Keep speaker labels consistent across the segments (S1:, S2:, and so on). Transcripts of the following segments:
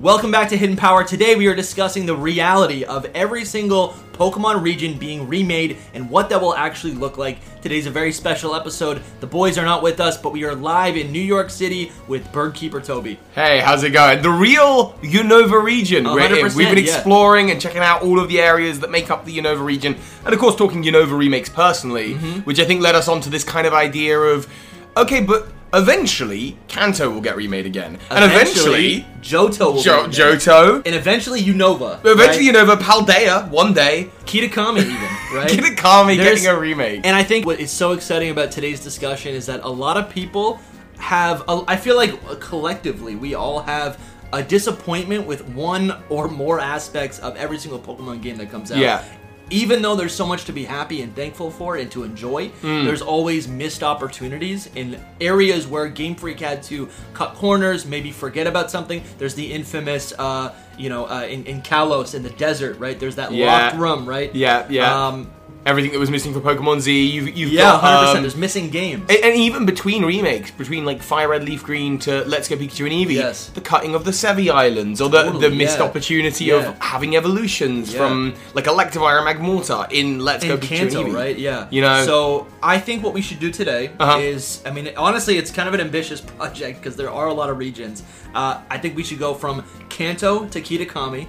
S1: Welcome back to Hidden Power. Today we are discussing the reality of every single Pokemon region being remade and what that will actually look like. Today's a very special episode. The boys are not with us, but we are live in New York City with Birdkeeper Toby.
S2: Hey, how's it going? The real Unova region.
S1: A
S2: We're
S1: hundred
S2: in. We've been
S1: percent, yeah.
S2: exploring and checking out all of the areas that make up the Unova region, and of course, talking Unova remakes personally,
S1: Mm-hmm.
S2: which I think led us onto this kind of idea of, okay, but eventually Kanto will get remade again, and eventually
S1: Johto will
S2: jo-
S1: be remade.
S2: Johto,
S1: and eventually Unova.
S2: eventually
S1: right?
S2: Unova, Paldea, one day,
S1: Kitakami even, right?
S2: Kitakami
S1: There's-
S2: getting a remake.
S1: And I think what is so exciting about today's discussion is that a lot of people have, a, I feel like collectively, we all have a disappointment with one or more aspects of every single Pokemon game that comes out.
S2: Yeah.
S1: Even though there's so much to be happy and thankful for and to enjoy,
S2: Mm.
S1: there's always missed opportunities in areas where Game Freak had to cut corners, maybe forget about something. There's the infamous, uh, you know, uh, in, in Kalos in the desert, right? There's that
S2: Yeah.
S1: locked room, right?
S2: yeah, yeah.
S1: Um,
S2: Everything that was missing for Pokemon Z, you've, you've
S1: yeah,
S2: got.
S1: hundred
S2: um,
S1: percent. There's missing games.
S2: And, and even between remakes, between like Fire Red, Leaf Green to Let's Go Pikachu and Eevee,
S1: Yes.
S2: the cutting of the Sevi Islands or the,
S1: Totally,
S2: the missed
S1: yeah.
S2: opportunity
S1: Yeah.
S2: of having evolutions
S1: Yeah.
S2: from like Electivire and Magmortar in Let's Go
S1: in
S2: Pikachu
S1: Kanto,
S2: and Eevee.
S1: right? Yeah.
S2: You know-
S1: So I think what we should do today
S2: Uh-huh.
S1: is, I mean, honestly, it's kind of an ambitious project because there are a lot of regions. Uh, I think we should go from Kanto to Kitakami,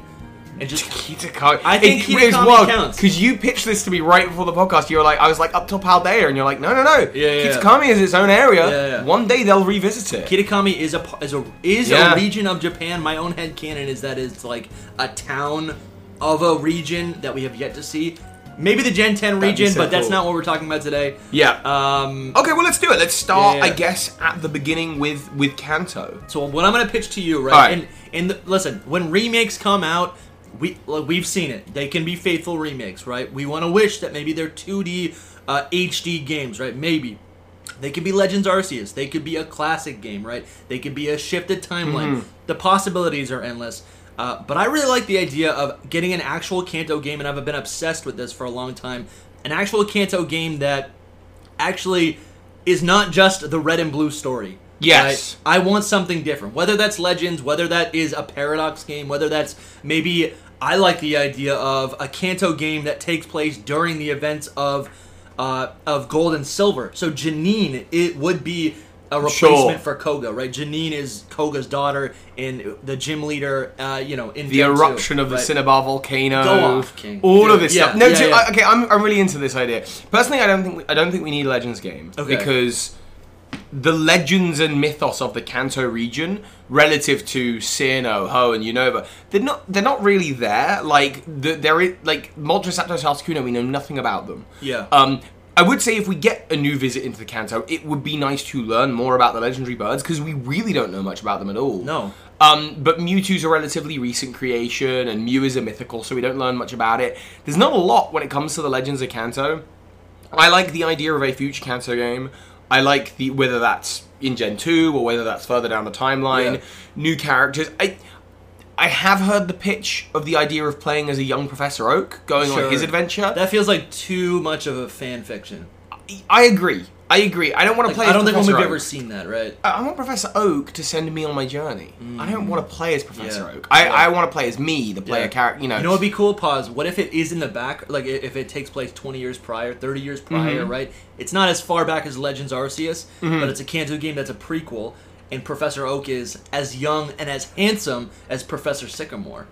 S1: and just
S2: Kitakami.
S1: I think
S2: it, was
S1: Kitakami
S2: wild
S1: counts.
S2: because you pitched this to me right before the podcast. You were like, I was like up till Paldea, and you're like, no, no, no.
S1: Yeah, yeah.
S2: Kitakami is its own area.
S1: Yeah, yeah.
S2: One day they'll revisit it.
S1: Kitakami is a pa- is a is
S2: Yeah.
S1: a region of Japan. My own head canon is that it's like a town of a region that we have yet to see. Maybe the Gen 10
S2: That'd be
S1: region,
S2: so
S1: but that's
S2: cool.
S1: not what we're talking about today.
S2: yeah.
S1: Um,
S2: okay, well, let's do it. Let's start,
S1: Yeah, yeah.
S2: I guess, at the beginning with with Kanto.
S1: So what I'm gonna pitch to you, right?
S2: All right.
S1: And and the, listen, when remakes come out, we like, we've seen it. They can be faithful remakes, right? We want to wish that maybe they're 2D uh, HD games, right? Maybe they could be Legends Arceus. They could be a classic game, right? They could be a shifted timeline. The possibilities are endless. Uh, but I really like the idea of getting an actual Kanto game, and I've been obsessed with this for a long time. An actual Kanto game that actually is not just the red and blue story.
S2: Yes.
S1: I, I want something different. Whether that's Legends, whether that is a Paradox game, whether that's maybe I like the idea of a Kanto game that takes place during the events of uh, of Gold and Silver. So Janine, it would be a replacement for Koga, right? Janine is Koga's daughter and the gym leader. Uh, you know, in
S2: the
S1: Gen two,
S2: eruption of the
S1: right?
S2: Cinnabar volcano.
S1: Go off, King.
S2: All
S1: Do it.
S2: of this
S1: Yeah,
S2: stuff. No,
S1: yeah,
S2: do-
S1: yeah.
S2: I- okay, I'm, I'm really into this idea. Personally, I don't think we, I don't think we need a Legends game
S1: Okay.
S2: because the legends and mythos of the Kanto region relative to Sinnoh, Ho, and Unova, they're not they're not really there. Like the, there is like Moltres, Zapdos, Articuno, we know nothing about them.
S1: Yeah.
S2: Um, I would say if we get a new visit into the Kanto, it would be nice to learn more about the legendary birds because we really don't know much about them at all.
S1: No.
S2: Um, but Mewtwo's a relatively recent creation, and Mew is a mythical, so we don't learn much about it. There's not a lot when it comes to the Legends of Kanto. I like the idea of a future Kanto game. I like the whether that's in Gen 2 or whether that's further down the timeline,
S1: Yeah.
S2: new characters. I I have heard the pitch of the idea of playing as a young Professor Oak going
S1: Sure.
S2: on his adventure.
S1: That feels like too much of a fan fiction.
S2: I agree. I agree. I don't want to play.
S1: I
S2: as
S1: don't think
S2: Professor
S1: we've
S2: Oak.
S1: ever seen that, right?
S2: I I want Professor Oak to send me on my journey. I don't want to play as Professor
S1: Yeah.
S2: Oak. I,
S1: Yeah.
S2: I want to play as me, the player
S1: Yeah.
S2: character. You know.
S1: You know, it'd be cool. Pause. What if it is in the back? Like, i- if it takes place twenty years prior, thirty years prior,
S2: Mm-hmm.
S1: right? It's not as far back as Legends Arceus, but it's a Kanto game that's a prequel, and Professor Oak is as young and as handsome as Professor Sycamore.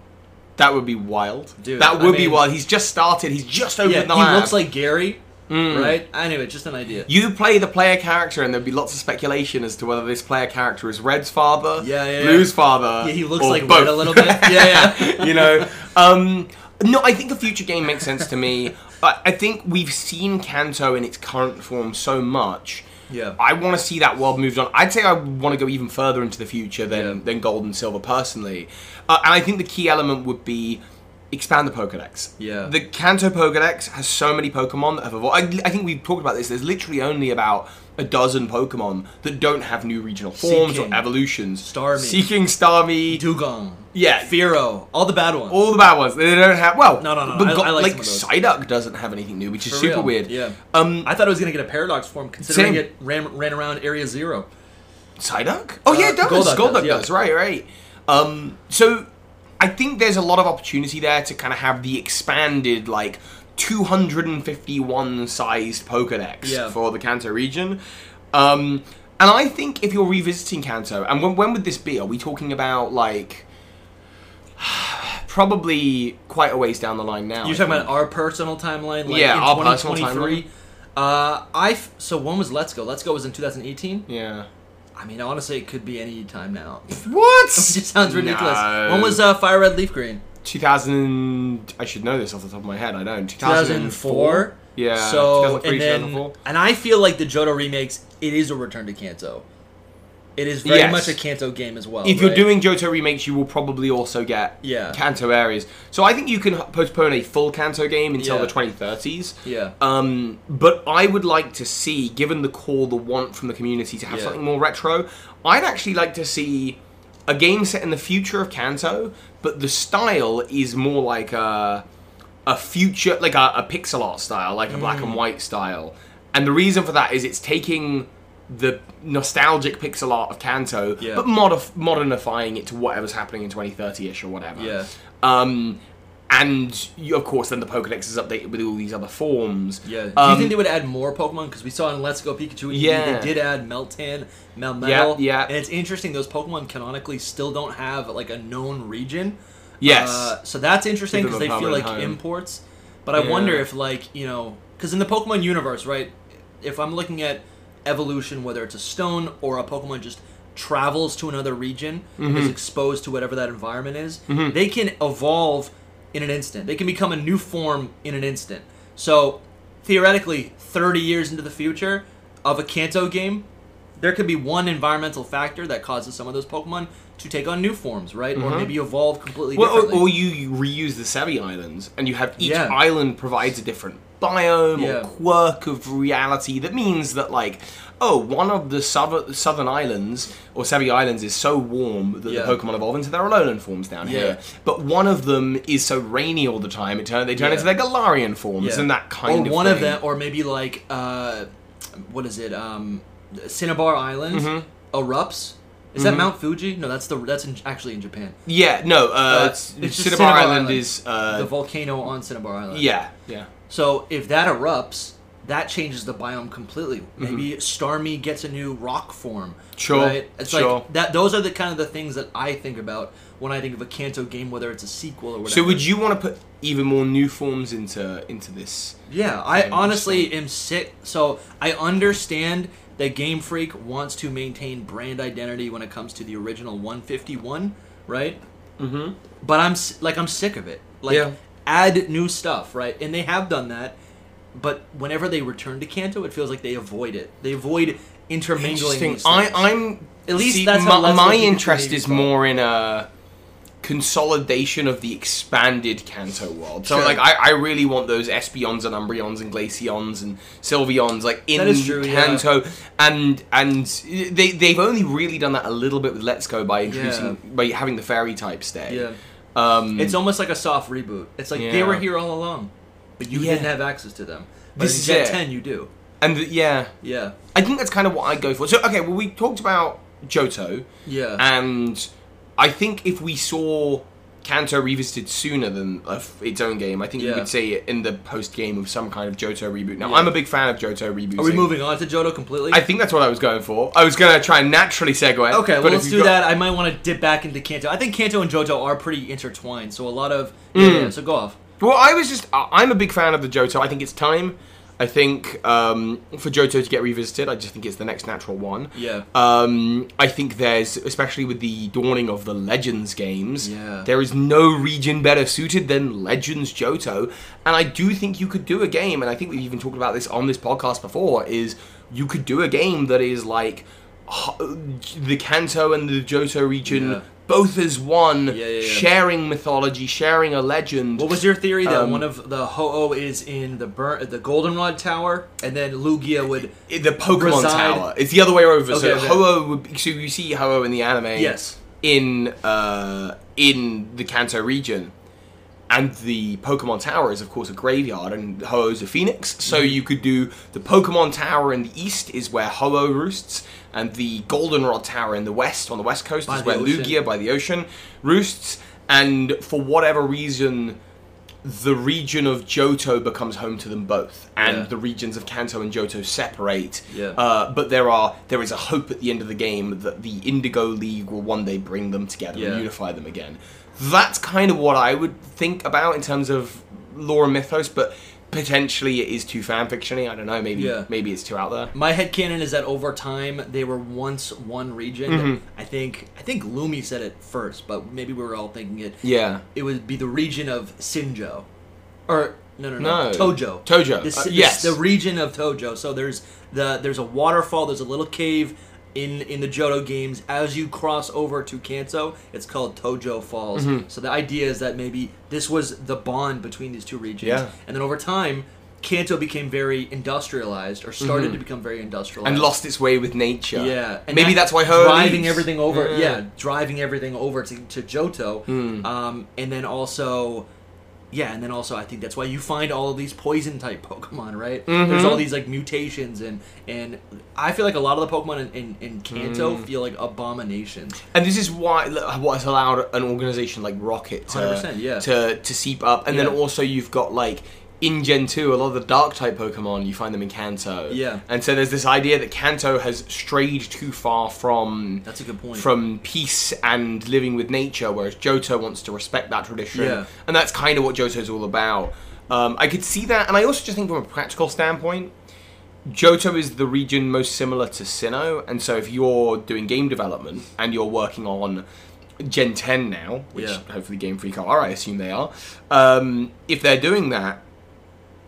S2: that would be wild.
S1: Dude,
S2: that
S1: I
S2: would be
S1: mean-
S2: wild. He's just started. He's just opened
S1: yeah,
S2: the
S1: he
S2: lab. Mm.
S1: looks like Gary, right? Anyway, just an idea.
S2: You play the player character, and there'd be lots of speculation as to whether this player character is Red's father,
S1: Yeah, yeah, yeah.
S2: Blue's father.
S1: yeah, he looks
S2: or
S1: like
S2: both.
S1: Red a little bit. Yeah, yeah.
S2: you know. Um, no, I think a future game makes sense to me. But I think we've seen Kanto in its current form so much.
S1: Yeah.
S2: I want to see that world moved on. I'd say I want to go even further into the future than
S1: Yeah.
S2: than gold and silver personally. Uh, and I think the key element would be expand the Pokédex.
S1: Yeah.
S2: The Kanto Pokédex has so many Pokemon that have evolved. I, I think we've talked about this. There's literally only about a dozen Pokemon that don't have new regional forms
S1: Seeking.
S2: or evolutions.
S1: Starmie.
S2: Seeking Starmie.
S1: Dugong,
S2: yeah, Oh.
S1: Firo, all the bad ones.
S2: all the bad ones. They don't have. Well,
S1: No, no, no,
S2: But
S1: I-
S2: go-
S1: I like some
S2: like
S1: of those.
S2: Psyduck doesn't have anything new, which is
S1: For
S2: super
S1: real,
S2: weird.
S1: yeah.
S2: Um,
S1: I thought it was gonna get a paradox form, considering
S2: Same.
S1: it ran, ran around Area Zero.
S2: Psyduck? Oh yeah, it
S1: Uh,
S2: does.
S1: Golduck
S2: Golduck,
S1: does, yeah.
S2: does. Right, right. Um, so I think there's a lot of opportunity there to kind of have the expanded like 251 sized Pokedex
S1: Yeah.
S2: for the Kanto region. Um, and I think if you're revisiting Kanto, and when, when would this be? Are we talking about like probably quite a ways down the line now?
S1: You're
S2: I
S1: talking
S2: think.
S1: about our personal timeline, like
S2: Yeah,
S1: in
S2: our personal
S1: 2023. Uh, I f- so when was Let's Go? Let's Go was in 2018.
S2: yeah.
S1: I mean, honestly, it could be any time now. it
S2: What?
S1: just sounds ridiculous.
S2: No.
S1: When was uh, Fire Red Leaf Green?
S2: 2000? I should know this off the top of my head. I don't.
S1: 2004.
S2: Yeah.
S1: So
S2: 2003,
S1: and then
S2: 2004.
S1: and I feel like the Johto remakes, it is a return to Kanto. It is very
S2: Yes.
S1: much a Kanto game as well.
S2: If you're
S1: right?
S2: doing Johto remakes, you will probably also get
S1: Yeah.
S2: Kanto areas. So I think you can h- postpone a full Kanto game until
S1: Yeah.
S2: the 2030s.
S1: yeah,
S2: Um, but I would like to see, given the call, the want from the community to have
S1: Yeah.
S2: something more retro, I'd actually like to see a game set in the future of Kanto, but the style is more like a, a future, like a, a pixel art style, like a black
S1: Mm.
S2: and white style. And the reason for that is it's taking the nostalgic pixel art of Kanto,
S1: Yeah.
S2: but modif- modernifying it to whatever's happening in 2030 ish or whatever.
S1: Yeah.
S2: Um, and you, of course, then the Pokedex is updated with all these other forms.
S1: yeah. Do you
S2: Um,
S1: think they would add more Pokemon? Because we saw in Let's Go Pikachu, EV,
S2: Yeah.
S1: they did add Meltan, Melmetal.
S2: yeah.
S1: And it's interesting; those Pokemon canonically still don't have like a known region.
S2: yes.
S1: Uh, so that's interesting
S2: Give
S1: because
S2: them
S1: they
S2: a
S1: feel like
S2: permanent home.
S1: imports. But I
S2: Yeah.
S1: wonder if, like, you know, because in the Pokemon universe, right, if I'm looking at evolution, whether it's a stone or a Pokemon just travels to another region, is
S2: Mm-hmm.
S1: exposed to whatever that environment is, they can evolve in an instant. They can become a new form in an instant. So theoretically, 30 years into the future of a Kanto game, there could be one environmental factor that causes some of those Pokemon to take on new forms, right? Or maybe evolve completely
S2: Mm-hmm. well, or,
S1: differently.
S2: or you, you reuse the Sevi Islands, and you have each
S1: Yeah.
S2: island provides a different biome
S1: Yeah.
S2: or quirk of reality. That means that, like, oh, one of the southern, southern islands or Sevi Islands is so warm that
S1: Yeah.
S2: the Pokemon evolve into their Alolan forms down
S1: Yeah.
S2: here, but one of them is so rainy all the time it turn, they turn
S1: Yeah.
S2: into their Galarian forms
S1: Yeah.
S2: and that kind
S1: or
S2: of
S1: one of
S2: thing.
S1: them, or maybe like uh, what is it? Um, Cinnabar Islands
S2: Mm-hmm.
S1: erupts. Is that Mount Fuji? No, that's the that's in, actually in Japan.
S2: Yeah, no, uh,
S1: it's
S2: it's,
S1: just
S2: Cinnabar
S1: Cinnabar
S2: Island,
S1: Island.
S2: is uh,
S1: the volcano on Cinnabar Island.
S2: yeah, yeah.
S1: So if that erupts, that changes the biome completely. Maybe Starmie gets a new rock form.
S2: Mm-hmm. Sure,
S1: It's
S2: sure.
S1: like that. Those are the kind of the things that I think about when I think of a Kanto game, whether it's a sequel or whatever.
S2: So would you want to put even more new forms into into this?
S1: Yeah, I
S2: understand.
S1: honestly am sick. So I understand that Game Freak wants to maintain brand identity when it comes to the original 151, right? Mm-hmm. But I'm s- like I'm sick of it. Like
S2: Yeah.
S1: add new stuff, right? And they have done that. But whenever they return to Kanto, it feels like they avoid it. They avoid intermingling.
S2: Interesting.
S1: these
S2: I,
S1: things.
S2: I'm
S1: At least
S2: see,
S1: that's how
S2: my,
S1: Let's Go
S2: my
S1: Pikachu
S2: interest
S1: maybe
S2: is
S1: felt.
S2: more in a consolidation of the expanded Kanto world. So
S1: Sure.
S2: like I, I really want those Espeons and Umbreons and Glaceons and Sylveons like in
S1: That is true, yeah.
S2: Kanto and and they they've only really done that a little bit with Let's Go by introducing by having the fairy type stay.
S1: yeah.
S2: Um
S1: It's almost like a soft reboot. It's like they were
S2: Yeah.
S1: here all along, but you
S2: Yeah.
S1: didn't have access to them. But
S2: This
S1: in
S2: is
S1: Gen
S2: it.
S1: 10, you do.
S2: and the, yeah.
S1: Yeah.
S2: I think that's kind of what I go for. So okay, well we talked about Johto.
S1: Yeah.
S2: And I think if we saw Kanto revisited sooner than uh, f- its own game, I think you
S1: Yeah.
S2: could say it in the post game of some kind of Johto reboot. Now,
S1: Yeah.
S2: I'm a big fan of Johto reboots.
S1: Are we moving on to Johto completely?
S2: I think that's what I was going for. I was going to try and naturally segue.
S1: Okay,
S2: but
S1: well,
S2: if
S1: let's
S2: you've
S1: do
S2: got-
S1: that. I might want to dip back into Kanto. I think Kanto and JoJo are pretty intertwined, so a lot of
S2: Hmm.
S1: yeah, yeah, so go off.
S2: Well, I was just. I- I'm a big fan of the Johto. I think it's time. I think um, for Johto to get revisited, I just think it's the next natural one.
S1: Yeah.
S2: Um, I think there's, especially with the dawning of the Legends games,
S1: Yeah.
S2: there is no region better suited than Legends Johto. And I do think you could do a game, and I think we've even talked about this on this podcast before, is you could do a game that is like h- the Kanto and the Johto region
S1: Yeah.
S2: both as one,
S1: yeah, yeah.
S2: sharing mythology, sharing a legend.
S1: What was your theory that
S2: Um,
S1: one of the Ho-Oh is in the bur- the Goldenrod Tower, and then Lugia would?
S2: the Pokemon
S1: Reside-
S2: Tower. It's the other way over.
S1: Okay,
S2: so
S1: okay.
S2: Ho-Oh would be, so you see Ho-Oh in the anime.
S1: Yes.
S2: In uh in the Kanto region. And the Pokemon Tower is, of course, a graveyard, and Ho-Oh's a phoenix.
S1: Mm-hmm.
S2: So you could do the Pokemon Tower in the east is where Ho-Oh roosts, and the Goldenrod Tower in the west, on the west coast,
S1: By
S2: is
S1: the
S2: where
S1: ocean.
S2: Lugia by the ocean roosts. and for whatever reason, the region of Johto becomes home to them both, and
S1: Yeah.
S2: the regions of Kanto and Johto separate.
S1: Yeah.
S2: Uh, but there are there is a hope at the end of the game that the Indigo League will one day bring them together
S1: Yeah.
S2: and unify them again. That's kind of what I would think about in terms of lore and mythos, but potentially it is too fanfictiony. I don't know. Maybe
S1: Yeah.
S2: maybe it's too out there.
S1: My headcanon is that over time they were once one region. I think I think Lumi said it first, but maybe we were all thinking it.
S2: Yeah.
S1: It would be the region of Sinjo, or no, no, no,
S2: No.
S1: Tojo.
S2: Tojo.
S1: The, si-
S2: Uh,
S1: the s-
S2: yes.
S1: the region of Tojo. So there's the there's a waterfall. There's a little cave in in the Johto games. As you cross over to Kanto, it's called Tojo Falls.
S2: Mm-hmm.
S1: So the idea is that maybe this was the bond between these two regions,
S2: Yeah.
S1: and then over time. Kanto became very industrialized, or started to become very industrialized,
S2: Mm-hmm. And lost its way with nature.
S1: yeah, Mm. and
S2: maybe
S1: that-
S2: that's why her
S1: driving
S2: leaves.
S1: everything over. Yeah. driving everything over to, to Johto,
S2: Mm.
S1: um, and then also, yeah, and then also I think that's why you find all of these poison type Pokemon, right?
S2: Mm-hmm.
S1: There's all these like mutations, and and I feel like a lot of the Pokemon in in, in Kanto
S2: Mm.
S1: feel like abominations.
S2: And this is why what has allowed an organization like Rocket to
S1: 100%, yeah.
S2: to, to seep up. And then
S1: Yeah.
S2: also you've got like in Gen 2, a lot of the dark type Pokemon you find them in Kanto.
S1: Yeah.
S2: And so there's this idea that Kanto has strayed too far from
S1: That's a good point.
S2: from peace and living with nature, whereas Johto wants to respect that tradition.
S1: Yeah.
S2: And that's kind of what Johto's all about. Um, I could see that, and I also just think from a practical standpoint, Johto is the region most similar to Sinnoh, and so if you're doing game development and you're working on Gen 10 now, which
S1: Yeah.
S2: hopefully Game Freak are, I assume they are, um, if they're doing that,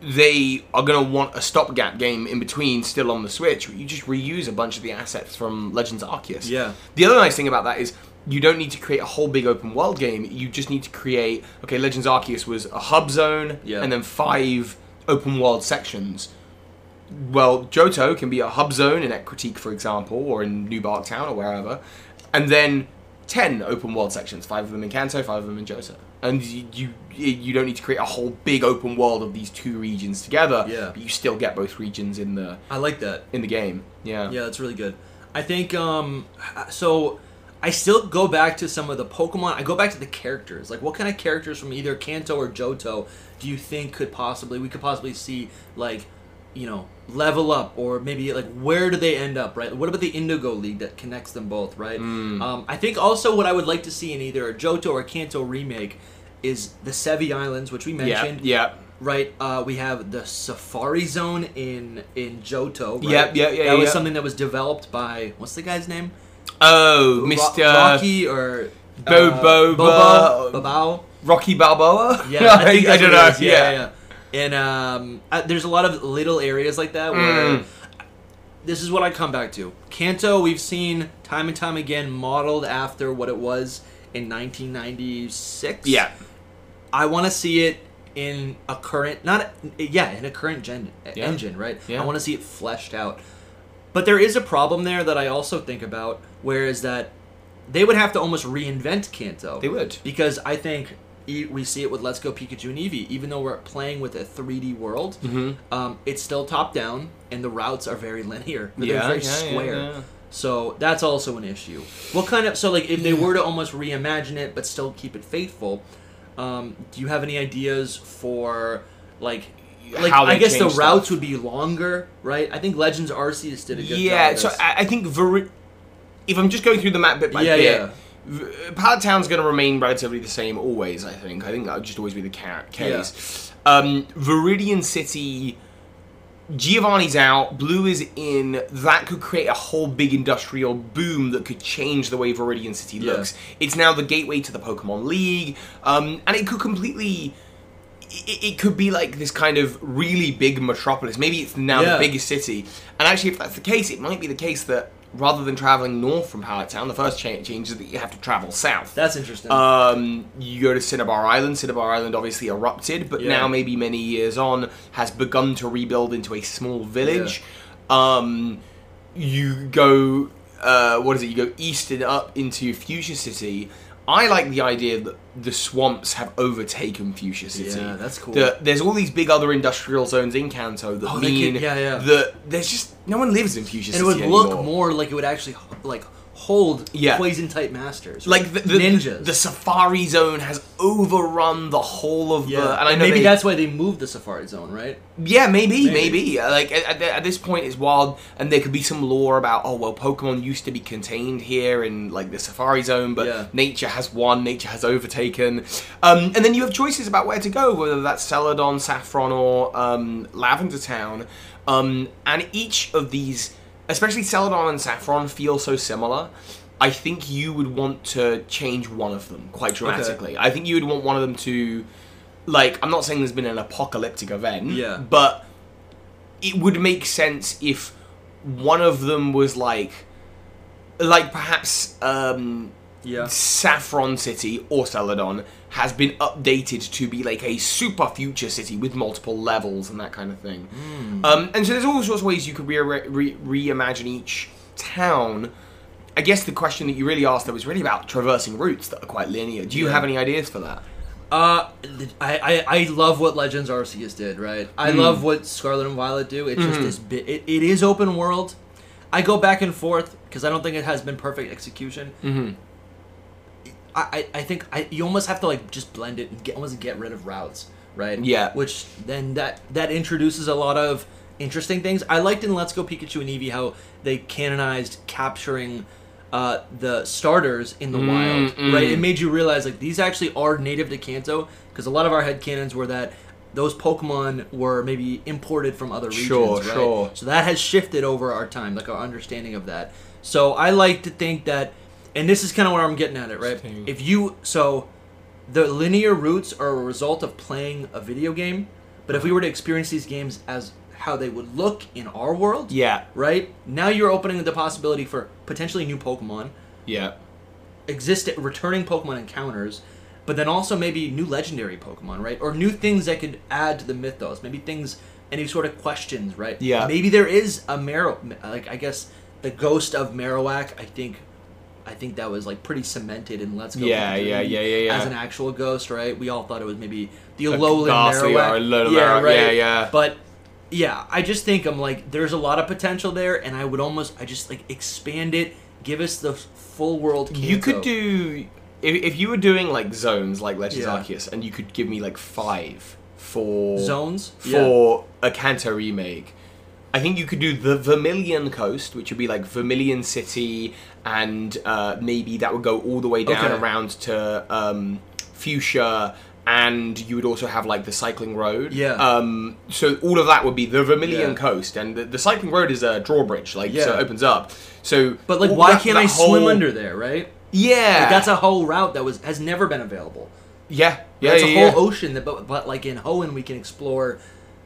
S2: they are going to want a stopgap game in between still on the Switch where you just reuse a bunch of the assets from Legends Arceus.
S1: Yeah.
S2: The other nice thing about that is you don't need to create a whole big open world game. You just need to create, okay, Legends Arceus was a hub zone
S1: Yeah.
S2: and then five open world sections. Well, Johto can be a hub zone in Equitique, for example, or in New Bark Town or wherever, and then 10 open world sections, five of them in Kanto, five of them in Johto. And you, you you don't need to create a whole big open world of these two regions together.
S1: Yeah.
S2: But you still get both regions in the
S1: I like that.
S2: in the game. Yeah.
S1: Yeah, that's really good. I think um so I still go back to some of the Pokemon. I go back to the characters. Like what kind of characters from either Kanto or Johto do you think could possibly we could possibly see like you know level up or maybe like where do they end up right what about the indigo league that connects them both right
S2: Mm.
S1: um, i think also what i would like to see in either a johto or kanto remake is the sevi islands which we
S2: Yeah.
S1: mentioned
S2: Yeah.
S1: Right, uh, we have the Safari Zone in in Johto. Right?
S2: Yep, yeah, yeah,
S1: That was
S2: yeah.
S1: something that was developed by what's the guy's name?
S2: Oh,
S1: Ro-
S2: Mr.
S1: Rocky or uh,
S2: Bo- Boba-
S1: Boba Babao.
S2: Rocky Balboa?
S1: Yeah, I, think that's
S2: don't
S1: what it
S2: know.
S1: is. Yeah, yeah. yeah. And um, uh, there's a lot of little areas like that where
S2: Mm.
S1: this is what I come back to. Kanto, we've seen time and time again modeled after what it was in 1996.
S2: Yeah.
S1: I want to see it in a current, not yeah, in a current gen
S2: Yeah.
S1: engine, right?
S2: Yeah.
S1: I want to see it fleshed out. But there is a problem there that I also think about, where is that they would have to almost reinvent Kanto.
S2: They would.
S1: because I think e- we see it with Let's Go Pikachu and Eevee. Even though we're playing with a 3D world,
S2: Mm-hmm.
S1: um, it's still top down, and the routes are very linear. They're
S2: Yeah,
S1: very
S2: yeah, yeah,
S1: square.
S2: yeah.
S1: So that's also an issue. What kind of so like if they were to almost reimagine it but still keep it faithful, um, do you have any ideas for like like
S2: How they
S1: I guess the
S2: change
S1: routes
S2: stuff.
S1: would be longer, right? I think Legends Arceus did a good
S2: yeah,
S1: job.
S2: so I, I think Veri- if I'm just going through the map bit by
S1: Yeah,
S2: bit,
S1: yeah.
S2: V- Pallet Town's going to remain relatively the same always. I think. I think that would just always be the ca- case. Um, Viridian City. Giovanni's out, Blue is in. That could create a whole big industrial boom that could change the way Viridian City
S1: Yeah.
S2: looks. It's now the gateway to the Pokemon League, um, and it could completely. It, it could be like this kind of really big metropolis. Maybe it's now
S1: Yeah.
S2: the biggest city. And actually, if that's the case, it might be the case that rather than traveling north from Pallet Town, the first change, change is that you have to travel south.
S1: that's interesting.
S2: Um, you go to Cinnabar Island. Cinnabar Island obviously erupted, but
S1: Yeah.
S2: now maybe many years on has begun to rebuild into a small village. Um, you go, uh, what is it? You go east and up into Fuchsia City. I like the idea that the swamps have overtaken Fuchsia City.
S1: Yeah, that's cool.
S2: The- there's all these big other industrial zones in Kanto that
S1: Oh, they
S2: mean
S1: could- yeah, yeah.
S2: that there's just no one lives in Fuchsia
S1: and
S2: City
S1: it would look
S2: anymore.
S1: more like it would actually h- like hold
S2: Yeah.
S1: poison type masters,
S2: Like the, the
S1: ninjas.
S2: the Safari Zone has overrun the whole of
S1: yeah,
S2: the.
S1: and,
S2: uh, I know
S1: maybe
S2: they-
S1: that's why they moved the Safari Zone, right?
S2: Yeah, maybe,
S1: Maybe.
S2: maybe. Like at, at, the- at this point, it's wild, and there could be some lore about oh well, Pokemon used to be contained here in like the Safari Zone, but
S1: Yeah.
S2: nature has won, nature has overtaken, um, and then you have choices about where to go, whether that's Celadon, Saffron, or um, Lavender Town, um, and each of these, especially Celadon and Saffron, feel so similar. I think you would want to change one of them quite dramatically. I think you would want one of them to like I'm not saying there's been an apocalyptic event,
S1: Yeah.
S2: but it would make sense if one of them was like like perhaps um
S1: Yeah,
S2: Saffron City or Celadon has been updated to be like a super future city with multiple levels and that kind of thing. Um, and so there's all sorts of ways you could re- re- reimagine each town. I guess the question that you really asked there was really about traversing routes that are quite linear. Do you
S1: Yeah.
S2: have any ideas for that?
S1: Uh, th- I, I I love what Legends Arceus did. Right, I love what Scarlet and Violet do. It's just this bit. It, it is open world. I go back and forth because I don't think it has been perfect execution.
S2: Mm-hmm.
S1: I, I I think I, you almost have to like just blend it and get almost get rid of routes, right?
S2: Yeah.
S1: Which then that that introduces a lot of interesting things. I liked in Let's Go Pikachu and Eevee how they canonized capturing uh, the starters in the wild,
S2: mm.
S1: right? It made you realize like these actually are native to Kanto because a lot of our headcanons were that those Pokemon were maybe imported from other regions,
S2: Sure,
S1: right?
S2: sure.
S1: So that has shifted over our time, like our understanding of that. So I like to think that, and this is kind of where I'm getting at it, right?
S2: Interesting.
S1: If you so, the linear routes are a result of playing a video game, but if we were to experience these games as how they would look in our world,
S2: Yeah.
S1: right? Now you're opening the possibility for potentially new Pokemon,
S2: Yeah.
S1: exist returning Pokemon encounters, but then also maybe new legendary Pokemon, right? Or new things that could add to the mythos. Maybe things, any sort of questions, right?
S2: Yeah.
S1: Maybe there is a Marrow, like I guess the ghost of Marowak. I think, I think that was like pretty cemented in Let's Go.
S2: Yeah,
S1: Pikachu
S2: yeah, yeah, yeah, yeah.
S1: As an actual ghost, right? We all thought it was maybe the
S2: A
S1: Alolan
S2: ghastly
S1: Marowak.
S2: or Alolan
S1: yeah,
S2: Marowak,
S1: right.
S2: yeah, yeah.
S1: But yeah, I just think I'm like, there's a lot of potential there, and I would almost, I just like expand it. Give us the full world. Kanto.
S2: You could do if, if you were doing like zones like Legends
S1: Yeah.
S2: Arceus, and you could give me like five for
S1: zones
S2: for a Kanto remake. I think you could do the Vermilion Coast, which would be like Vermilion City, and uh, maybe that would go all the way down
S1: Okay.
S2: around to um, Fuchsia, and you would also have like the cycling road.
S1: Yeah.
S2: Um, so all of that would be the Vermilion
S1: Yeah.
S2: Coast, and the, the cycling road is a drawbridge, like so
S1: Yeah.
S2: it opens up. So,
S1: But like,
S2: all
S1: why
S2: Oh, that-
S1: can't
S2: that
S1: I swim
S2: whole-
S1: under there? Right?
S2: Yeah,
S1: Like, that's a whole route that was has never been available.
S2: yeah, yeah,
S1: That's
S2: yeah,
S1: a
S2: yeah.
S1: whole ocean that, but, but like in Hoenn, we can explore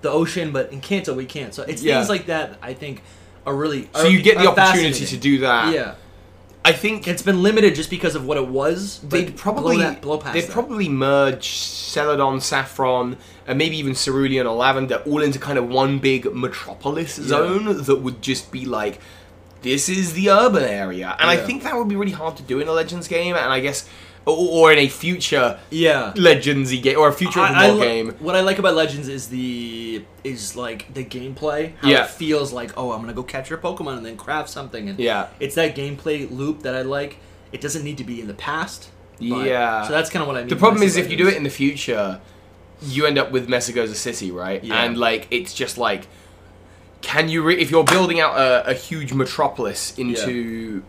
S1: the ocean, but in Kanto, we can't. So it's
S2: Yeah.
S1: things like that. I think are really
S2: So
S1: are-
S2: you get the
S1: are
S2: opportunity to
S1: fascinating.
S2: do that.
S1: Yeah,
S2: I think
S1: it's been limited just because of what it was. but
S2: they'd probably
S1: blow, that, blow past.
S2: they'd
S1: that.
S2: probably merge Celadon, Saffron, and maybe even Cerulean or Lavender all into kind of one big metropolis zone that would just be like this is the urban area, and I
S1: Yeah.
S2: think that would be really hard to do in a Legends game, and I guess or, or in a future
S1: yeah.
S2: Legendsy game or a future open
S1: I
S2: world
S1: li-
S2: game.
S1: What I like about Legends is the is like the gameplay. How
S2: Yeah.
S1: it feels like, oh, I'm gonna go catch your Pokemon and then craft something. And
S2: Yeah.
S1: it's that gameplay loop that I like. It doesn't need to be in the past. but-
S2: Yeah.
S1: So that's kind of what I mean.
S2: The problem is if you do it in the future, you end up with Mesagoza City, right?
S1: Yeah.
S2: And like it's just like, can you re- if you're building out a, a huge metropolis into?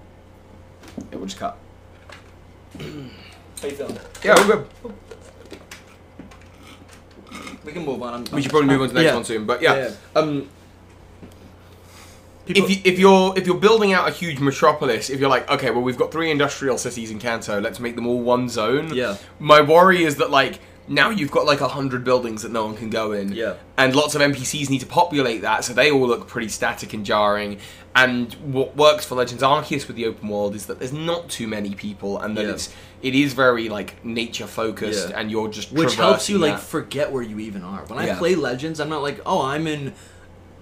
S2: It will just cut. Yeah, we're good.
S1: we can move on. I'm,
S2: we should probably move on to the next
S1: Yeah.
S2: one soon. But
S1: Yeah,
S2: yeah, um, if you if you're if you're building out a huge metropolis, if you're like, okay, well we've got three industrial cities in Kanto, let's make them all one zone.
S1: Yeah.
S2: My worry is that like now you've got like a hundred buildings that no one can go in.
S1: Yeah.
S2: And lots of NPCs need to populate that, so they all look pretty static and jarring. And what works for Legends Arceus with the open world is that there's not too many people, and that
S1: Yeah.
S2: it's it is very like nature focused,
S1: Yeah.
S2: and you're just
S1: which helps
S2: traversing
S1: you like
S2: that.
S1: forget where you even are. When I
S2: Yeah.
S1: play Legends, I'm not like, oh, I'm in.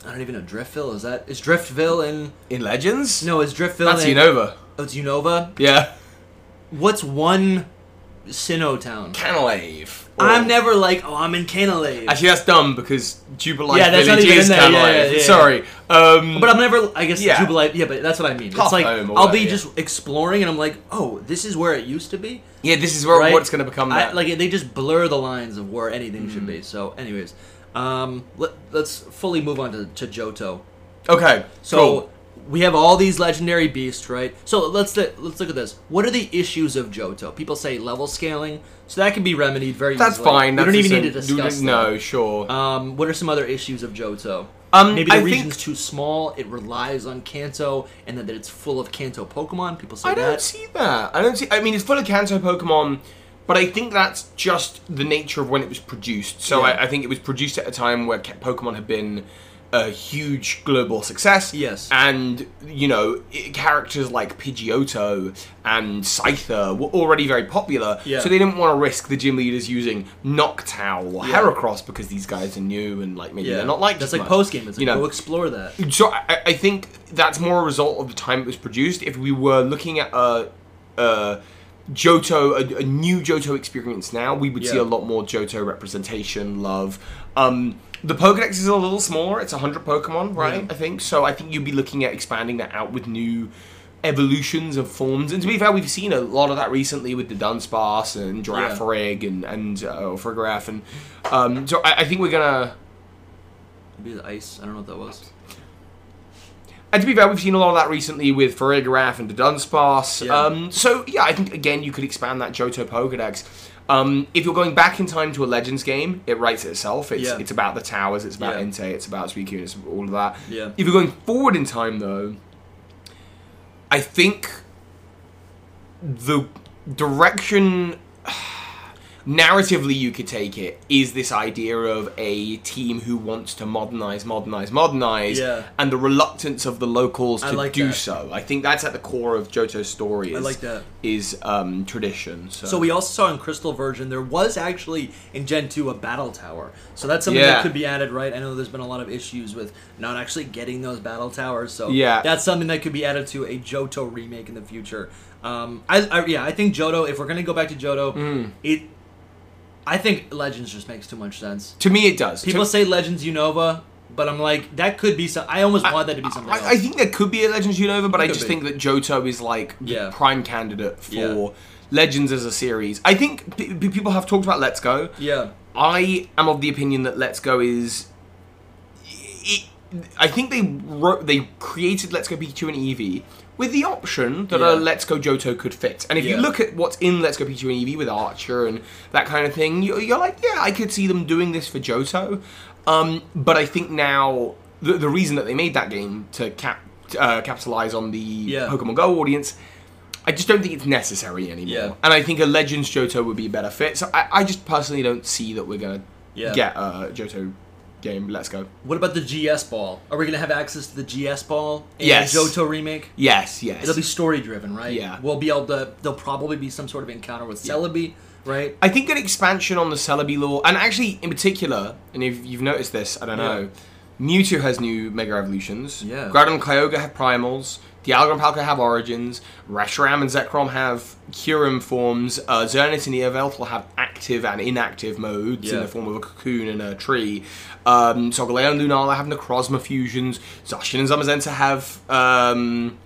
S1: I don't even know Driftville. Is that is Driftville in?
S2: in Legends.
S1: No, is Driftville Oh,
S2: that's
S1: in?
S2: Unova.
S1: Oh, it's Unova.
S2: Yeah.
S1: What's one Sinnoh Town.
S2: Canalave. or-
S1: I'm never like, oh, I'm in Canalave.
S2: Actually, that's dumb because Jubilife
S1: Yeah, that's not
S2: Village
S1: even
S2: is
S1: in there. Yeah,
S2: Canalave.
S1: yeah, yeah.
S2: Sorry. Um,
S1: But I'm never, I guess,
S2: Yeah.
S1: Jubilate. Yeah, but that's what I mean. It's
S2: Half
S1: like
S2: home or
S1: I'll be
S2: whatever,
S1: just exploring, and I'm like, oh, this is where it used to be.
S2: yeah, this is where
S1: right?
S2: what's going to become
S1: I-
S2: that. Mm.
S1: like they just blur the lines of where anything should be. So, anyways, um, let, let's fully move on to, to Johto.
S2: okay.
S1: So
S2: cool.
S1: we have all these legendary beasts, right? So let's let, let's look at this. What are the issues of Johto? People say level scaling, so that can be remedied very
S2: that's
S1: easily.
S2: fine.
S1: We
S2: that's
S1: don't even
S2: the
S1: need to
S2: same-
S1: discuss.
S2: No,
S1: that.
S2: sure.
S1: Um, what are some other issues of Johto?
S2: Um,
S1: Maybe the
S2: I think-
S1: region's too small. It relies on Kanto, and that it's full of Kanto Pokemon. People say
S2: I
S1: that.
S2: don't see that. I don't see. I mean, it's full of Kanto Pokemon, but I think that's just the nature of when it was produced. So
S1: Yeah.
S2: I, I think it was produced at a time where Ke- Pokemon had been a huge global success.
S1: Yes.
S2: and you know i characters like Pidgeotto and Scyther were already very popular.
S1: Yeah.
S2: So they didn't want to risk the gym leaders using Noctowl or
S1: Yeah.
S2: Heracross because these guys are new and like maybe
S1: yeah,
S2: they're not liked.
S1: that's
S2: as
S1: like
S2: much.
S1: post game. It's like oh,
S2: You know,
S1: go explore that.
S2: so I, I think that's more a result of the time it was produced. If we were looking at a, a Johto, a, a new Johto experience now, we would see
S1: Yeah.
S2: a lot more Johto representation, love. Um, the Pokedex is a little smaller. It's 100 Pokemon, right?
S1: Yeah.
S2: I think. So I think you'd be looking at expanding that out with new evolutions and forms. And to be fair, we've seen a lot of that recently with the Dunsparce and Giraffe
S1: Yeah.
S2: Rig and, and uh, Frigoraph. And, um, so I, I think we're going to...
S1: Maybe the ice. I don't know what that was.
S2: And to be fair, we've seen a lot of that recently with Farigarath and Dunsparce.
S1: Yeah.
S2: Um, so yeah, I think again you could expand that Johto Pokedex. Um, if you're going back in time to a Legends game, it writes itself. It's
S1: Yeah.
S2: it's about the towers, it's about
S1: Yeah.
S2: Entei, it's about Suicune, it's all of that.
S1: Yeah.
S2: If you're going forward in time though, I think the direction narratively you could take it is this idea of a team who wants to modernize modernize modernize
S1: Yeah.
S2: and the reluctance of the locals
S1: I
S2: to
S1: like
S2: do
S1: that.
S2: so i think that's at the core of joto's story is,
S1: like that.
S2: is um, tradition so,
S1: So we also saw in Crystal version there was actually in Gen 2 a battle tower. So that's something
S2: Yeah.
S1: that could be added, right? I know there's been a lot of issues with not actually getting those battle towers. So
S2: Yeah.
S1: that's something that could be added to a Johto remake in the future. Um, I, I yeah, I think Johto. If we're gonna go back to Johto,
S2: Mm.
S1: it, I think Legends just makes too much sense.
S2: to me it does To-
S1: People say Legends Unova, but I'm like that could be some. I almost want that to be something.
S2: I,
S1: else.
S2: I think there could be a Legends Unova, but I
S1: could be.
S2: just think that Johto is like the
S1: Yeah.
S2: prime candidate for
S1: Yeah.
S2: Legends as a series. I think p- p- people have talked about Let's Go.
S1: yeah,
S2: I am of the opinion that Let's Go is. It, I think they wrote, they created Let's Go Pikachu and Eevee with the option that
S1: Yeah.
S2: a Let's Go Johto could fit. And if you
S1: Yeah.
S2: look at what's in Let's Go Pikachu and Eevee with Archer and that kind of thing, you, you're like, yeah, I could see them doing this for Johto. Um, but I think now the, the reason that they made that game to cap, uh, capitalize on the
S1: Yeah.
S2: Pokemon Go audience. I just don't think it's necessary anymore.
S1: Yeah.
S2: And I think a Legends Johto would be a better fit. So I, I just personally don't see that we're going to
S1: Yeah.
S2: get a Johto game. Let's go.
S1: What about the GS ball? Are we gonna have access to the GS ball in
S2: Yes.
S1: the Johto remake?
S2: Yes, yes.
S1: It'll be story driven, right?
S2: Yeah.
S1: We'll be able to. There'll probably be some sort of encounter with Celebi, right?
S2: I think an expansion on the Celebi lore, and actually in particular, and if you've noticed this, I don't
S1: Yeah.
S2: know, Mewtwo has new Mega Evolutions.
S1: Yeah.
S2: Groudon and Kyogre have Primals. Dialga and Palkia have Origins. Reshiram and Zekrom have Kyurem forms. Uh, Xerneas and Eovelth will have active and inactive modes in
S1: Yeah.
S2: the form of a cocoon and a tree. Um, Solgaleo and Lunala have Necrozma fusions. Zacian and Zamazenta have... Um,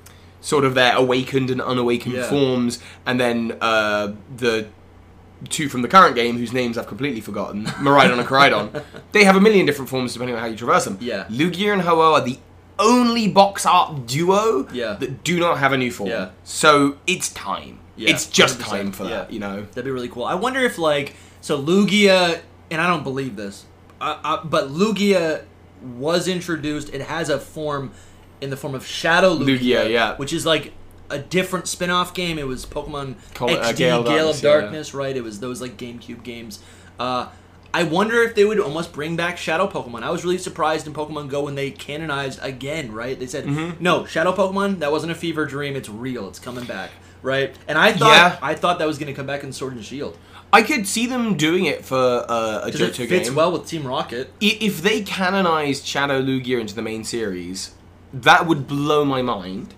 S2: Sort of their awakened and unawakened
S1: Yeah.
S2: forms, and then uh, the two from the current game whose names I've completely forgotten, Maridon and Coridon, they have a million different forms depending on how you traverse them.
S1: Yeah.
S2: Lugia and Ho-Oh are the only box art duo
S1: Yeah.
S2: that do not have a new form.
S1: Yeah.
S2: So it's time.
S1: Yeah,
S2: it's just
S1: 100%,
S2: time for that,
S1: yeah.
S2: you know.
S1: That'd be really cool. I wonder if like so Lugia, and I don't believe this, uh, uh, but Lugia was introduced. It has a form in the form of Shadow Lugia,
S2: Lugia, yeah.
S1: which is like a different spin-off game. It was Pokemon
S2: Call it, uh,
S1: XD
S2: Gale
S1: Gale,
S2: of
S1: of
S2: Darkness, yeah.
S1: Darkness, right? It was those like GameCube games. Uh, I wonder if they would almost bring back Shadow Pokemon. I was really surprised in Pokemon Go when they canonized again, right? They said,
S2: Mm-hmm.
S1: "No, Shadow Pokemon, that wasn't a fever dream. It's real. It's coming back." Right? And I thought
S2: Yeah.
S1: I thought that was going to come back in Sword and Shield.
S2: I could see them doing it for uh, a
S1: 'Cause
S2: Johto
S1: it fits
S2: game.
S1: well with Team Rocket.
S2: I- if they canonized Shadow Lugia into the main series, that would blow my mind.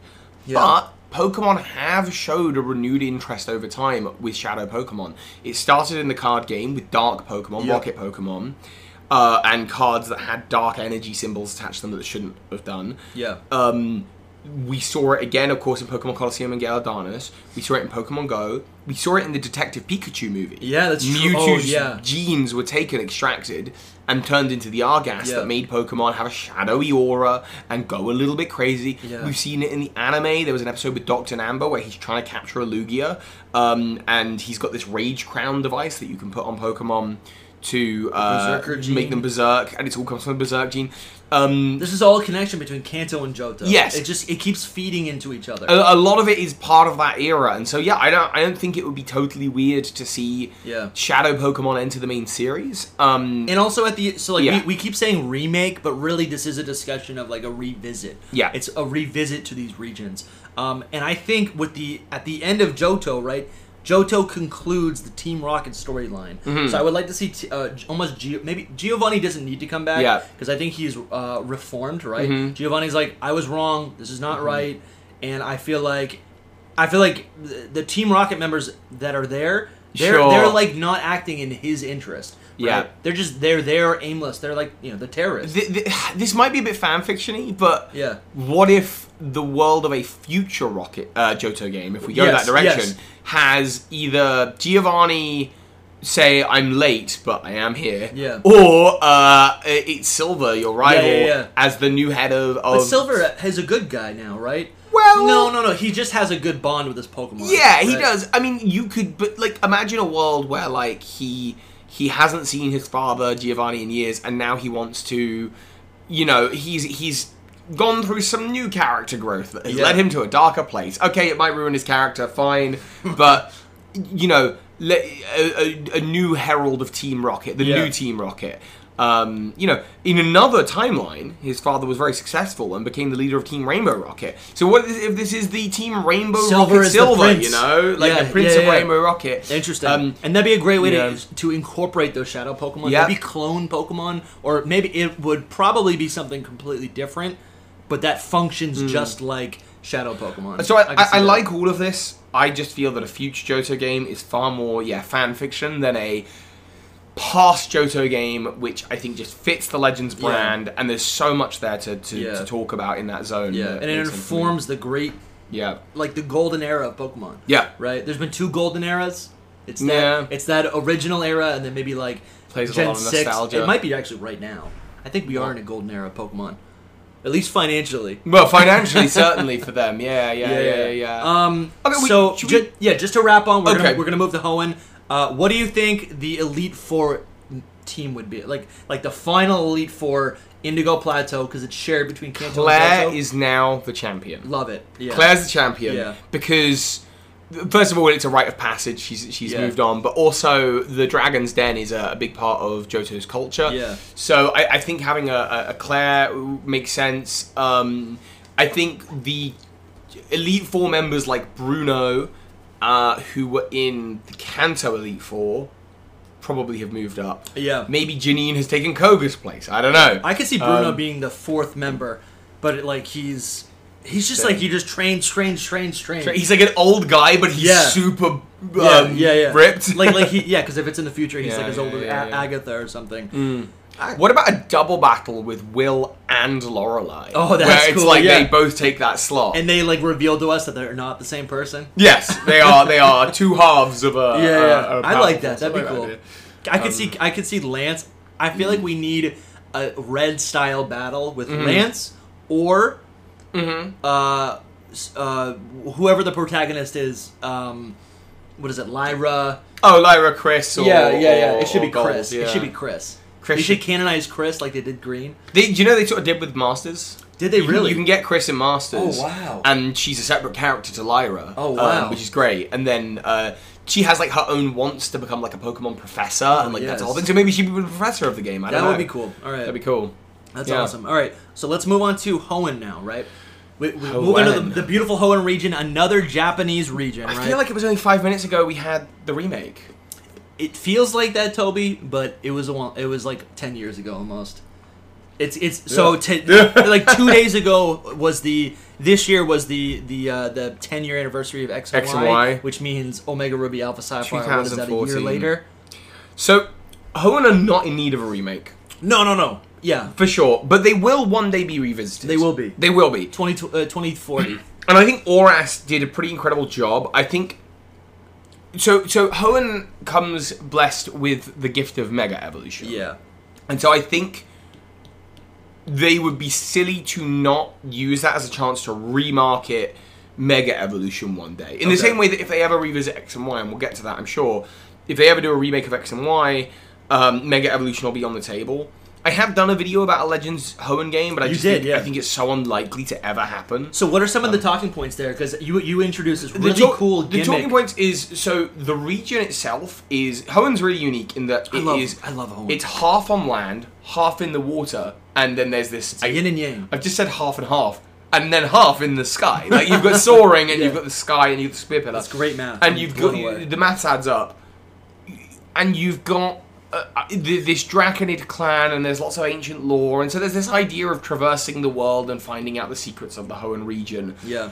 S1: Yeah.
S2: But Pokemon have showed a renewed interest over time with Shadow Pokemon. It started in the card game with Dark Pokemon,
S1: Yep.
S2: Rocket Pokemon, uh, and cards that had dark energy symbols attached to them that it shouldn't have done.
S1: Yeah.
S2: Um, we saw it again, of course, in Pokemon Coliseum and Galadanus. We saw it in Pokemon Go. We saw it in the Detective Pikachu movie.
S1: Yeah, that's true. Oh,
S2: Mewtwo's
S1: yeah.
S2: genes were taken, extracted, and turned into the Argas
S1: Yeah.
S2: that made Pokemon have a shadowy aura and go a little bit crazy.
S1: Yeah.
S2: We've seen it in the anime. There was an episode with Dr. Nambo where he's trying to capture a Lugia, um, and he's got this Rage Crown device that you can put on Pokemon to uh,
S1: Berserker gene.
S2: make them berserk, and it's all comes from the berserk gene. Um,
S1: This is all a connection between Kanto and Johto.
S2: Yes.
S1: It just it keeps feeding into each other.
S2: a, a lot of it is part of that era, and so yeah, I don't I don't think it would be totally weird to see
S1: Yeah.
S2: Shadow Pokemon enter the main series. Um,
S1: and also at the so like
S2: Yeah.
S1: we, we keep saying remake, but really this is a discussion of like a revisit.
S2: Yeah.
S1: It's a revisit to these regions. Um, and I think with the at the end of Johto, right? Johto concludes the Team Rocket storyline.
S2: Mm-hmm.
S1: So I would like to see t- uh, G- almost Gio- maybe Giovanni doesn't need to come back
S2: Yeah. Mm-hmm.
S1: because I think he's uh, reformed, right? Giovanni's like I was wrong. This is not right, and I feel like I feel like the, the Team Rocket members that are there, they're
S2: Sure.
S1: they're like not acting in his interest. right?
S2: Yeah.
S1: they're just they're there aimless. They're like you know the terrorists.
S2: th- th- this might be a bit fan fictiony, but
S1: Yeah.
S2: what if the world of a future Rocket uh, Johto game, if we go
S1: Yes,
S2: that direction,
S1: yes.
S2: has either Giovanni say I'm late but I am here,
S1: Yeah.
S2: or uh, it- it's Silver, your rival,
S1: yeah, yeah.
S2: as the new head of, of
S1: but Silver is a good guy now, right?
S2: Well-
S1: no, no, no. He just has a good bond with his Pokemon.
S2: Yeah, he
S1: right?
S2: does. I mean, you could, but like, imagine a world where like he he hasn't seen his father Giovanni in years, and now he wants to, you know, he's he's gone through some new character growth that has
S1: Yeah.
S2: led him to a darker place. Okay, it might ruin his character, fine, but you know, le- a, a, a new herald of Team Rocket, the
S1: Yeah.
S2: new Team Rocket. Um, you know, in another timeline, his father was very successful and became the leader of Team Rainbow Rocket. So, what is, if this is the Team Rainbow
S1: Silver
S2: Rocket
S1: is the
S2: Silver,
S1: prince.
S2: you know, like
S1: Yeah,
S2: the Prince
S1: yeah,
S2: of
S1: yeah.
S2: Rainbow Rocket.
S1: Interesting,
S2: Um,
S1: and that'd be a great way
S2: yeah.
S1: to to incorporate those shadow Pokemon.
S2: Yeah.
S1: Maybe clone Pokemon, or maybe it would probably be something completely different, but that functions just like shadow Pokemon.
S2: Hmm. so I,
S1: can
S2: I,
S1: see
S2: I
S1: that.
S2: like all of this. I just feel that a future Johto game is far more, yeah, fan fiction than a past Johto game, which I think just fits the Legends
S1: Yeah.
S2: brand. And there's so much there to, to,
S1: Yeah.
S2: to talk about in that zone.
S1: yeah,
S2: that
S1: and it
S2: makes sense to me.
S1: informs the great
S2: Yeah.
S1: like the golden era of Pokemon.
S2: Yeah.
S1: Right? There's been two golden eras. It's that
S2: Yeah.
S1: it's that original era and then maybe like
S2: Plays with a
S1: Gen
S2: lot of
S1: 6.
S2: nostalgia.
S1: It might be actually right now. I think we are in a golden era of Pokemon. At least financially.
S2: Well, financially, certainly for them. Yeah, yeah, yeah, yeah. yeah,
S1: Um
S2: Okay, we-
S1: so
S2: should
S1: ju- yeah, just to wrap on, we're
S2: Okay.
S1: gonna we're gonna move to Hoenn. Uh, what do you think the Elite Four team would be? Like like the final Elite Four Indigo Plateau, because it's shared between Kanto and
S2: Claire
S1: Johto.
S2: is now the champion.
S1: love it. Yeah.
S2: Claire's the champion
S1: Yeah.
S2: because first of all, it's a rite of passage. She's she's
S1: Yeah.
S2: moved on, but also the Dragon's Den is a, a big part of Johto's culture.
S1: Yeah.
S2: So I, I think having a, a, a Claire makes sense. Um, I think the Elite Four members like Bruno, uh, who were in the Kanto Elite Four, probably have moved up.
S1: Yeah.
S2: Maybe Janine has taken Koga's place. I don't know.
S1: I could see Bruno
S2: Um,
S1: being the fourth member, but it, like he's he's just
S2: Yeah.
S1: like you just train, train, train, train.
S2: He's like an old guy, but he's
S1: Yeah.
S2: super um,
S1: yeah, yeah, yeah,
S2: ripped.
S1: like like he yeah, because if it's in the future, he's
S2: Yeah,
S1: like as
S2: yeah,
S1: old as
S2: yeah,
S1: A-
S2: yeah. Mm.
S1: Agatha or something.
S2: What about a double battle with Will and Lorelai?
S1: Oh, that's
S2: where it's
S1: cool,
S2: like
S1: yeah.
S2: they both take that slot.
S1: And they like reveal to us that they're not the same person.
S2: yes, they are. They are two halves of a.
S1: Yeah,
S2: a-
S1: yeah.
S2: a Um,
S1: I like
S2: Uh,
S1: that.
S2: powerful-
S1: That'd be
S2: I like
S1: cool.
S2: that
S1: I could see I could see Lance. I feel like we need a red style battle with
S2: Mm-hmm.
S1: Lance or uh, s- uh, whoever the protagonist is. Um, what is it, Lyra?
S2: Oh, Lyra, Chris. Or,
S1: yeah, yeah, yeah.
S2: or-
S1: It should
S2: or
S1: be Chris.
S2: Gold, yeah.
S1: It should be Chris.
S2: Chris
S1: They should
S2: should-
S1: canonize Chris like they did Green.
S2: They, do you know they sort of did with Masters?
S1: Did they
S2: You can-
S1: really?
S2: You can get Chris in Masters.
S1: Oh, wow.
S2: And she's a separate character to Lyra.
S1: Oh,
S2: um,
S1: wow.
S2: which is great. And then uh, she has like her own wants to become like a Pokemon professor, and like that's
S1: yes.
S2: the whole thing. So maybe she'd be the professor of the game. I
S1: that
S2: don't
S1: would
S2: know.
S1: be cool. All right.
S2: That'd be cool.
S1: That's
S2: Yeah.
S1: awesome. All right. So let's move on to Hoenn now, right? We, we move into
S2: Hoenn.
S1: the, the beautiful Hoenn region, another Japanese region,
S2: I
S1: right?
S2: feel like it was only five minutes ago we had the remake.
S1: it feels like that, Toby, but it was a while, it was like ten years ago almost. It's it's so t- like two days ago was the this year was the the uh, the ten year anniversary of X and,
S2: X and
S1: y,
S2: Y.
S1: which means Omega Ruby Alpha Psi Phi. What is that a year
S2: 2014.
S1: later?
S2: So, Hoenn are not in need of a remake
S1: No, no, no. Yeah,
S2: for sure, but they will one day be revisited.
S1: They will be.
S2: They will be.
S1: 20, uh, 2040.
S2: and I think Oras did a pretty incredible job. I think so. So Hoenn comes blessed with the gift of Mega Evolution.
S1: yeah,
S2: and so I think they would be silly to not use that as a chance to remarket Mega Evolution one day. In the
S1: Okay.
S2: same way that if they ever revisit X and Y, and we'll get to that, I'm sure. If they ever do a remake of X and Y, um, Mega Evolution will be on the table. I have done a video about a Legends Hoenn game, but I
S1: You
S2: just
S1: did,
S2: think,
S1: yeah.
S2: I think it's so unlikely to ever happen.
S1: So what are some of the talking points there? Because you you introduced this
S2: Um, the
S1: really
S2: talk-
S1: cool
S2: The
S1: gimmick.
S2: talking points is so the region itself is Hoen's really unique in that it
S1: I
S2: is
S1: love- I love Hoenn.
S2: It's half on land, half in the water, and then there's this I,
S1: yin and yang.
S2: I've just said half and half, and then half in the sky. Like you've got soaring, and you've
S1: Yeah.
S2: got the sky, and you've got the spear pillar.
S1: That's great math.
S2: And
S1: I'm
S2: you've got
S1: blown away.
S2: the maths adds up, and you've got. Uh, uh, th- this Draconid clan, and there's lots of ancient lore, and so there's this idea of traversing the world and finding out the secrets of the Hoenn region.
S1: yeah,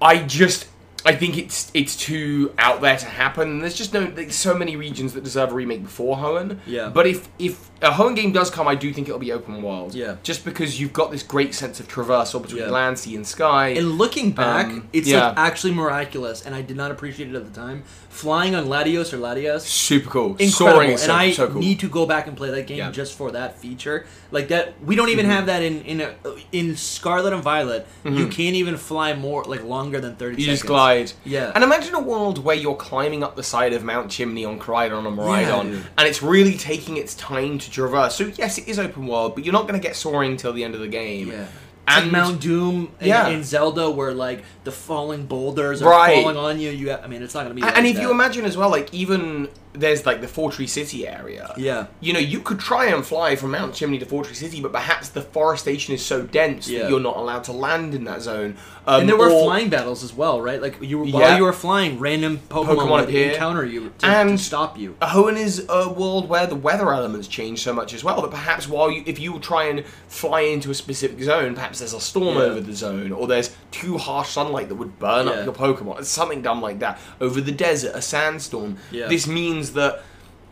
S2: I just I think it's it's too out there to happen. And there's just no there's so many regions that deserve a remake before Hoenn.
S1: Yeah.
S2: But if if a Hoenn game does come, I do think it'll be open world.
S1: Yeah.
S2: Just because you've got this great sense of traversal between
S1: Yeah.
S2: land, sea, and sky.
S1: and looking back,
S2: Um,
S1: it's
S2: yeah.
S1: like actually miraculous, and I did not appreciate it at the time. Flying on Latios or Latias,
S2: super cool.
S1: incredible,
S2: Soaring
S1: and
S2: is so,
S1: I
S2: so cool.
S1: need to go back and play that game
S2: Yeah. Mm-hmm.
S1: just for that feature. Like that, we don't even have that in in a, in Scarlet and Violet. You can't even fly more like longer than thirty.
S2: you
S1: seconds.
S2: just glide.
S1: Yeah.
S2: And imagine a world where you're climbing up the side of Mount Chimney on Crydon and Maridon,
S1: dude.
S2: and it's really taking its time to traverse. So yes, it is open world, but you're not going to get soaring till the end of the game.
S1: Yeah. And
S2: And
S1: Mount Doom and,
S2: Yeah.
S1: and Zelda, where like the falling boulders are
S2: Right.
S1: falling on you. You, have, I mean, it's not gonna be.
S2: And,
S1: like
S2: and if
S1: that.
S2: you imagine as well, like even there's like the Fortree City area.
S1: Yeah.
S2: You know, you could try and fly from Mount Chimney to Fortree City, but perhaps the forestation is so dense
S1: Yeah.
S2: that you're not allowed to land in that zone. Um,
S1: And there were
S2: or-
S1: flying battles as well, right? Like you were,
S2: Yeah.
S1: while you were flying, random Pokemon,
S2: Pokemon
S1: would
S2: appear.
S1: encounter you to, to
S2: And-
S1: stop you.
S2: Hoenn is a world where the weather elements change so much as well that perhaps while you, if you try and fly into a specific zone, perhaps there's a storm
S1: Yeah.
S2: over the zone, or there's too harsh sunlight that would burn
S1: Yeah.
S2: up your Pokemon. It's something dumb like that. Over the desert, a sandstorm.
S1: Yeah.
S2: This means that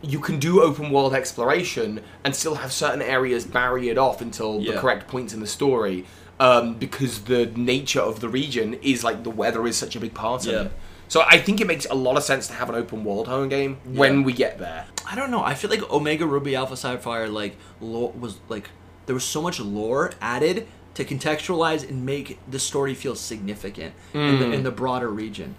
S2: you can do open world exploration and still have certain areas barriered off until
S1: Yeah.
S2: the correct points in the story. Um, because the nature of the region is like the weather is such a big part
S1: Yeah.
S2: of it. So I think it makes a lot of sense to have an open world home game when we get there.
S1: I don't know. I feel like Omega Ruby Alpha Sapphire like lore was like there was so much lore added to contextualize and make the story feel significant in, the, in the broader region,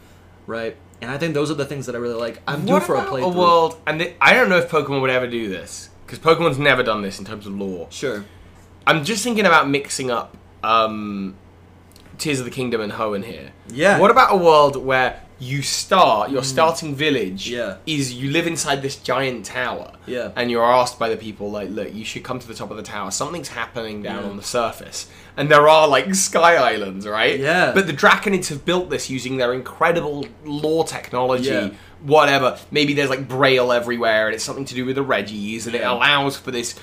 S1: right? And I think those are the things that I really like. I'm due
S2: What
S1: for a
S2: about
S1: playthrough.
S2: world, and th- I don't know if Pokemon would ever do this because Pokemon's never done this in terms of lore.
S1: Sure.
S2: I'm just thinking about mixing up um, Tears of the Kingdom and Hoenn here.
S1: Yeah. Mm.
S2: What about a world where you start your starting village?
S1: Yeah.
S2: Is you live inside this giant tower?
S1: Yeah.
S2: And you're asked by the people like, look, you should come to the top of the tower. Something's happening down
S1: Yeah.
S2: on the surface, and there are like sky islands, right?
S1: Yeah.
S2: But the Draconids have built this using their incredible lore technology.
S1: Yeah.
S2: Whatever. Maybe there's like braille everywhere, and it's something to do with the Reggies, and it
S1: Yeah.
S2: allows allows for this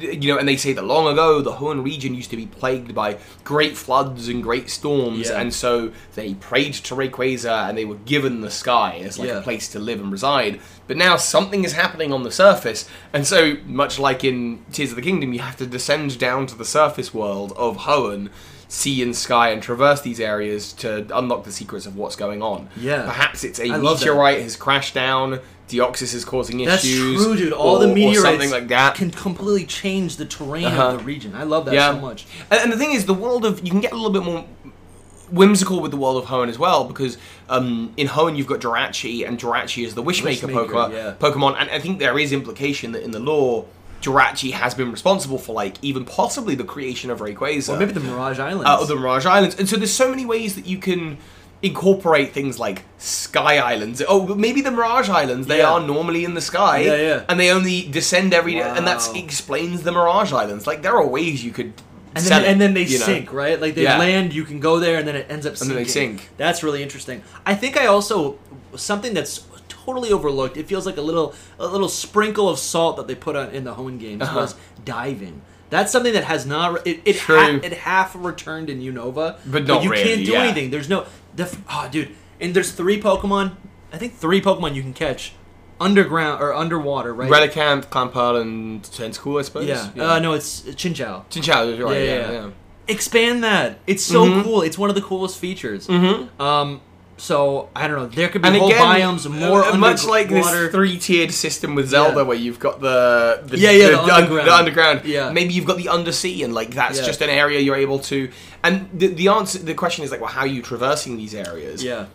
S2: you know and they say that long ago the Hoenn region used to be plagued by great floods and great storms
S1: Yeah.
S2: and so they prayed to Rayquaza and they were given the sky as like
S1: Yeah.
S2: a place to live and reside but now something is happening on the surface and so much like in Tears of the Kingdom you have to descend down to the surface world of Hoenn sea and sky and traverse these areas to unlock the secrets of what's going on
S1: Yeah.
S2: perhaps it's a
S1: I love that.
S2: meteorite has crashed down Deoxys is causing
S1: That's
S2: issues
S1: true, dude. All
S2: or-
S1: the
S2: or
S1: meteorites
S2: something like that
S1: can completely change the terrain
S2: Uh-huh.
S1: of the region. I love that so much.
S2: And, and the thing is, the world of you can get a little bit more whimsical with the world of Hoenn as well because um, in Hoenn you've got Jirachi, and Jirachi is the Wishmaker,
S1: Wishmaker,
S2: Pokemon.
S1: yeah.
S2: Pokemon, and I think there is implication that in the lore. Jirachi has been responsible for like even possibly the creation of Rayquaza,
S1: Or maybe the Mirage Islands.
S2: uh, of the Mirage Islands, and so there's so many ways that you can incorporate things like Sky Islands. Oh, but maybe the Mirage Islands they
S1: Yeah.
S2: are normally in the sky,
S1: Yeah, yeah.
S2: and they only descend every day and that
S1: Wow.
S2: explains the Mirage Islands. Like there are ways you could
S1: and
S2: sell
S1: then,
S2: it,
S1: and then they
S2: you know?
S1: sink, right? Like they
S2: Yeah.
S1: land, you can go there, and then it ends up
S2: And
S1: sinking.
S2: then they sink.
S1: That's really interesting. I think I also something that's totally
S2: Uh-huh.
S1: overlooked. It feels like a little a little sprinkle of salt that they put on in the Hoenn games was diving. That's something that has not it it,
S2: True.
S1: ha- it half returned in Unova,
S2: But not
S1: you
S2: really,
S1: can't do
S2: yeah.
S1: anything. There's no the f- oh, dude, and there's three Pokemon. I think three Pokemon you can catch underground or underwater, right?
S2: Relicanth, Clamperl, and Tentacool, I suppose.
S1: yeah. Uh, no, it's Chinchou.
S2: Chinchou, you're right,
S1: Yeah,
S2: yeah,
S1: yeah,
S2: yeah.
S1: yeah. Expand that. It's so
S2: Mhm.
S1: cool. It's one of the coolest features.
S2: Mhm.
S1: Um, so I don't know. There could be
S2: And
S1: whole
S2: again,
S1: biomes more
S2: uh, much like
S1: underwater.
S2: this three-tiered system with Zelda,
S1: Yeah.
S2: where you've got the, the
S1: Yeah, yeah, the
S2: un-
S1: underground.
S2: the underground.
S1: Yeah.
S2: maybe you've got the undersea, and like that's
S1: Yeah.
S2: just an area you're able to. And the, the answer, the question is like, well, how are you traversing these areas?
S1: yeah.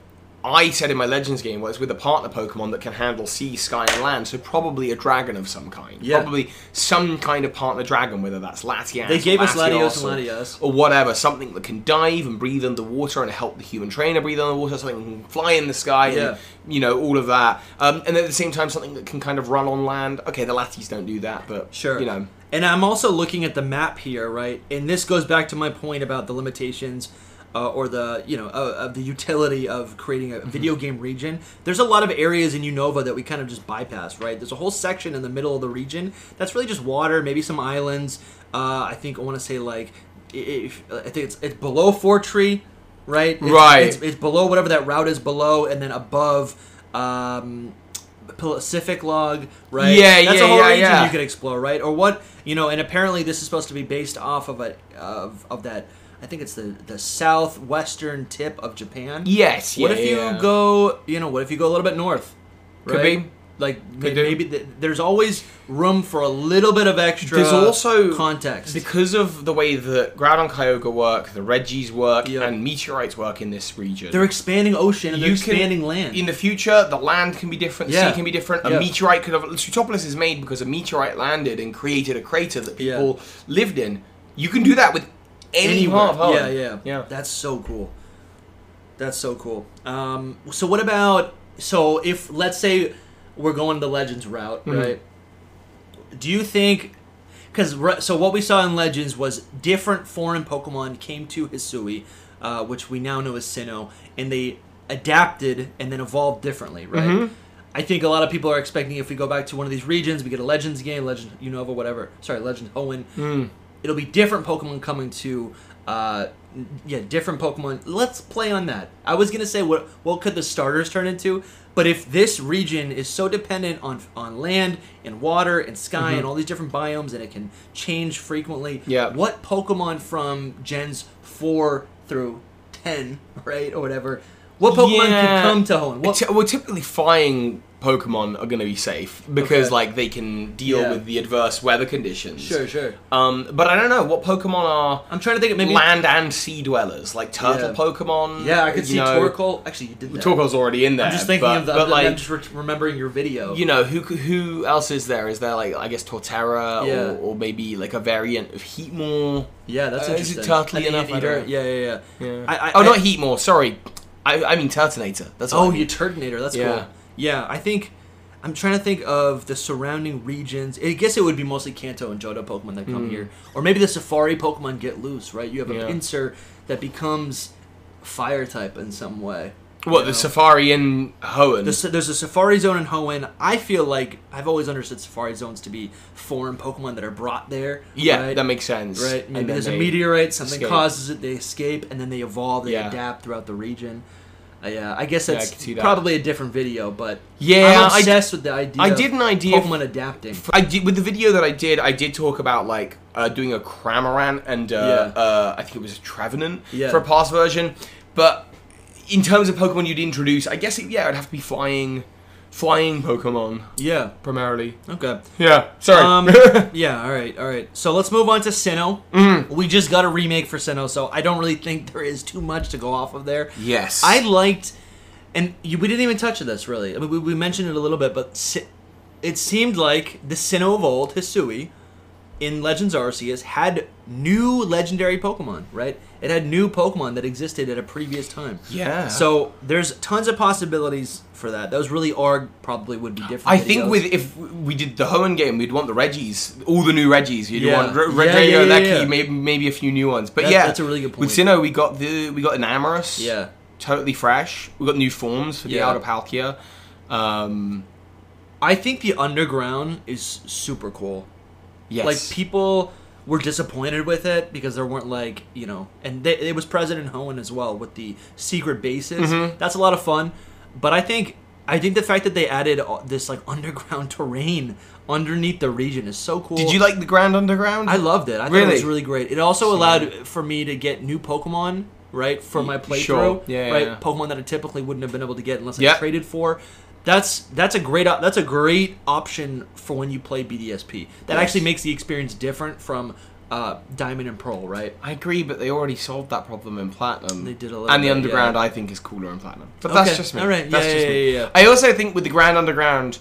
S2: I said in my Legends game, well, it's with a partner Pokemon that can handle sea, sky, and land, so probably a dragon of some kind.
S1: Yeah.
S2: Probably some kind of partner dragon, whether that's Latias.
S1: They
S2: or
S1: gave us
S2: Latios
S1: Latios and
S2: or-
S1: Latias.
S2: Or whatever, something that can dive and breathe underwater and help the human trainer breathe underwater, something that can fly in the sky,
S1: Yeah.
S2: and, you know, all of that. Um, and at the same time, something that can kind of run on land. Okay, the Latias don't do that, but,
S1: Sure.
S2: you know.
S1: And I'm also looking at the map here, right? And this goes back to my point about the limitations uh, or the, you know, uh, of the utility of creating a
S2: Mm-hmm.
S1: video game region. There's a lot of areas in Unova that we kind of just bypass, right? There's a whole section in the middle of the region that's really just water, maybe some islands. Uh, I think I want to say like i- if, I think it's it's below Fort Tree, right? It's-
S2: Right.
S1: It's, it's below whatever that route is below and then above um Pacific log, right?
S2: Yeah,
S1: That's
S2: yeah,
S1: a whole
S2: yeah,
S1: region
S2: yeah.
S1: you could explore, right? Or what you know? And apparently, this is supposed to be based off of a of, of that. I think it's the the southwestern tip of Japan.
S2: Yes,
S1: What
S2: yeah,
S1: if you
S2: yeah.
S1: go? You know, what if you go a little bit north?
S2: Could
S1: Right?
S2: be.
S1: Like may-
S2: do.
S1: maybe th- there's always room for a little bit of extra.
S2: There's also-
S1: context.
S2: Because of the way that Groudon Kyogre work, the Reggies work,
S1: Yeah.
S2: and meteorites work in this region,
S1: they're expanding ocean and they're
S2: You can-
S1: expanding land.
S2: in the future, the land can be different, the
S1: Yeah.
S2: sea can be different. A
S1: Yeah.
S2: meteorite could have. Sutopolis is made because a meteorite landed and created a crater that
S1: Yeah.
S2: people lived in. You can do that with any
S1: anywhere.
S2: part of Holland.
S1: yeah, yeah,
S2: yeah.
S1: That's so cool. That's so cool. Um, so what about so if let's say we're going the Legends route,
S2: Mm-hmm.
S1: right? Do you think? Because so what we saw in Legends was different foreign Pokemon came to Hisui, uh, which we now know as Sinnoh, and they adapted and then evolved differently, right?
S2: Mm-hmm.
S1: I think a lot of people are expecting if we go back to one of these regions, we get a Legends game, Legend Unova, whatever. Sorry, Legend Hoenn
S2: Mm.
S1: it'll be different Pokemon coming to uh yeah, different Pokemon. Let's play on that. I was gonna say what what could the starters turn into, but if this region is so dependent on on land and water and sky and all these different biomes and it can change frequently,
S2: Mm-hmm. Yeah.
S1: what Pokemon from gens four through ten, right, or whatever, what Pokemon
S2: Yeah.
S1: can come to Hoenn? What
S2: T- well, typically flying Pokemon are going to be safe because
S1: Okay.
S2: like they can deal
S1: Yeah.
S2: with the adverse weather conditions.
S1: Sure, sure.
S2: Um, but I don't know what Pokemon are.
S1: I'm trying to think of maybe
S2: land and sea dwellers, like turtle
S1: Yeah.
S2: Pokemon.
S1: Yeah, I could
S2: you
S1: see
S2: know.
S1: Torkoal. Actually you did that.
S2: Torkoal's already in there.
S1: I'm just thinking
S2: but,
S1: of the
S2: but
S1: I'm
S2: like
S1: just re- remembering your video.
S2: you know who c- who else is there? Is there like I guess Torterra
S1: Yeah.
S2: or, or maybe like a variant of Heatmore?
S1: Yeah, that's
S2: Uh, is
S1: interesting.
S2: it Turtley
S1: And the
S2: enough? I
S1: Anteater,
S2: don't know.
S1: Yeah, yeah, yeah. I, I,
S2: oh,
S1: I,
S2: not Heatmore. Sorry, I, I mean Turtonator. That's what I
S1: Oh,
S2: mean.
S1: you Turtonator. That's
S2: Yeah.
S1: cool. Yeah, I think I'm trying to think of the surrounding regions. I guess it would be mostly Kanto and Johto Pokemon that come here, or maybe the Safari Pokemon get loose. Right, you have a
S2: Yeah.
S1: pincer that becomes fire type in some way.
S2: what
S1: you
S2: the
S1: know?
S2: Safari in Hoenn?
S1: There's, there's a Safari Zone in Hoenn. I feel like I've always understood Safari Zones to be foreign Pokemon that are brought there.
S2: yeah,
S1: right?
S2: that makes sense.
S1: Right.
S2: And
S1: Maybe
S2: then
S1: there's
S2: they-
S1: a meteorite. Something
S2: escape.
S1: causes it. They escape, and then they evolve. They
S2: Yeah.
S1: adapt throughout the region. Uh, yeah, I guess
S2: Yeah, I
S1: that's
S2: could see that.
S1: probably a different video, but
S2: Yeah,
S1: I'm
S2: I-
S1: obsessed with the idea.
S2: I
S1: of
S2: did an idea f-
S1: Pokemon adapting.
S2: I did with the video that I did. I did talk about like uh, doing a Cramorant and uh,
S1: Yeah.
S2: uh, I think it was a Trevenant
S1: Yeah.
S2: for a past version. But in terms of Pokemon you'd introduce, I guess it, yeah, it'd have to be flying, flying Pokemon
S1: Yeah.
S2: primarily.
S1: Okay.
S2: Yeah. Sorry.
S1: Um, yeah. All right. All right. So let's move on to Sinnoh.
S2: Mm-hmm.
S1: We just got a remake for Sinnoh, so I don't really think there is too much to go off of there.
S2: yes.
S1: I liked, and you, we didn't even touch on this really. I mean, we, we mentioned it a little bit, but si- it seemed like the Sinnoh of old, Hisui, in Legends Arceus, had new legendary Pokemon. Right? It had new Pokemon that existed at a previous time.
S2: Yeah.
S1: So there's tons of possibilities for that. Those really are probably would be different.
S2: I think
S1: videos.
S2: with if we did the Hoenn game, we'd want the Reggies, all the new Reggies. You'd
S1: Yeah.
S2: want Re-
S1: Yeah,
S2: Redrago,
S1: yeah, yeah,
S2: Lecky,
S1: yeah.
S2: maybe maybe a few new ones. But
S1: That-
S2: yeah,
S1: that's a really good
S2: With
S1: point.
S2: Sinnoh, we got the we got Enamorous,
S1: Yeah.
S2: totally fresh. We got new forms for
S1: Yeah.
S2: the Outer Palkia. Um,
S1: I think the underground is super cool.
S2: yes,
S1: Like people were disappointed with it because there weren't like you know, and they, it was President Hoenn as well with the secret bases.
S2: Mm-hmm.
S1: That's a lot of fun, but I think I think the fact that they added all- this like underground terrain underneath the region is so cool.
S2: Did you like the Grand Underground?
S1: I loved it. I thought it
S2: Really?
S1: was really great. It also allowed for me to get new Pokemon right for my playthrough.
S2: sure. Yeah, yeah,
S1: right,
S2: yeah.
S1: Pokemon that I typically wouldn't have been able to get unless I
S2: Yeah.
S1: traded for. That's that's a great op- that's a great option for when you play BDSP. That
S2: Yes.
S1: actually makes the experience different from uh, Diamond and Pearl, right?
S2: I agree, but they already solved that problem in Platinum.
S1: They did a little
S2: And the
S1: bit,
S2: Underground,
S1: yeah.
S2: I think, is cooler in Platinum. But
S1: Okay,
S2: that's just me.
S1: all right,
S2: That's
S1: yeah,
S2: just
S1: yeah,
S2: me.
S1: yeah, yeah.
S2: I also think with the Grand Underground,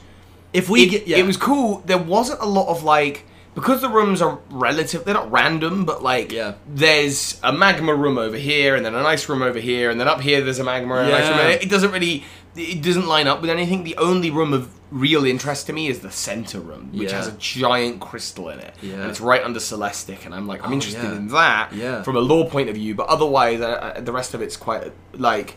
S1: If we
S2: it,
S1: get yeah,
S2: it was cool. There wasn't a lot of like because the rooms are relative. They're not random, but like
S1: Yeah.
S2: there's a magma room over here, and then an ice room over here, and then up here there's a magma and an ice room.
S1: Yeah.
S2: It doesn't really. It doesn't line up with anything. The only room of real interest to me is the center room, which
S1: Yeah.
S2: has a giant crystal in it,
S1: Yeah.
S2: and it's right under Celestic. And I'm like, I'm
S1: Oh,
S2: interested
S1: yeah.
S2: in that
S1: Yeah.
S2: from a law point of view, but otherwise, uh, uh, the rest of it's quite like.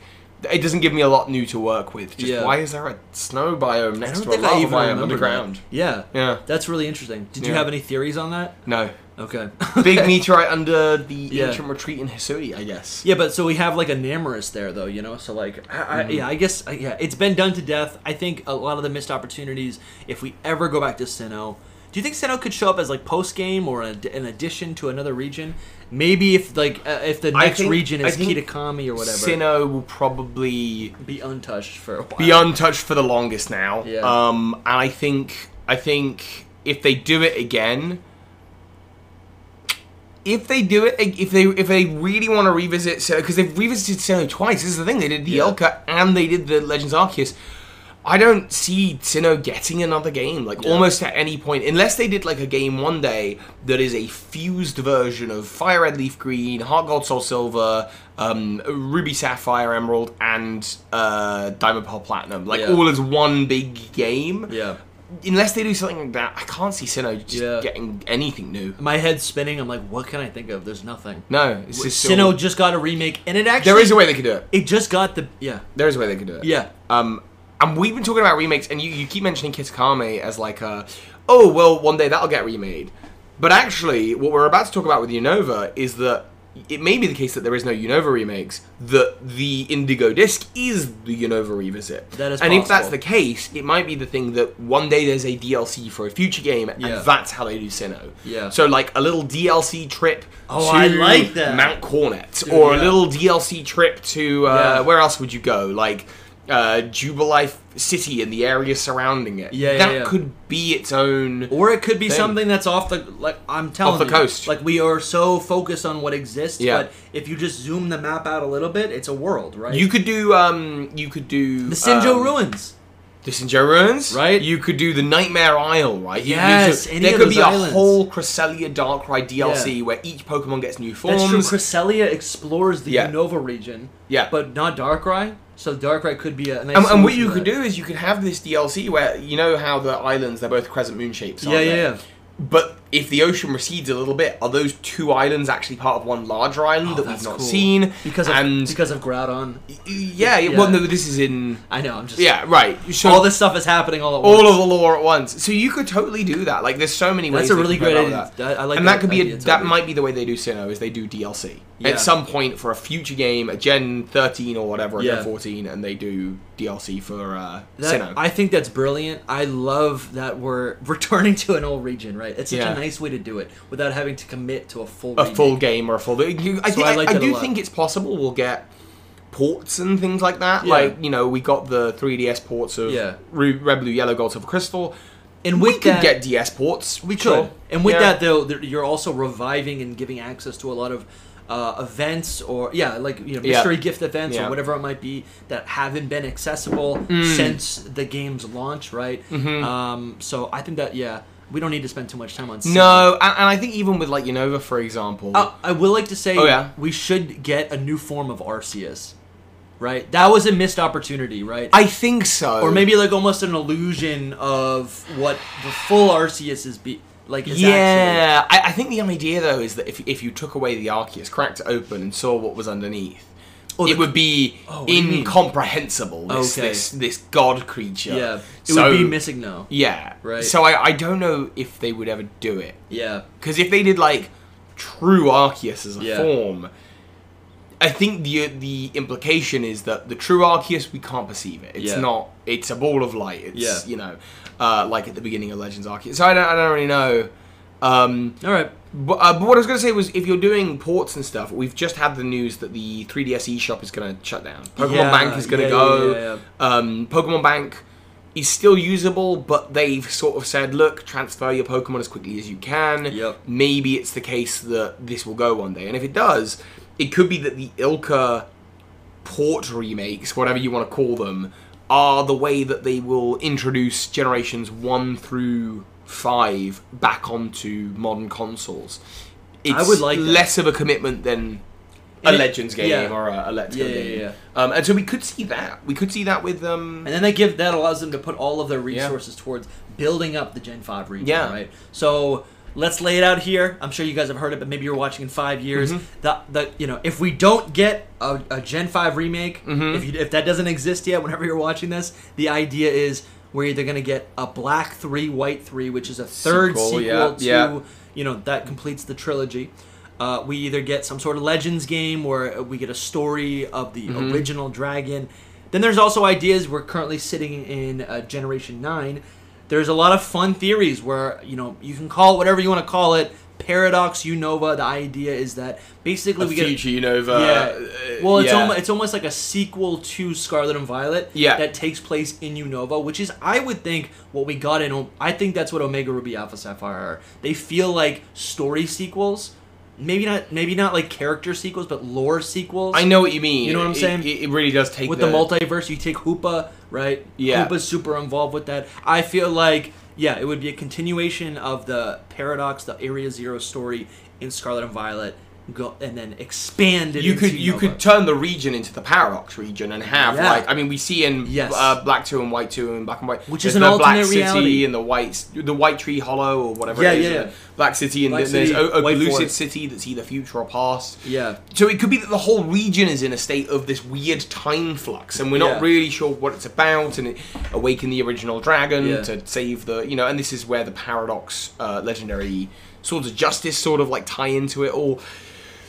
S2: It doesn't give me a lot new to work with. Just
S1: Yeah.
S2: why is there a snow biome
S1: I
S2: next
S1: don't
S2: to a
S1: think I
S2: lava
S1: even
S2: biome
S1: remember
S2: underground?
S1: that. Yeah,
S2: Yeah.
S1: that's really interesting. Did you
S2: Yeah.
S1: have any theories on that?
S2: No.
S1: Okay,
S2: Big meteorite under the
S1: Yeah.
S2: ancient retreat in Hisui, I guess.
S1: Yeah, but so we have like a Namorous there, though, you know. So like,
S2: Mm-hmm.
S1: I, I, yeah, I guess I, yeah, it's been done to death. I think a lot of the missed opportunities. If we ever go back to Sinnoh, do you think Sinnoh could show up as like post game or an, an addition to another region? Maybe if like uh, if the
S2: I
S1: next
S2: think-
S1: region
S2: I
S1: is
S2: think
S1: Kitakami or whatever,
S2: Sinnoh will probably
S1: be untouched for a while.
S2: be untouched for the longest now.
S1: Yeah.
S2: Um, and I think I think if they do it again, if they do it, if they if they really want to revisit Sinnoh, because they've revisited Sinnoh twice. This is the thing they did the
S1: Yeah.
S2: Elka and they did the Legends Arceus. I don't see Sinnoh getting another game, like almost at any point, unless they did like a game one day that is a fused version of Fire Red Leaf Green, Heart Gold Soul Silver, um, Ruby Sapphire Emerald, and uh, Diamond Pearl Platinum, like
S1: Yeah.
S2: all as one big game.
S1: yeah.
S2: Unless they do something like that, I can't see Sinnoh just
S1: Yeah.
S2: getting anything new.
S1: My head's spinning. I'm like, what can I think of? There's nothing.
S2: No, it's just
S1: Sinnoh
S2: all-
S1: just got a remake, and it actually
S2: There is a way they could do it.
S1: It just got the yeah
S2: There is a way they could do it.
S1: yeah.
S2: Um, and we've been talking about remakes, and you, you keep mentioning Kitakami as like a, oh well, one day that'll get remade. But actually, what we're about to talk about with Unova is that it may be the case that there is no Unova remakes. That the Indigo Disc is the Unova revisit.
S1: That is
S2: and if that's
S1: possible.
S2: the case, it might be the thing that one day there's a DLC for a future game,
S1: Yeah.
S2: and that's how they do Sinnoh.
S1: Yeah.
S2: So like a little DLC trip
S1: Oh,
S2: to
S1: I like that.
S2: Mount Cornet, or
S1: yeah.
S2: a little DLC trip to uh,
S1: Yeah.
S2: where else would you go? Like uh, Jubilife City and the area surrounding it.
S1: Yeah, yeah,
S2: that
S1: yeah.
S2: could be its own.
S1: Or it could be
S2: thing.
S1: something that's off the like I'm telling
S2: the
S1: you,
S2: coast.
S1: Like we are so focused on what exists,
S2: Yeah.
S1: but if you just zoom the map out a little bit, it's a world, right?
S2: You could do. Um, you could do
S1: the Sinjo
S2: um,
S1: ruins.
S2: The Sinjo ruins,
S1: Right.
S2: You could do the Nightmare Isle, right? You- you
S1: Yes,
S2: could-
S1: any
S2: there
S1: of
S2: could
S1: those
S2: be a
S1: islands.
S2: whole Cresselia Darkrai DLC
S1: Yeah.
S2: where each Pokemon gets new
S1: That's
S2: forms.
S1: true. Cresselia explores the
S2: Yeah.
S1: Unova region.
S2: Yeah.
S1: But not Darkrai. So Darkrai could be a a nice
S2: And, and what
S1: solution
S2: you
S1: to
S2: could
S1: that.
S2: do is you could have this DLC where you know how the islands they're both crescent moon shapes.
S1: Yeah,
S2: aren't
S1: yeah,
S2: they?
S1: yeah.
S2: But if the ocean recedes a little bit, are those two islands actually part of one larger island
S1: Oh,
S2: that we've
S1: that's
S2: not
S1: cool.
S2: seen?
S1: because of,
S2: and
S1: because of Groudon.
S2: yeah,
S1: yeah.
S2: well, no, this is in
S1: I know. I'm just
S2: yeah, right. So
S1: all this stuff is happening all at once.
S2: all of the lore at once. So you could totally do that. Like, there's so many
S1: That's
S2: ways.
S1: a
S2: they
S1: really
S2: could go
S1: great
S2: about
S1: idea. I- I like
S2: and that
S1: that
S2: could be
S1: idea
S2: a, that
S1: totally.
S2: might be the way they do Sinnoh is they do DLC
S1: Yeah.
S2: at some point for a future game, a Gen 13 or whatever, a
S1: Yeah.
S2: Gen 14, and they do DLC for uh,
S1: That-
S2: Sinnoh.
S1: I think that's brilliant. I love that we're returning to an old region, right? It's such
S2: Yeah.
S1: a nice way to do it without having to commit to a full
S2: a
S1: remake.
S2: full game or a full. You, I,
S1: So
S2: think,
S1: I
S2: I,
S1: like
S2: I
S1: that a
S2: do
S1: lot.
S2: think it's possible we'll get ports and things like that.
S1: Yeah.
S2: Like you know, we got the 3DS ports of
S1: Yeah.
S2: Ru- Red Blue Yellow Gold Silver Crystal.
S1: And
S2: We
S1: with
S2: could
S1: that,
S2: get DS ports.
S1: we could.
S2: sure.
S1: And with
S2: Yeah.
S1: that, though, there- you're also reviving and giving access to a lot of uh, events or yeah, like you know,
S2: Yeah.
S1: mystery gift events
S2: Yeah. Mm.
S1: or whatever it might be that haven't been accessible since the game's launch, right?
S2: Mm-hmm.
S1: Um, so I think that yeah, we don't need to spend too much time on.
S2: No, and, and I think even with like Unova, for example,
S1: Uh, I would like to say
S2: Oh, yeah.
S1: we should get a new form of Arceus, right? That was a missed opportunity, right?
S2: I think so.
S1: or maybe like almost an illusion of what the full Arceus is be like. Is actually.
S2: Yeah, I, I think the idea though is that if if you took away the Arceus, cracked it open, and saw what was underneath,
S1: Oh,
S2: it
S1: the-
S2: would be
S1: Oh, what do you mean?
S2: incomprehensible. This,
S1: Okay.
S2: this this god creature.
S1: Yeah, it
S2: So-
S1: would be missing now.
S2: Yeah.
S1: Right.
S2: So I, I don't know if they would ever do it.
S1: Yeah,
S2: Because if they did like true Arceus as a
S1: Yeah.
S2: form, I think the the implication is that the true Arceus we can't perceive it. It's
S1: Yeah.
S2: not. It's a ball of light. It's
S1: Yeah.
S2: you know, uh, like at the beginning of Legends Arceus. So I don't I don't really know. Um,
S1: all right.
S2: but, uh, but what I was going to say was, if you're doing ports and stuff, we've just had the news that the 3DS eShop E is going to shut down. Pokemon
S1: Yeah,
S2: Bank is going to
S1: yeah,
S2: go.
S1: yeah, yeah,
S2: Um, Pokemon Bank is still usable, but they've sort of said, look, transfer your Pokemon as quickly as you can.
S1: Yep.
S2: Maybe it's the case that this will go one day. And if it does, it could be that the Ilka port remakes, whatever you want to call them, are the way that they will introduce generations one through five back onto modern consoles. It's
S1: would like that.
S2: less of a commitment than a
S1: And it-
S2: Legends game
S1: yeah.
S2: or a, a Let's
S1: Yeah,
S2: Go
S1: yeah,
S2: game.
S1: yeah.
S2: Um, and so we could see that. We could see that with um,
S1: And then they give that allows them to put all of their resources towards building up the Gen Five region.
S2: Yeah.
S1: Right. So let's lay it out here. I'm sure you guys have heard it, but maybe you're watching in five years.
S2: Mm-hmm.
S1: The the you know if we don't get a, a Gen Five remake,
S2: Mm-hmm.
S1: if you, if that doesn't exist yet, whenever you're watching this, the idea is we're either gonna get a Black Three, White Three, which is a third
S2: Sequel,
S1: sequel,
S2: yeah,
S1: to
S2: yeah.
S1: you know that completes the trilogy. Uh, we either get some sort of Legends game where we get a story of the original dragon. Then there's also ideas. We're currently sitting in uh, Generation Nine. There's a lot of fun theories where you know you can call it whatever you want to call it. Paradox Unova. The idea is that basically we get
S2: uh, Unova.
S1: yeah. Well, it's almost it's almost like a sequel to Scarlet and Violet.
S2: Yeah.
S1: That takes place in Unova, which is I would think what we got in. O- I think that's what Omega Ruby Alpha Sapphire are. They feel like story sequels, maybe not maybe not like character sequels, but lore sequels.
S2: I know what you mean.
S1: You know what I'm
S2: It-
S1: saying?
S2: It, it really does take
S1: With the, multiverse, you take Hoopa, right?
S2: Yeah.
S1: Hoopa's super involved with that. I feel like, yeah, it would be a continuation of the Paradox, the Area Zero story in Scarlet and Violet, go, and then expand it.
S2: you
S1: into
S2: could you
S1: Unova.
S2: could turn the region into the Paradox region and have
S1: Yeah.
S2: like I mean we see in
S1: Yes.
S2: uh, Black Two and White Two and Black and White,
S1: Which
S2: there's
S1: is an
S2: the Black
S1: alternate
S2: City
S1: reality.
S2: and the White the White Tree Hollow or whatever.
S1: Yeah,
S2: it is,
S1: yeah,
S2: and
S1: yeah.
S2: the Black City and
S1: Black
S2: then there's
S1: City,
S2: o-
S1: White
S2: Opelucid
S1: Forest.
S2: City that's either future or past.
S1: Yeah.
S2: So it could be that the whole region is in a state of this weird time flux, and we're not
S1: Yeah.
S2: really sure what it's about. And it, awaken the original dragon
S1: Yeah.
S2: to save the you know, and this is where the paradox, uh, legendary swords of justice, sort of like tie into it all.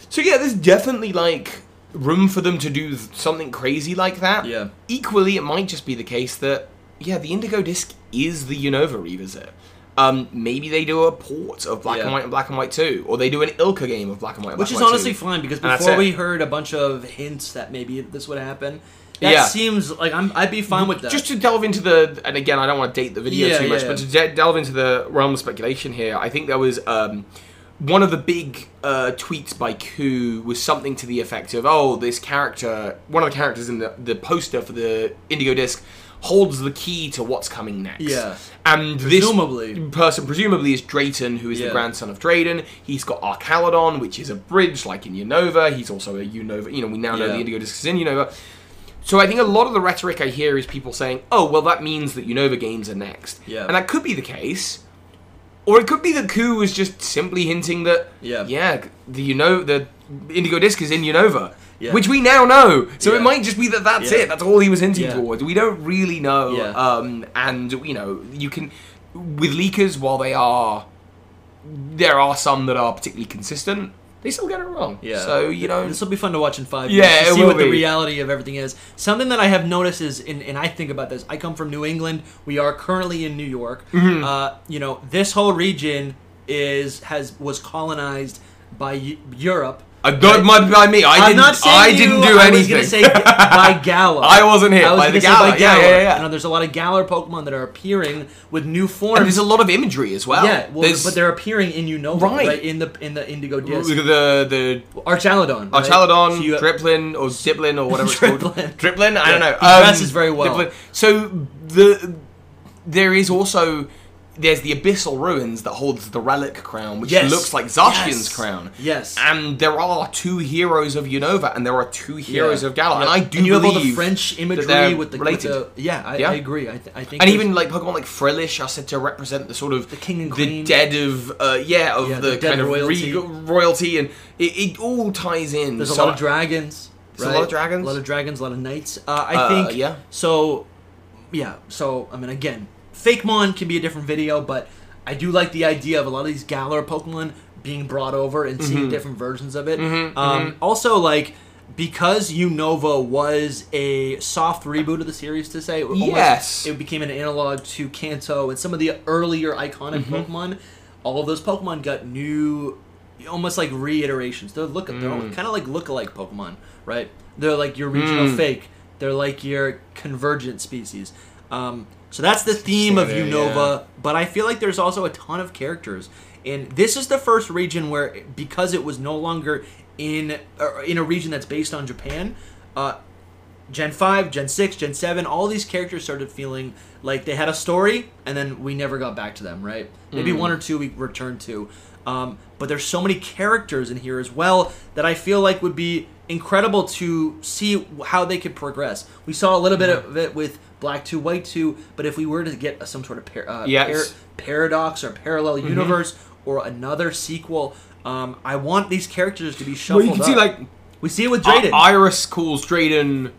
S2: So yeah, there's definitely like room for them to do th- something crazy like that.
S1: Yeah.
S2: Equally, it might just be the case that yeah, the Indigo Disc is the Unova revisit. Um, maybe they do a port of Black
S1: Yeah.
S2: and White and Black and White 2, or they do an Ilka game of Black and White, and
S1: Which
S2: Black
S1: is
S2: and White 2.
S1: honestly fine because
S2: And that's
S1: before
S2: it.
S1: we heard a bunch of hints that maybe this would happen, that
S2: Yeah.
S1: seems like I'm, I'd be fine with that.
S2: Just to delve into the, and again, I don't want to date the video
S1: Yeah,
S2: too much,
S1: yeah.
S2: but to de- delve into the realm of speculation here, I think there was um, one of the big uh, tweets by Ku was something to the effect of, "Oh, this character, one of the characters in the the poster for the Indigo disc." Holds the key to what's coming next.
S1: Yeah.
S2: and
S1: Presumably.
S2: this person presumably is Drayton, who is the
S1: Yeah.
S2: grandson of Drayden. He's got Arcalodon, which is a bridge like in Unova. He's also a Unova. You know, we now know
S1: Yeah.
S2: the Indigo disc is in Unova. So I think a lot of the rhetoric I hear is people saying, "Oh, well, that means that Unova games are next,"
S1: Yeah.
S2: and that could be the case, or it could be that Ku was just simply hinting that,
S1: Yeah.
S2: yeah, the you know the Indigo Disc is in Unova,
S1: Yeah.
S2: which we now know. So it
S1: Yeah.
S2: might just be that that's
S1: Yeah.
S2: it. That's all he was hinting
S1: Yeah.
S2: towards. We don't really know.
S1: Yeah.
S2: Um, and you know, you can with leakers while they are, there are some that are particularly consistent. They still get it wrong.
S1: yeah.
S2: So you know,
S1: this will be fun to watch in five
S2: Yeah,
S1: years to
S2: it
S1: see
S2: will
S1: what
S2: be.
S1: the reality of everything is. Something that I have noticed is, and, and I think about this. I come from New England. We are currently in New York.
S2: Mm-hmm.
S1: Uh, you know, this whole region is has was colonized by Eu- Europe.
S2: I Uh, don't mind by me. I
S1: I'm
S2: didn't.
S1: not saying
S2: I
S1: you,
S2: didn't do anything.
S1: I was gonna say by Gala.
S2: I wasn't here,
S1: I was
S2: by
S1: gonna
S2: the
S1: say
S2: Galar.
S1: by
S2: Yeah,
S1: Galar.
S2: yeah, yeah.
S1: You know, there's a lot of Galar Pokemon that are appearing with new
S2: And
S1: forms.
S2: there's a lot of imagery as well.
S1: yeah, well,
S2: There's-
S1: but they're appearing in Unova,
S2: Right.
S1: right. In the in the Indigo Disc.
S2: the the
S1: Archalodon. right?
S2: Archalodon,
S1: So you-
S2: Driplin, or Ziplin, or whatever it's called.
S1: Driplin.
S2: Driplin, I don't know. Um,
S1: Yeah, he dresses very well.
S2: So the there is also there's the Abyssal Ruins that holds the Relic Crown, which
S1: Yes.
S2: looks like Zacian's
S1: Yes.
S2: crown.
S1: Yes.
S2: And there are two heroes of Unova, and there are two heroes
S1: Yeah.
S2: of Galar, and
S1: Yeah.
S2: I do
S1: you have all the
S2: believe
S1: French
S2: that they're
S1: imagery with the, with
S2: related.
S1: the yeah, I,
S2: Yeah.
S1: I agree. I, th- I think
S2: and
S1: there's-
S2: even like Pokemon like Frillish are said to represent the sort of the
S1: king and
S2: the
S1: queen.
S2: dead of uh, yeah of
S1: Yeah,
S2: the,
S1: the dead
S2: kind of
S1: royalty.
S2: royalty, royalty and it, it all ties in.
S1: there's a
S2: So
S1: lot
S2: I-
S1: of dragons.
S2: So a lot of dragons?
S1: a lot of dragons, a lot of knights. Uh, I
S2: Uh,
S1: think
S2: yeah.
S1: So yeah, so I mean again, Fake Mon can be a different video, but I do like the idea of a lot of these Galar Pokemon being brought over and
S2: Mm-hmm.
S1: seeing different versions of it. um, Also, like because Unova was a soft reboot of the series to say, almost-
S2: Yes.
S1: it became an analog to Kanto and some of the earlier iconic Pokemon. All of those Pokemon got new, almost like reiterations. They're look, they're kind of like lookalike Pokemon, right? They're like your regional fake. They're like your convergent species. Um, so that's the theme of
S2: Interesting,
S1: Unova, but I feel like there's also a ton of characters, and this is the first region where because it was no longer in or in a region that's based on Japan. Uh, Gen 5, Gen 6, Gen 7, all these characters started feeling like they had a story and then we never got back to them, right? Maybe
S2: Hmm.
S1: one or two we returned to. Um, but there's so many characters in here as well that I feel like would be incredible to see how they could progress. We saw a little bit of it with Black 2, White 2, but if we were to get some sort of par- uh,
S2: Yes. Mm-hmm.
S1: par- paradox or parallel universe or another sequel, um, I want these characters to be
S2: Well,
S1: shuffled
S2: you can see
S1: up.
S2: like
S1: we see it with
S2: I-
S1: Jaden.
S2: Iris calls Drayden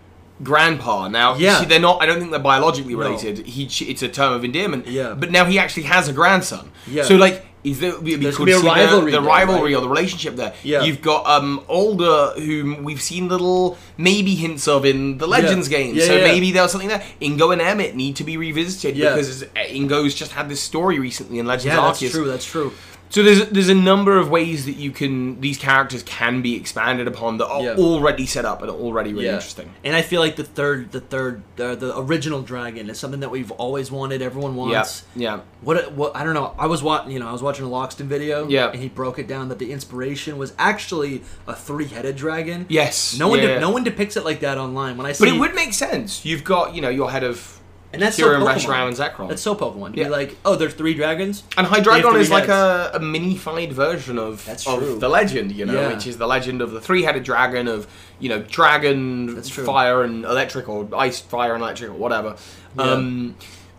S2: grandpa. Now,
S1: Yeah.
S2: yeah. see, they're not. I don't think they're biologically related. He, ch- it's a term of endearment.
S1: Yeah.
S2: But now he actually has a grandson.
S1: Yeah.
S2: So like. Is there, it'd be
S1: There's
S2: cool
S1: gonna
S2: to
S1: be a
S2: see the-
S1: rivalry
S2: the,
S1: there,
S2: rivalry
S1: right?
S2: or the relationship there.
S1: Yeah.
S2: You've got um older whom we've seen little maybe hints of in the Legends game.
S1: Yeah,
S2: so
S1: yeah, yeah.
S2: maybe there was something there. Ingo and Emmett need to be revisited
S1: Yeah.
S2: because Ingo's just had this story recently in Legends
S1: yeah, that's
S2: Arceus.
S1: true. That's true.
S2: So there's there's a number of ways that you can these characters can be expanded upon that are
S1: Yeah.
S2: already set up and are already really
S1: yeah.
S2: interesting.
S1: And I feel like the third, the third, uh, the original dragon is something that we've always wanted. Everyone
S2: Yeah,
S1: wants.
S2: yeah,
S1: What? What? I don't know. I was watching. You know, I was watching a Loxton video.
S2: Yeah.
S1: And he broke it down that the inspiration was actually a three-headed dragon.
S2: yes.
S1: No one.
S2: yeah,
S1: de-
S2: yeah.
S1: No one depicts it like that online. When I see,
S2: But it would make sense. You've got you know your head of
S1: and that's so
S2: Kira and
S1: Pokemon.
S2: Reshiram and Zekrom.
S1: That's so Pokemon. To
S2: Yeah.
S1: Be like, oh, there's three dragons.
S2: and
S1: They have
S2: Hydreigon
S1: three
S2: is like
S1: heads.
S2: a, a minified version of
S1: That's true.
S2: of the legend, you know,
S1: Yeah.
S2: which is the legend of the three-headed dragon of you know dragon,
S1: That's true.
S2: fire and electric, or ice, fire and electric, or whatever. Um,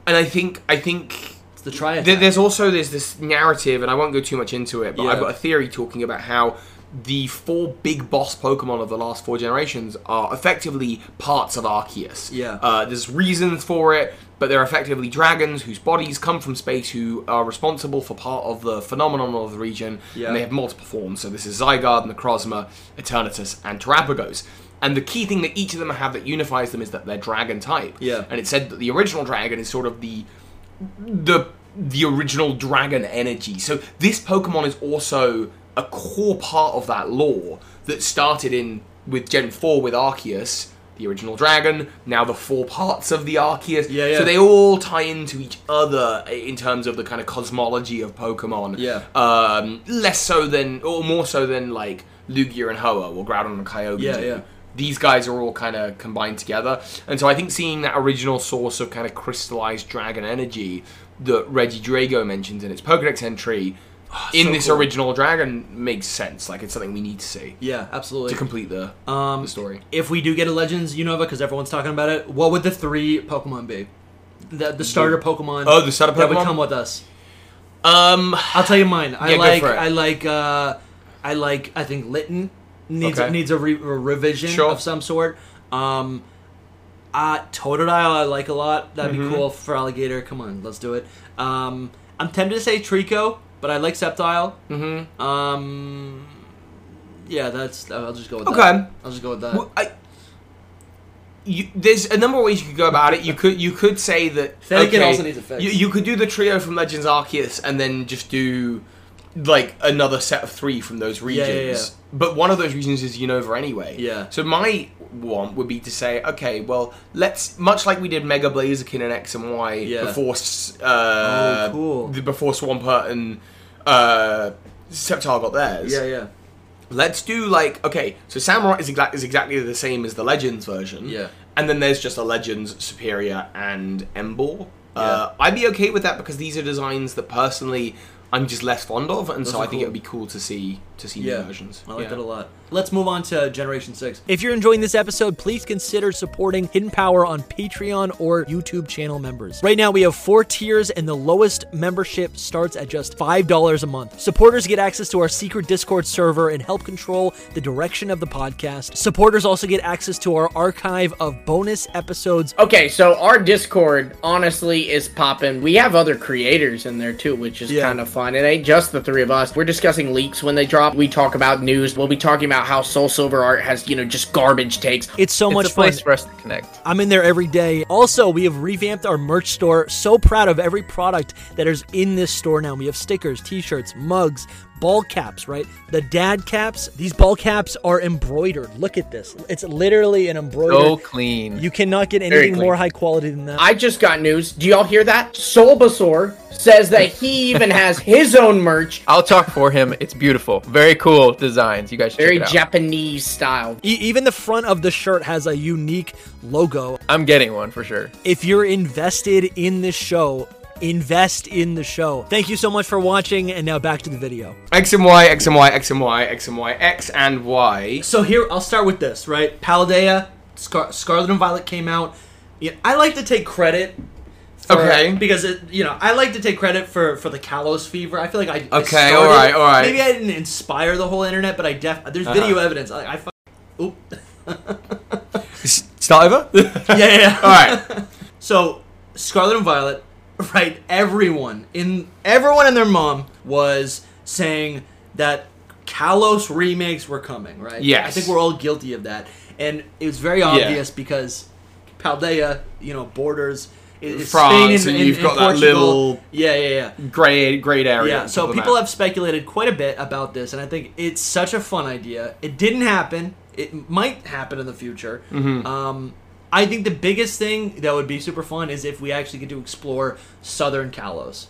S2: and I think I think
S1: It's the triad.
S2: There- There's also there's this narrative, and I won't go too much into it, but
S1: Yeah.
S2: I've got a theory talking about how the four big boss Pokemon of the last four generations are effectively parts of Arceus.
S1: Yeah.
S2: Uh, there's reasons for it, but they're effectively dragons whose bodies come from space who are responsible for part of the phenomenon of the region,
S1: Yeah.
S2: and they have multiple forms. So this is Zygarde, Necrozma, Eternatus, and Terapagos. And the key thing that each of them have that unifies them is that they're dragon type.
S1: Yeah.
S2: And it said that the original dragon is sort of the the the original dragon energy. So this Pokemon is also a core part of that lore that started in with Gen 4 with Arceus, the original dragon, now the four parts of the Arceus.
S1: Yeah, yeah.
S2: So they all tie into each other in terms of the kind of cosmology of Pokemon.
S1: Yeah.
S2: Um, less so than or more so than like Lugia and Hoa or Groudon and Kyogre
S1: Yeah,
S2: do
S1: yeah.
S2: these guys are all kind of combined together. And so I think seeing that original source of kind of crystallized dragon energy that Reggie Drago mentions in its Pokedex entry in
S1: Ah, so
S2: this
S1: cool.
S2: original dragon makes sense. Like it's something we need to see
S1: yeah, absolutely.
S2: to complete the,
S1: Um,
S2: the story.
S1: if we do get a Legends Unova, because everyone's talking about it, what would the three Pokemon be? The, the starter Pokemon.
S2: Oh, the starter
S1: that would
S2: Pokemon?
S1: come with us.
S2: Um,
S1: I'll tell you mine. I
S2: Yeah, go
S1: like.
S2: for it.
S1: I like. uh I like. I think Litton needs
S2: Okay.
S1: needs a, re- a revision
S2: Sure.
S1: of some sort. Um, uh Totodile I like a lot. That'd
S2: Mm-hmm.
S1: be cool for Alligator. Come on, let's do it. Um, I'm tempted to say Trico, but I like Sceptile. Mm-hmm. Um, yeah, that's. I'll just go with that.
S2: Okay.
S1: I'll just go with that.
S2: well, I, you, there's a number of ways you could go about it. You could you could say that
S1: Fennekin also needs effects.
S2: You, you could do the trio from Legends Arceus and then just do like another set of three from those
S1: yeah,
S2: regions.
S1: yeah.
S2: But one of those regions is Unova anyway.
S1: Yeah.
S2: So my one would be to say, okay, well, let's much like we did Mega Blaziken and X and Y
S1: Yeah.
S2: before, s- uh,
S1: Oh, cool.
S2: the- before Swampert and uh, Sceptile got theirs
S1: yeah, yeah.
S2: let's do like okay so samurai is, exact is exactly the same as the legends version
S1: Yeah.
S2: and then there's just a legends superior and embor uh, i'd be okay with that because these are designs that personally i'm just less fond of and
S1: Those
S2: so
S1: are
S2: i
S1: cool.
S2: think it would be cool to see to see new versions
S1: I like
S2: Yeah.
S1: that a lot. Let's move on to Generation 6. If you're enjoying this episode, please consider supporting Hidden Power on Patreon or YouTube channel members. Right now, we have four tiers, and the lowest membership starts at just $5 a month. Supporters get access to our secret Discord server and help control the direction of the podcast. Supporters also get access to our archive of bonus episodes.
S3: Okay, so our Discord honestly is popping. We have other creators in there too, which is
S1: Yeah.
S3: kind of fun. It ain't just the three of us. We're discussing leaks when they drop. We talk about news. We'll be talking about how Soul Silver Art has, you know, just garbage takes.
S1: It's so much
S4: it's a
S1: fun.
S4: place for us to connect.
S1: I'm in there every day. Also, we have revamped our merch store. So proud of every product that is in this store now. We have stickers, t-shirts, mugs, ball caps, right? The dad caps. These ball caps are embroidered. Look at this. It's literally an embroidered.
S4: So clean.
S1: You cannot get anything
S3: clean.
S1: more high quality than that.
S3: I just got news. Do y'all hear that? Bulbasaur says that he even has his own merch,
S4: I'll talk for him. It's beautiful. Very cool designs. You guys should
S3: very
S4: check it out.
S3: Japanese style.
S1: E- even the front of the shirt has a unique logo.
S4: I'm getting one for sure.
S1: If you're invested in this show, invest in the show. Thank you so much for watching and now back to the video.
S2: X and Y, X and Y, X and Y, X and Y, X and Y.
S1: So here, I'll start with this, right? Paldea, Scar- Scarlet and Violet came out. Yeah, I like to take credit. For,
S2: Okay.
S1: Because it, you know, I like to take credit for for the Kalos fever. I feel like I. I
S2: Okay,
S1: started-
S2: alright, alright. Uh-huh.
S1: Maybe I didn't inspire the whole internet, but I def. There's video evidence. I. I fu- oop.
S2: S- Start over?
S1: yeah, yeah. yeah.
S2: All right.
S1: So Scarlet and Violet, right? Everyone in everyone and their mom was saying that Kalos remakes were coming, right?
S2: Yes.
S1: I think we're all guilty of that, and it was very obvious because Paldea, you know, borders is is
S2: France,
S1: Spain
S2: and you've got that
S1: Portugal.
S2: little-
S1: yeah, yeah, yeah.
S2: Great, great area.
S1: Yeah, so people have speculated quite a bit about this, and I think it's such a fun idea. It didn't happen. It might happen in the future.
S2: Mm-hmm.
S1: Um, I think the biggest thing that would be super fun is if we actually get to explore Southern Kalos,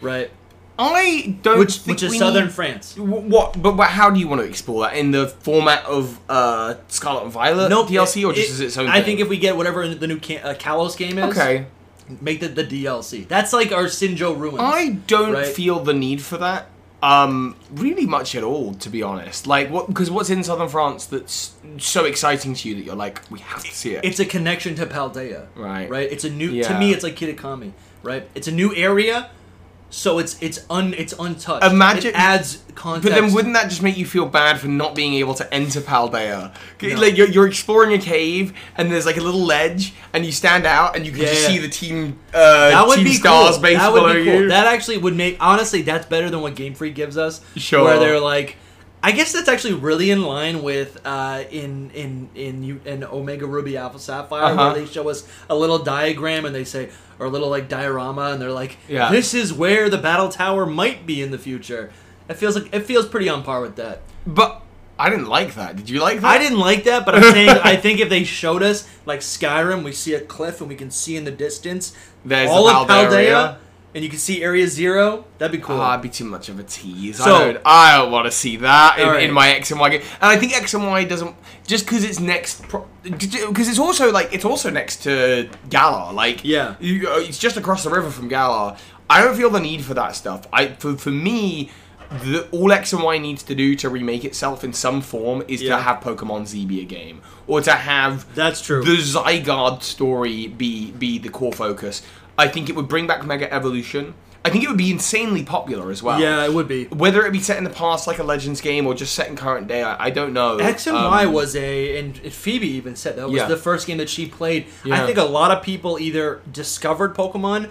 S1: right?
S2: I don't
S1: Which
S2: think
S1: which is
S2: we
S1: Southern
S2: need-
S1: France.
S2: Wh- What? But, but how do you want to explore that in the format of uh, Scarlet and Violet
S1: Nope,
S2: DLC, or
S1: it-
S2: just as its own?
S1: I think
S2: thing?
S1: if we get whatever the new ca- uh, Kalos game is,
S2: okay,
S1: make the, the DLC. That's like our Sinjo ruins.
S2: I don't
S1: Right.
S2: feel the need for that. Um, really much at all, to be honest. Like, what? Because what's in southern France that's so exciting to you that you're like, we have to see it.
S1: it's a connection to Paldea.
S2: Right.
S1: Right. It's a new to
S2: Yeah.
S1: me it's like Kitakami, right? It's a new area, so it's it's un it's untouched.
S2: Imagine-
S1: it adds context.
S2: But then wouldn't that just make you feel bad for not being able to enter Paldea?
S1: No.
S2: Like you're, you're exploring a cave and there's like a little ledge and you stand out and you can
S1: Yeah,
S2: just
S1: yeah.
S2: see the team uh,
S1: that would
S2: team
S1: be
S2: stars
S1: cool.
S2: base
S1: That would be
S2: below
S1: cool.
S2: you.
S1: That actually would make honestly that's better than what Game Freak gives us.
S2: Sure.
S1: Where they're like I guess that's actually really in line with uh, in in in you in Omega Ruby Alpha Sapphire
S2: Uh-huh.
S1: where they show us a little diagram and they say or a little like diorama and they're like
S2: Yeah.
S1: this is where the battle tower might be in the future. It feels like it feels pretty on par with that.
S2: But I didn't like that. Did you like that?
S1: I didn't like that, but I'm saying I think if they showed us like Skyrim, we see a cliff and we can see in the distance
S2: There's
S1: all
S2: the
S1: of
S2: Paldea.
S1: Paldea, and you can see Area Zero. That'd be cool.
S2: Ah, it'd be too much of a tease.
S1: So-
S2: I don't. I don't want to see that in,
S1: Alright.
S2: in my X and Y game. And I think X and Y doesn't just because it's next. Because it's also like it's also next to Galar. Like
S1: Yeah.
S2: you, uh, it's just across the river from Galar. I don't feel the need for that stuff. I for for me. The, all X and Y needs to do to remake itself in some form is
S1: Yeah.
S2: to have Pokemon Z be a game, or to have
S1: That's true.
S2: the Zygarde story be be the core focus. I think it would bring back Mega Evolution. I think it would be insanely popular as well.
S1: yeah, it would be.
S2: Whether it be set in the past like a Legends game or just set in current day, I, I don't know.
S1: X and
S2: Um,
S1: Y was a, and Phoebe even said that was
S2: Yeah.
S1: the first game that she played. I
S2: Yeah.
S1: think a lot of people either discovered Pokemon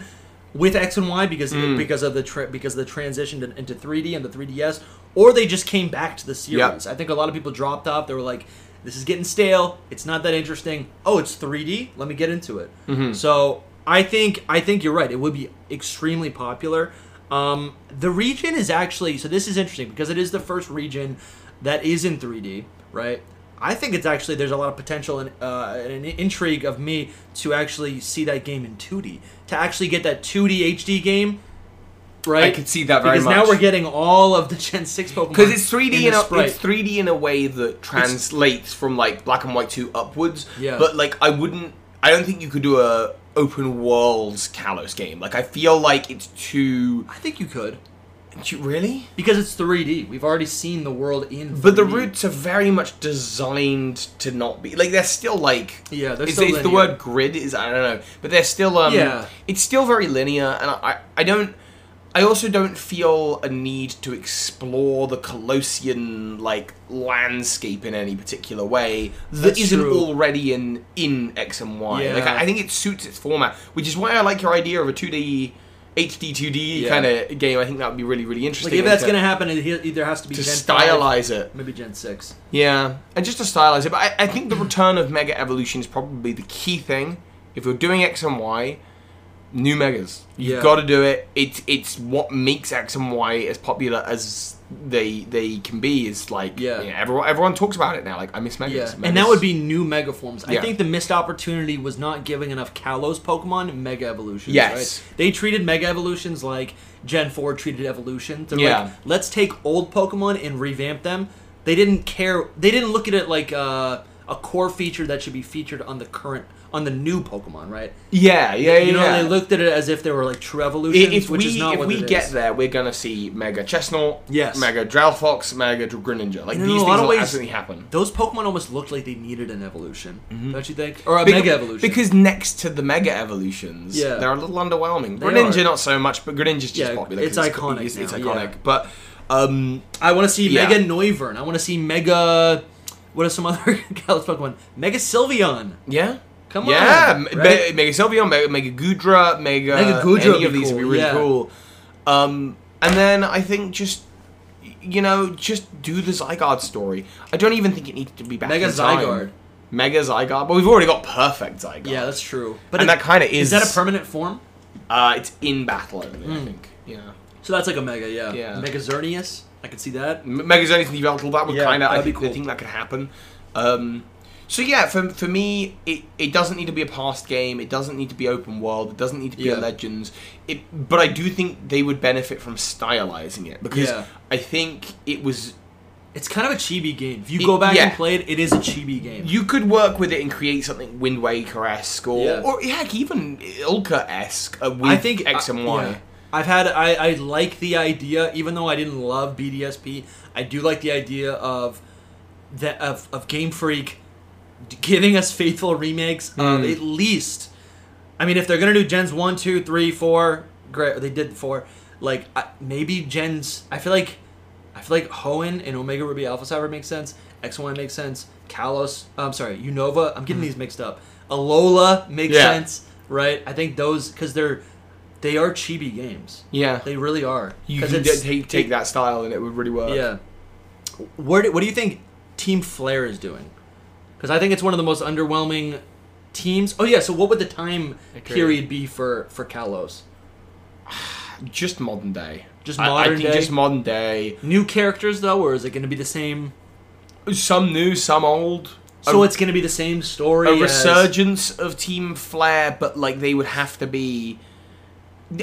S1: with X and Y because
S2: Mm.
S1: because of the tra- because of the transition to, into 3D and the 3DS, or they just came back to the series. I think a lot of people dropped off. They were like, "This is getting stale. It's not that interesting. Oh, it's 3D. Let me get into it."
S2: Mm-hmm.
S1: So I think I think you're right. It would be extremely popular. Um, the region is actually so. This is interesting because it is the first region that is in 3D, right? I think it's actually there's a lot of potential and uh, an intrigue of me to actually see that game in 2D, to actually get that 2D HD game, right?
S2: I could see that very
S1: because now
S2: much.
S1: we're getting all of the Gen 6 Pokemon
S2: because it's 3D in,
S1: the
S2: a,
S1: sprite.
S2: it's 3D in a way that translates from like black and white to upwards.
S1: Yeah.
S2: But like I wouldn't I don't think you could do a open worlds Kalos game. Like I feel like it's too
S1: I think you could.
S2: Do you- really?
S1: because it's 3D. We've already seen the world in. 3D.
S2: But the roots are very much designed to not be like they're still like
S1: Yeah, they're
S2: It's,
S1: still
S2: it's the
S1: linear.
S2: word grid is I don't know, but they're still um
S1: Yeah.
S2: It's still very linear, and I I don't. I also don't feel a need to explore the Colossian like landscape in any particular way that
S1: That's
S2: isn't
S1: true.
S2: already in in X and Y. Like
S1: Yeah.
S2: I, I think it suits its format, which is why I like your idea of a two D. HD 2D
S1: Yeah.
S2: kind of game. I think that would be really, really
S1: Like
S2: interesting.
S1: if
S2: and
S1: that's
S2: to-
S1: gonna happen, it he- either has to be
S2: to
S1: Gen
S2: stylize it.
S1: five, maybe Gen six.
S2: Yeah, and just to stylize it, but I, I think the return of Mega Evolution is probably the key thing. If you're doing X and Y, new Megas, you've
S1: Yeah.
S2: got to do it. It's it's what makes X and Y as popular as they they can be. Is like
S1: Yeah.
S2: everyone everyone talks about it now. Like I miss Megas,
S1: Yeah,
S2: Megas.
S1: and that would be new Mega forms.
S2: Yeah.
S1: I think the missed opportunity was not giving enough Kalos Pokemon Mega Evolutions.
S2: Yes.
S1: right? they treated Mega Evolutions like Gen Four treated evolutions. They're
S2: Yeah.
S1: like, let's take old Pokemon and revamp them. They didn't care. They didn't look at it like uh, a core feature that should be featured on the current on the new Pokemon, right?
S2: yeah, yeah, yeah.
S1: You know,
S2: yeah.
S1: they looked at it as if they were like true
S2: I-
S1: evolutions,
S2: if
S1: which
S2: we
S1: is not
S2: if
S1: what
S2: we
S1: it
S2: get
S1: is.
S2: there, we're gonna see Mega Chestnut,
S1: Yes.
S2: Mega Drowfox, Mega Greninja. Like
S1: And in
S2: these
S1: a
S2: things
S1: lot of
S2: will
S1: ways-
S2: absolutely happen.
S1: Those Pokemon almost looked like they needed an evolution, don't you think? Or a
S2: Bec-
S1: mega evolution.
S2: Because next to the mega evolutions,
S1: Yeah.
S2: they're a little underwhelming.
S1: They
S2: Greninja
S1: are.
S2: not so much, but Greninja's just
S1: Yeah,
S2: popular.
S1: it's
S2: 'cause
S1: iconic
S2: It's, it's
S1: now,
S2: iconic.
S1: yeah.
S2: But um,
S1: I want to see
S2: Yeah.
S1: Mega Noivern. I want to see Mega. What are some other Kalos Pokemon? Mega Sylveon.
S2: yeah,
S1: Come
S2: yeah,
S1: on.
S2: Me-
S1: right?
S2: Mega Sylveon, Mega, Mega Gudra, Mega,
S1: Mega Gudra would
S2: Any
S1: be
S2: of these would be
S1: cool,
S2: really
S1: yeah.
S2: cool. Um, and then I think just you know just do the Zygarde story. I don't even think it needs to be back.
S1: Mega
S2: in time.
S1: Zygarde.
S2: Mega Zygarde. But we've already got perfect Zygarde.
S1: Yeah, that's true.
S2: And that kinda
S1: Is
S2: is-
S1: that a permanent form?
S2: uh, it's in battle only.
S1: Hmm.
S2: I think. Yeah.
S1: So that's like a Mega, yeah.
S2: Yeah.
S1: Mega Xerneas. I could see that.
S2: M- Megazone is the battle. That would
S1: Yeah,
S2: kind of. I
S1: that'd be
S2: think, I
S1: cool.
S2: think that could happen. Um, so yeah, for for me, it, it doesn't need to be a past game. It doesn't need to be open world. It doesn't need to be
S1: Yeah.
S2: a Legends. It, but I do think they would benefit from stylizing it because
S1: Yeah.
S2: I think it was
S1: It's kind of a chibi game. If you
S2: It-
S1: go back and
S2: yeah.
S1: play it, it is a chibi game.
S2: you could work with it and create something Wind Waker esque or,
S1: Yeah.
S2: or heck even Ilka esque. Uh, with
S1: I think
S2: X and
S1: I,
S2: Y.
S1: yeah. I've had I, I like the idea, even though I didn't love BDSP. I do like the idea of that of, of Game Freak d- giving us faithful remakes of
S2: Mm.
S1: at least. I mean, if they're gonna do Gens one, two, three, four, great. They did four. Like I, maybe Gens. I feel like I feel like Hoenn and Omega Ruby Alpha Cyber makes sense. X and Y makes sense. Kalos. uh, I'm sorry, Unova. I'm getting these mixed up. Alola makes
S2: Hmm. Yeah.
S1: sense, right? I think those because they're they are chibi games.
S2: Yeah.
S1: They really are.
S2: you
S1: 'Cause
S2: could
S1: it's-
S2: take take that style and it would really work.
S1: Yeah. Where do, what do you think Team Flare is doing? Because I think it's one of the most underwhelming teams. Oh yeah. So what would the time
S4: Agreed.
S1: period be for for Kalos?
S2: just modern day.
S1: Just
S2: I- I
S1: modern
S2: think
S1: day?
S2: Just modern day.
S1: New characters though, or is it going to be the same?
S2: some new, some old.
S1: So
S2: a,
S1: it's going to be the same story.
S2: a
S1: as-
S2: resurgence of Team Flare, but like they would have to be.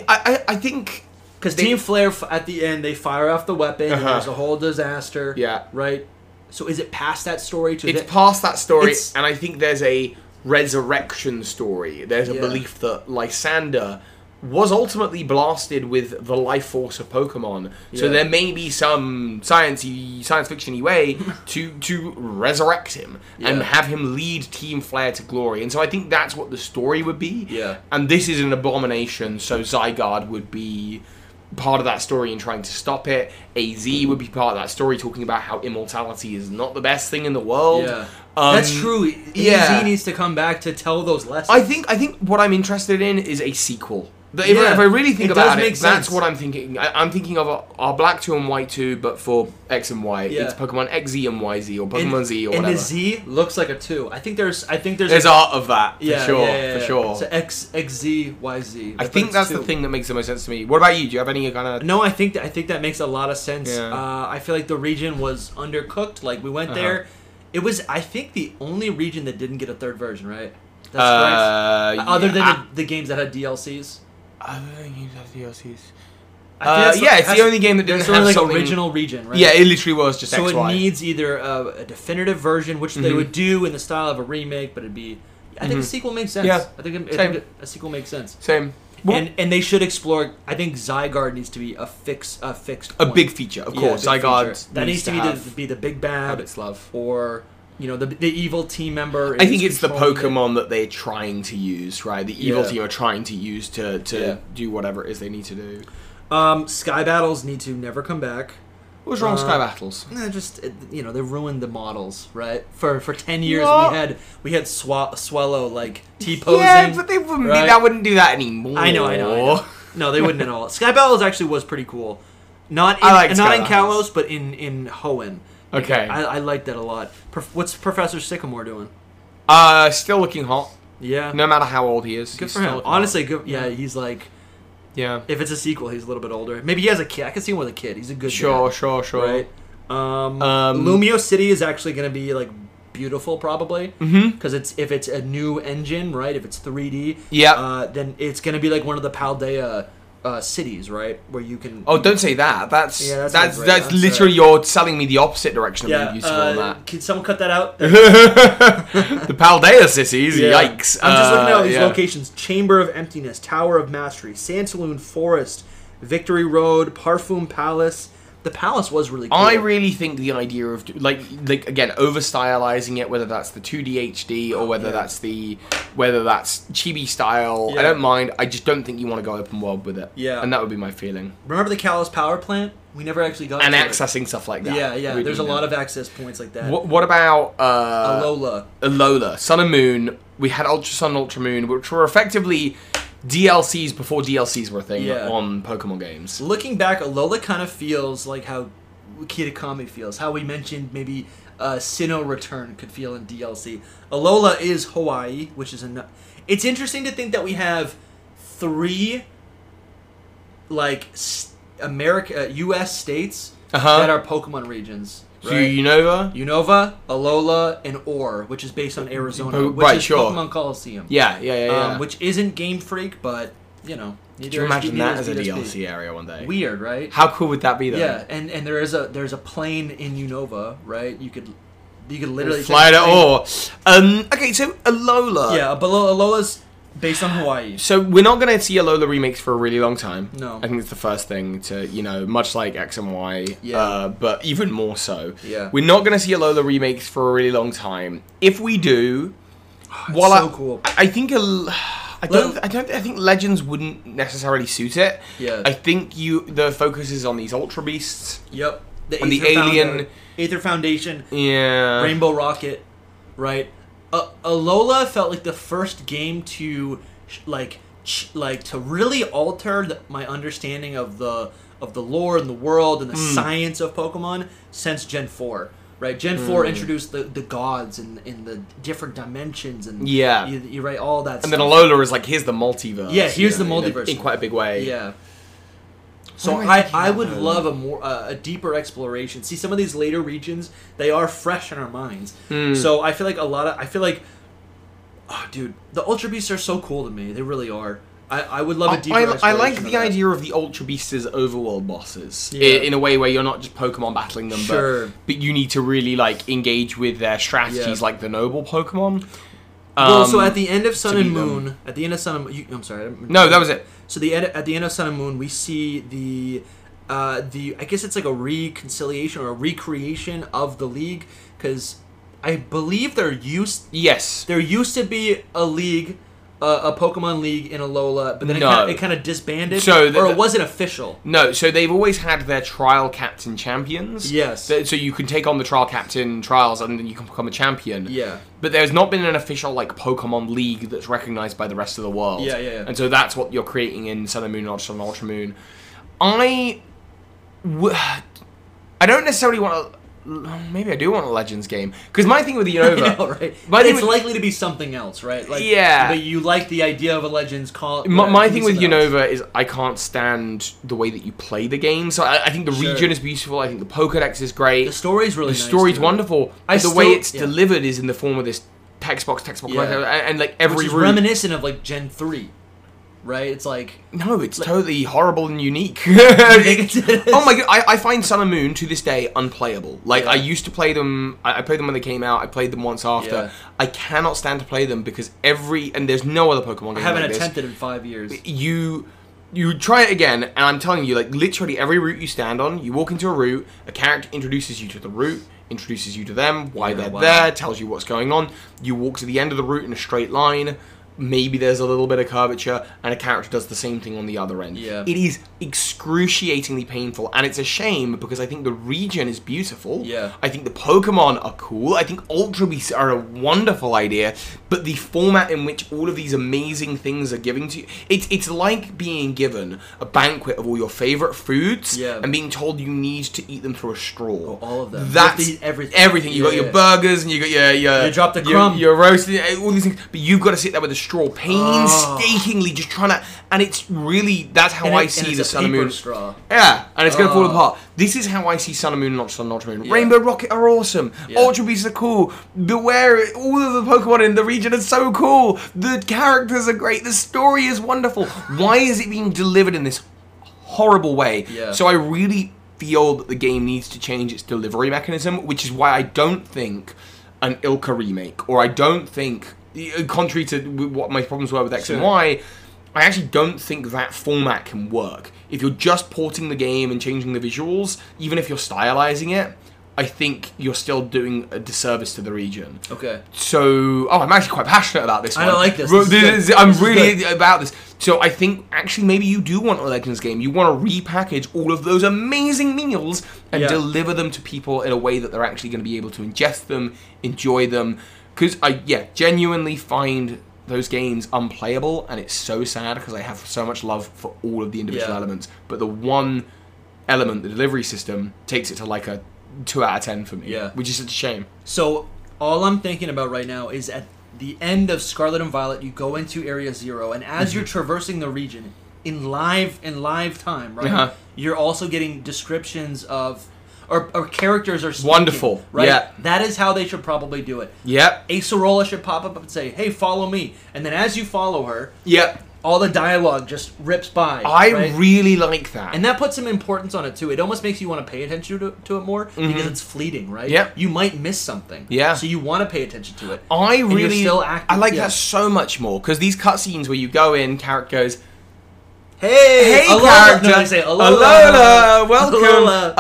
S2: I I, I think
S1: Because
S2: They-
S1: Team Flare f- at the end they fire off the weapon. and
S2: Uh-huh.
S1: there's a whole disaster.
S2: Yeah.
S1: Right. So is it past that story to
S2: it's
S1: the-
S2: past that story,
S1: it's-
S2: and I think there's a resurrection story. There's a
S1: Yeah.
S2: belief that Lysander was ultimately blasted with the life force of Pokemon. So
S1: Yeah.
S2: there may be some sciencey, science fictiony way to to resurrect him and
S1: Yeah.
S2: have him lead Team Flare to glory. And so I think that's what the story would be.
S1: Yeah.
S2: And this is an abomination. So Zygarde would be part of that story and trying to stop it. AZ
S1: Mm-hmm.
S2: would be part of that story talking about how immortality is not the best thing in the world.
S1: Yeah.
S2: Um,
S1: That's true.
S2: yeah.
S1: EZ needs to come back to tell those lessons.
S2: I think I think what I'm interested in is a sequel. That If, I,
S1: Yeah.
S2: if I really think
S1: It does
S2: about it,
S1: make sense.
S2: that's what I'm thinking. I, I'm thinking of our, our Black Two and White Two, but for X and Y,
S1: Yeah.
S2: it's Pokemon XZ and YZ or
S1: and,
S2: Pokemon Z or
S1: and
S2: whatever.
S1: the Z looks like a two. I think there's. I think there's.
S2: There's
S1: a,
S2: art of that for
S1: yeah,
S2: sure,
S1: yeah, yeah,
S2: for
S1: yeah.
S2: sure.
S1: So X X Z Y Z.
S2: I
S1: but
S2: think
S1: it's
S2: that's
S1: two.
S2: the thing that makes the most sense to me. What about you? Do you have any kind of
S1: No, I think that, I think that makes a lot of sense.
S2: Yeah. Uh-huh.
S1: Uh, I feel like the region was undercooked. Like we went there, it was I think the only region that didn't get a third version, right? That's
S2: Uh,
S1: correct. Other than
S2: yeah,
S1: the, the games that had DLCs.
S2: I don't think you have
S1: I
S2: DLCs.
S1: think
S2: Uh,
S1: that's
S2: yeah, it's
S1: that's-
S2: the only game that didn't
S1: that's
S2: have
S1: like
S2: something-
S1: original region, right?
S2: Yeah, it literally was just
S1: so
S2: X,
S1: it
S2: Y.
S1: needs either a, a definitive version, which they
S2: Mhm.
S1: would do in the style of a remake, but it'd be. I think a sequel makes sense.
S2: Mm-hmm. Yeah.
S1: I think, I
S2: Same.
S1: think a sequel makes sense.
S2: Same.
S1: and and they should explore. I think Zygarde needs to be a fix a fixed
S2: A
S1: point.
S2: big feature, of
S1: Yeah,
S2: course.
S1: big
S2: Zygarde
S1: feature. that needs to, be
S2: have-
S1: the, be the big bad
S2: have its love.
S1: or you know the the evil team member.
S2: I
S1: is
S2: think it's the
S1: controlling it.
S2: Pokemon that they're trying to use, right? The evil
S1: Yeah.
S2: team are trying to use to to
S1: Yeah.
S2: do whatever it is they need to do.
S1: Um, Sky Battles need to never come back.
S2: What was wrong with
S1: Uh,
S2: Sky Battles?
S1: Nah, just uh, you know they ruined the models right for for 10 years
S2: No.
S1: we had we had Swa- swallow like t posing
S2: Yeah, but they wouldn't.
S1: right?
S2: Be, that wouldn't do that anymore.
S1: I know, I know, I know.
S2: Oh.
S1: No, they wouldn't at all. Sky Battles actually was pretty cool. Not in,
S2: I like
S1: not
S2: Sky
S1: in
S2: Battles.
S1: Kalos, but in in Hoenn.
S2: Okay.
S1: I, I liked that a lot. Prof- what's Professor Sycamore doing?
S2: Uh, still looking hot,
S1: Yeah,
S2: no matter how old he is.
S1: good
S2: he's
S1: for
S2: still
S1: him.
S2: looking hot.
S1: Honestly, good. Yeah, he's like
S2: yeah.
S1: if it's a sequel, he's a little bit older. Maybe he has a kid. I can see him with a kid. He's a good
S2: Sure,
S1: dad,
S2: sure, sure.
S1: right. Um,
S2: Um,
S1: Lumio City is actually going to be like beautiful, probably, because
S2: Mm-hmm.
S1: it's if it's a new engine, right? If it's 3D,
S2: Yeah.
S1: uh, then it's going to be like one of the Paldea uh, cities, right, where you can.
S2: Oh, don't say that. That's
S1: Yeah,
S2: that's
S1: that's
S2: that's,
S1: not great. That's,
S2: literally
S1: uh,
S2: you're selling me the opposite direction of
S1: Yeah,
S2: being useful
S1: uh,
S2: on that.
S1: can someone cut that out?
S2: the Paldea cities,
S1: Yeah.
S2: yikes!
S1: I'm just looking
S2: Uh,
S1: at these
S2: yeah.
S1: locations: Chamber of Emptiness, Tower of Mastery, Sand Saloon Forest, Victory Road, Parfum Palace. The palace was really. Cool.
S2: I really think the idea of like like again over stylizing it, whether that's the 2D HD or whether
S1: Yeah.
S2: that's the whether that's chibi style, I
S1: Yeah.
S2: don't mind. I just don't think you want to go open world with it.
S1: Yeah.
S2: and that would be my feeling.
S1: remember the Kalos power plant. We never actually got
S2: And
S1: to it.
S2: accessing stuff like that.
S1: Yeah, yeah.
S2: would
S1: There's
S2: be
S1: a lot
S2: nice.
S1: of access points like that.
S2: What, what about uh,
S1: Alola.
S2: Alola, Sun and Moon. We had Ultra Sun, Ultra Moon, which were effectively DLCs before DLCs were a thing
S1: Yeah.
S2: on Pokemon games.
S1: Looking back, Alola kind of feels like how Kitakami feels. How we mentioned maybe uh, Sinnoh Return could feel in DLC. Alola is Hawaii, which is enough. It's interesting to think that we have three, like, s America, uh, U.S. states
S2: Uh-huh.
S1: that are Pokemon regions.
S2: So
S1: Right?
S2: Unova?
S1: Unova, Alola, and Or, which is based on Arizona,
S2: Oh,
S1: which
S2: right,
S1: is
S2: sure.
S1: Pokemon Coliseum.
S2: Yeah, yeah, yeah. yeah.
S1: um, which isn't Game Freak, but you know,
S2: Do you
S1: neither is-
S2: imagine
S1: neither
S2: that
S1: is
S2: as a
S1: DSP.
S2: DLC area one day?
S1: Weird, right?
S2: How cool would that be though?
S1: yeah, and and there is a there's a plane in Unova, right? You could you could literally
S2: Fly
S1: take
S2: it
S1: a
S2: at
S1: plane-
S2: all. Um, okay, so Alola.
S1: Yeah, below Alola's based on Hawaii.
S2: So we're not going to see Alola remakes for a really long time.
S1: No.
S2: I think it's the first thing to, you know, much like X and Y,
S1: Yeah.
S2: uh, but even more so.
S1: Yeah.
S2: We're not going to see Alola remakes for a really long time. If we do, while
S1: Oh, so
S2: I,
S1: cool.
S2: I I think Al- I don't, I don't. I think Legends wouldn't necessarily suit it.
S1: Yeah.
S2: I think you. The focus is on these Ultra Beasts.
S1: Yep. The
S2: And the
S1: Aether Founda-
S2: alien-
S1: Aether Foundation,
S2: Yeah.
S1: Rainbow Rocket, right? Uh, Alola felt like the first game to sh- like ch- like to really alter the, my understanding of the of the lore and the world and the
S2: Hmm.
S1: science of Pokemon since Gen four. Right, Gen four
S2: Hmm.
S1: introduced the, the gods and in the different dimensions and
S2: Yeah.
S1: you, you right all that.
S2: And
S1: stuff.
S2: then Alola is like, here's the multiverse.
S1: Yeah, here's
S2: you know,
S1: the
S2: in a-
S1: multiverse.
S2: in, quite a big way.
S1: Yeah. So
S2: What am I
S1: I,
S2: thinking
S1: I
S2: about
S1: would
S2: those?
S1: love a more uh, a deeper exploration. See some of these later regions, they are fresh in our minds.
S2: Hmm.
S1: So I feel like a lot of I feel like, oh, dude, the Ultra Beasts are so cool to me. They really are. I, I would love a deeper.
S2: Oh, I, I like
S1: exploration of
S2: the
S1: that.
S2: idea of the Ultra Beasts as overworld bosses i-
S1: Yeah.
S2: in a way where you're not just Pokemon battling them,
S1: Sure.
S2: but, but you need to really like engage with their strategies
S1: Yeah.
S2: like the noble Pokemon.
S1: well,
S2: Um,
S1: so at the end of Sun
S2: to
S1: and
S2: beat them.
S1: Moon, at the end of Sun and Moon, you, I'm sorry. I didn't-
S2: no, that was it.
S1: So the ed- at the end of Sun and Moon, we see the uh, the I guess it's like a reconciliation or a recreation of the league because I believe there used
S2: Yes,
S1: there used to be a league. Uh, a Pokemon League in Alola, but then
S2: No.
S1: it, kinda, it kind of disbanded,
S2: So the-
S1: or
S2: the-
S1: it wasn't official.
S2: No, so they've always had their trial captain champions.
S1: Yes.
S2: Th- So you can take on the trial captain trials and then you can become a champion.
S1: Yeah.
S2: But there's not been an official like Pokemon League that's recognized by the rest of the world.
S1: Yeah, yeah, yeah.
S2: And so that's what you're creating in Sun and Moon, Ultra Sun, and Ultra Moon. I, w- I don't necessarily want to. Maybe I do want a Legends game because my thing with the
S1: You
S2: Unova,
S1: know, right?
S2: My
S1: But
S2: thing
S1: it's
S2: with-
S1: likely to be something else, right? Like,
S2: Yeah.
S1: But you like the idea of a Legends call.
S2: My,
S1: yeah,
S2: my
S1: it can
S2: thing
S1: be
S2: with
S1: something else.
S2: Unova is I can't stand the way that you play the game. So I, I think the
S1: Sure.
S2: region is beautiful. I think the Pokedex is great.
S1: the story's really
S2: the
S1: nice,
S2: story's
S1: too.
S2: wonderful.
S1: I
S2: but the way
S1: still-
S2: it's
S1: yeah.
S2: delivered is in the form of this text box, text box,
S1: Yeah.
S2: and, and, like every
S1: which is
S2: route.
S1: reminiscent of like Gen three, right? It's like
S2: No, it's totally horrible and unique. It-
S1: it is.
S2: oh my god, I, I find Sun and Moon to this day unplayable. Like I used to play them. I, I played them when they came out. I played them once after.
S1: Yeah.
S2: I cannot stand to play them because every and there's no other Pokemon game
S1: I haven't
S2: like this.
S1: attempted in five years.
S2: you you try it again and i'm telling you like literally every route you stand on you walk into a route a character introduces you to the route introduces you to them why
S1: Yeah,
S2: they're
S1: wow.
S2: there tells you what's going on you walk to the end of the route in a straight line maybe there's a little bit of curvature and a character does the same thing on the other end
S1: Yeah.
S2: it is excruciatingly painful and it's a shame because i think the region is beautiful
S1: Yeah.
S2: i think the pokemon are cool i think ultra beasts are a wonderful idea but the format in which all of these amazing things are given to you it's, it's like being given a banquet of all your favorite foods
S1: Yeah. Oh,
S2: and being told you need to eat them through a straw
S1: all of them. You have
S2: that's
S1: to eat everything.
S2: everything you got
S1: Yeah,
S2: your
S1: yeah.
S2: burgers and you got your, your
S1: You drop the
S2: your-
S1: crumb. Oh.
S2: your roasted all these things but you've got to sit there with a straw painstakingly just trying to and it's really that's how
S1: And
S2: i
S1: it-
S2: see
S1: and it's
S2: the
S1: a
S2: sun and
S1: paper
S2: moon
S1: straw.
S2: yeah, and it's gonna fall
S1: Oh.
S2: apart. This is how I see Sun and Moon, not Sun, not Moon. Rainbow Rocket are awesome.
S1: Yeah.
S2: Ultra Beasts are cool. Beware! All of the Pokemon in the region are so cool. The characters are great. The story is wonderful. Why is it being delivered in this horrible way?
S1: Yeah.
S2: So I really feel that the game needs to change its delivery mechanism, which is why I don't think an Ilka remake, or I don't think, uh, contrary to what my problems were with X and
S1: Sure.
S2: Y. I I actually don't think that format can work. If you're just porting the game and changing the visuals, even if you're stylizing it, I think you're still doing a disservice to the region.
S1: Okay.
S2: So, oh, I'm actually quite passionate about this.
S1: I
S2: one.
S1: don't like this.
S2: Ro-
S1: This is good.
S2: is- I'm
S1: This is
S2: really about this. So I think actually maybe you do want a Legends game. You want to repackage all of those amazing meals and
S1: Yeah.
S2: deliver them to people in a way that they're actually going to be able to ingest them, enjoy them. Because I yeah genuinely find those games unplayable, and it's so sad because I have so much love for all of the individual
S1: Yeah.
S2: elements, but the one element, the delivery system, takes it to like a two out of ten for me.
S1: Yeah.
S2: which is such a shame.
S1: So all I'm thinking about right now is at the end of Scarlet and Violet, you go into Area Zero, and as
S2: Mm-hmm.
S1: you're traversing the region in live in live time, right?
S2: Uh-huh.
S1: You're also getting descriptions of or, or characters are speaking,
S2: Wonderful.
S1: right?
S2: Yeah.
S1: That is how they should probably do it.
S2: Yep.
S1: Acerola should pop up and say, "Hey, follow me," and then as you follow her,
S2: Yep.
S1: all the dialogue just rips by.
S2: I
S1: right?
S2: really like that.
S1: And that puts some importance on it too. It almost makes you want to pay attention to, to it more because it's fleeting, right?
S2: Mm-hmm. Yeah.
S1: You might miss something.
S2: Yeah. Oh.
S1: So you want to pay attention to it.
S2: I
S1: you're
S2: really
S1: still active,
S2: I like
S1: yeah.
S2: that so much more because these cutscenes where you go in, character goes,
S1: Hey,
S2: "Hey,
S1: Alola.
S2: character,
S1: No, they say Alola.
S2: Alola, welcome.
S1: Alola.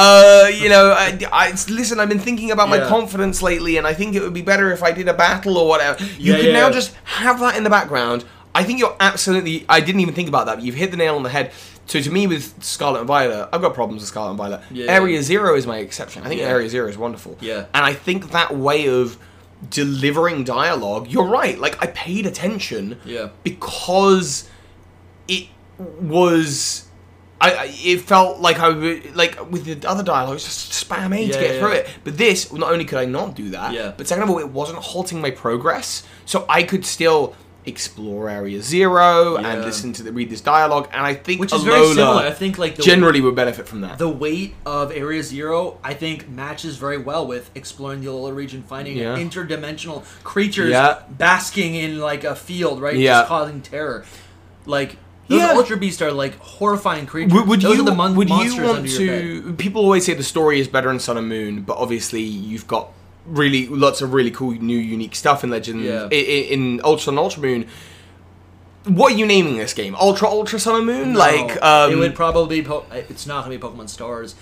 S2: Uh, you know, I, I- it's- listen. I've been thinking about my
S1: Yeah.
S2: confidence lately, and I think it would be better if I did a battle or whatever. You
S1: Yeah,
S2: can
S1: yeah,
S2: now
S1: yeah.
S2: just have that in the background. I think you're absolutely. I didn't even think about that, but you've hit the nail on the head. So to me, with Scarlet and Violet, I've got problems with Scarlet and Violet.
S1: Yeah.
S2: Area Zero is my exception. I think
S1: Yeah.
S2: Area Zero is wonderful.
S1: Yeah.
S2: And I think that way of delivering dialogue, you're right. Like I paid attention
S1: Yeah.
S2: because it was. I, I it felt like I would like with the other dialogue, it was just spam A to
S1: Yeah,
S2: get
S1: yeah,
S2: through
S1: yeah.
S2: it. But this, not only could I not do that,
S1: Yeah.
S2: but second of all, it wasn't halting my progress, so I could still explore Area Zero and
S1: Yeah.
S2: listen to the read this dialogue. And I think
S1: Which is
S2: Alola
S1: very similar. I think like the
S2: generally would benefit from that.
S1: the weight of Area Zero, I think, matches very well with exploring the Alola region, finding
S2: Yeah.
S1: interdimensional creatures
S2: Yeah.
S1: basking in like a field, right?
S2: Yeah.
S1: Just causing terror. Like those
S2: Yeah.
S1: Ultra Beasts are like horrifying creatures.
S2: Would, would
S1: those
S2: you,
S1: are the mon-
S2: would
S1: monsters
S2: you want
S1: under your bed.
S2: to? People always say the story is better in Sun and Moon, but obviously you've got really lots of really cool new unique stuff in Legend
S1: Yeah.
S2: i- i- in, Ultra and Ultra Moon. What are you naming this game? Ultra Ultra Sun and Moon? like
S1: No,
S2: um,
S1: it would probably be po- it's not gonna be Pokemon Stars.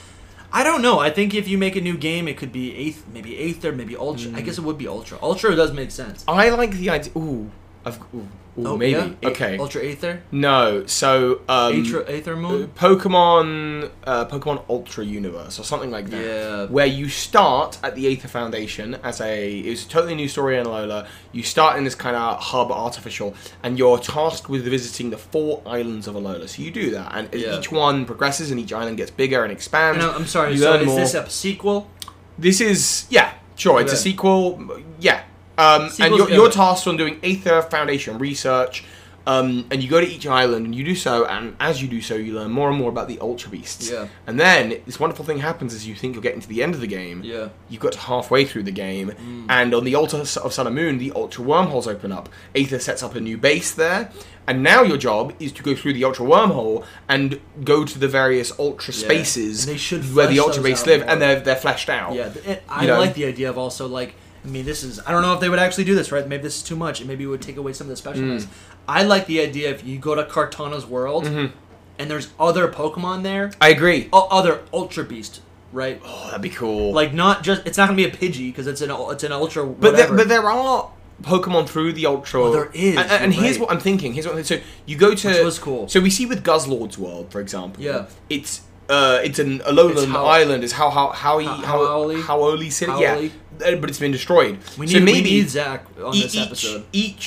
S1: I don't know. I think if you make a new game, it could be eighth, maybe eighth or maybe Ultra. I guess it would be Ultra. Ultra does make sense.
S2: I like the idea. Ooh, I've, ooh, ooh,
S1: Oh, yeah?
S2: maybe
S1: A-
S2: okay. Mm.
S1: Ultra Aether,
S2: No, so um,
S1: Aether, Aether Moon.
S2: Pokemon, uh, Pokemon Ultra Universe or something like that,
S1: Yeah.
S2: where you start at the Aether Foundation as a it's a totally new story in Alola. You start in this kind of hub artificial, and you're tasked with visiting the four islands of Alola. So you do that, and as
S1: Yeah.
S2: each one progresses, and each island gets bigger and expands.
S1: And uh, I'm, I'm sorry.
S2: You
S1: so
S2: learn
S1: is
S2: more.
S1: this a sequel?
S2: This is yeah, sure. It's a
S1: Okay.
S2: sequel. Yeah, um, and
S1: Sequel's
S2: you're,
S1: good.
S2: you're tasked on doing Aether Foundation research. Um, and you go to each island and you do so, and as you do so, you learn more and more about the Ultra Beasts.
S1: Yeah.
S2: And then this wonderful thing happens is you think you're getting to the end of the game.
S1: Yeah. Mm.
S2: You've got to halfway through the game, and on the Altar of Sun and Moon, the Ultra Wormholes open up. Aether sets up a new base there, and now your job is to go through the Ultra Wormhole and go to the various Ultra spaces
S1: And they should
S2: where the
S1: flesh
S2: Ultra
S1: those
S2: Beasts
S1: out
S2: live,
S1: more.
S2: and they're, they're fleshed out.
S1: Yeah, th- it- I
S2: You know?
S1: like the idea of also like. I mean, this is. I don't know if they would actually do this, right? Maybe this is too much, and maybe it would take away some of the
S2: Mm.
S1: specialness. I like the idea if you go to Cartana's world,
S2: Mm-hmm.
S1: and there's other Pokemon there,
S2: I agree.
S1: o- other Ultra Beast, right?
S2: Oh, that'd be cool.
S1: Like not just. It's not gonna be a Pidgey because it's an ul- it's an Ultra.
S2: But there,
S1: whatever.
S2: but there are Pokemon through the Ultra.
S1: there is,
S2: And, and- and
S1: you're
S2: here's
S1: right.
S2: what I'm thinking. Here's what. So you go to.
S1: Which was cool.
S2: So we see with Guzzlord's world, for example.
S1: Yeah.
S2: It's uh, it's an a lowland
S1: It's Hao-
S2: island. It's how how how
S1: Ha-
S2: how
S1: Haoli?
S2: Howoli city.
S1: Haoli?
S2: Yeah. Uh, But it's been destroyed.
S1: we need,
S2: so maybe
S1: we need Zach on
S2: e-
S1: this
S2: each,
S1: episode.
S2: Each,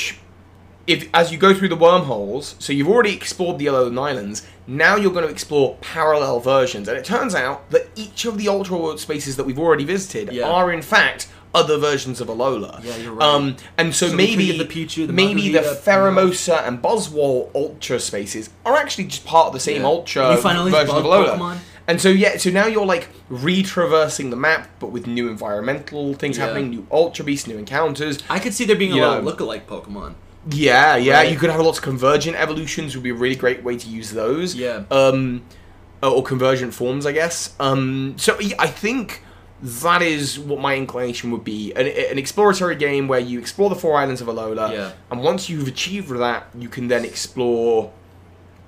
S2: if as you go through the wormholes, so you've already explored the Alone Islands. Now you're going to explore parallel versions, and it turns out that each of the ultra world spaces that we've already visited
S1: Yeah.
S2: are in fact other versions of Alola.
S1: Yeah, you're right.
S2: Um, and so,
S1: So we could
S2: maybe
S1: get the Pichu, the
S2: maybe the
S1: Makuhita,
S2: Pheromosa and Boswell ultra spaces are actually just part of the same
S1: Yeah.
S2: ultra
S1: And you find all these
S2: version of
S1: bug
S2: Alola.
S1: Pokemon.
S2: And so yeah, so now you're like retraversing the map, but with new environmental things
S1: Yeah.
S2: happening, new ultra beasts, new encounters.
S1: I could see there being a
S2: Yeah.
S1: lot of lookalike Pokemon.
S2: Yeah, yeah.
S1: Right.
S2: You could have lots of convergent evolutions. Would be a really great way to use those.
S1: Yeah.
S2: Um, uh, or convergent forms, I guess. Um, so yeah, I think that is what my inclination would be: an, an exploratory game where you explore the four islands of Alola,
S1: Yeah.
S2: and once you've achieved that, you can then explore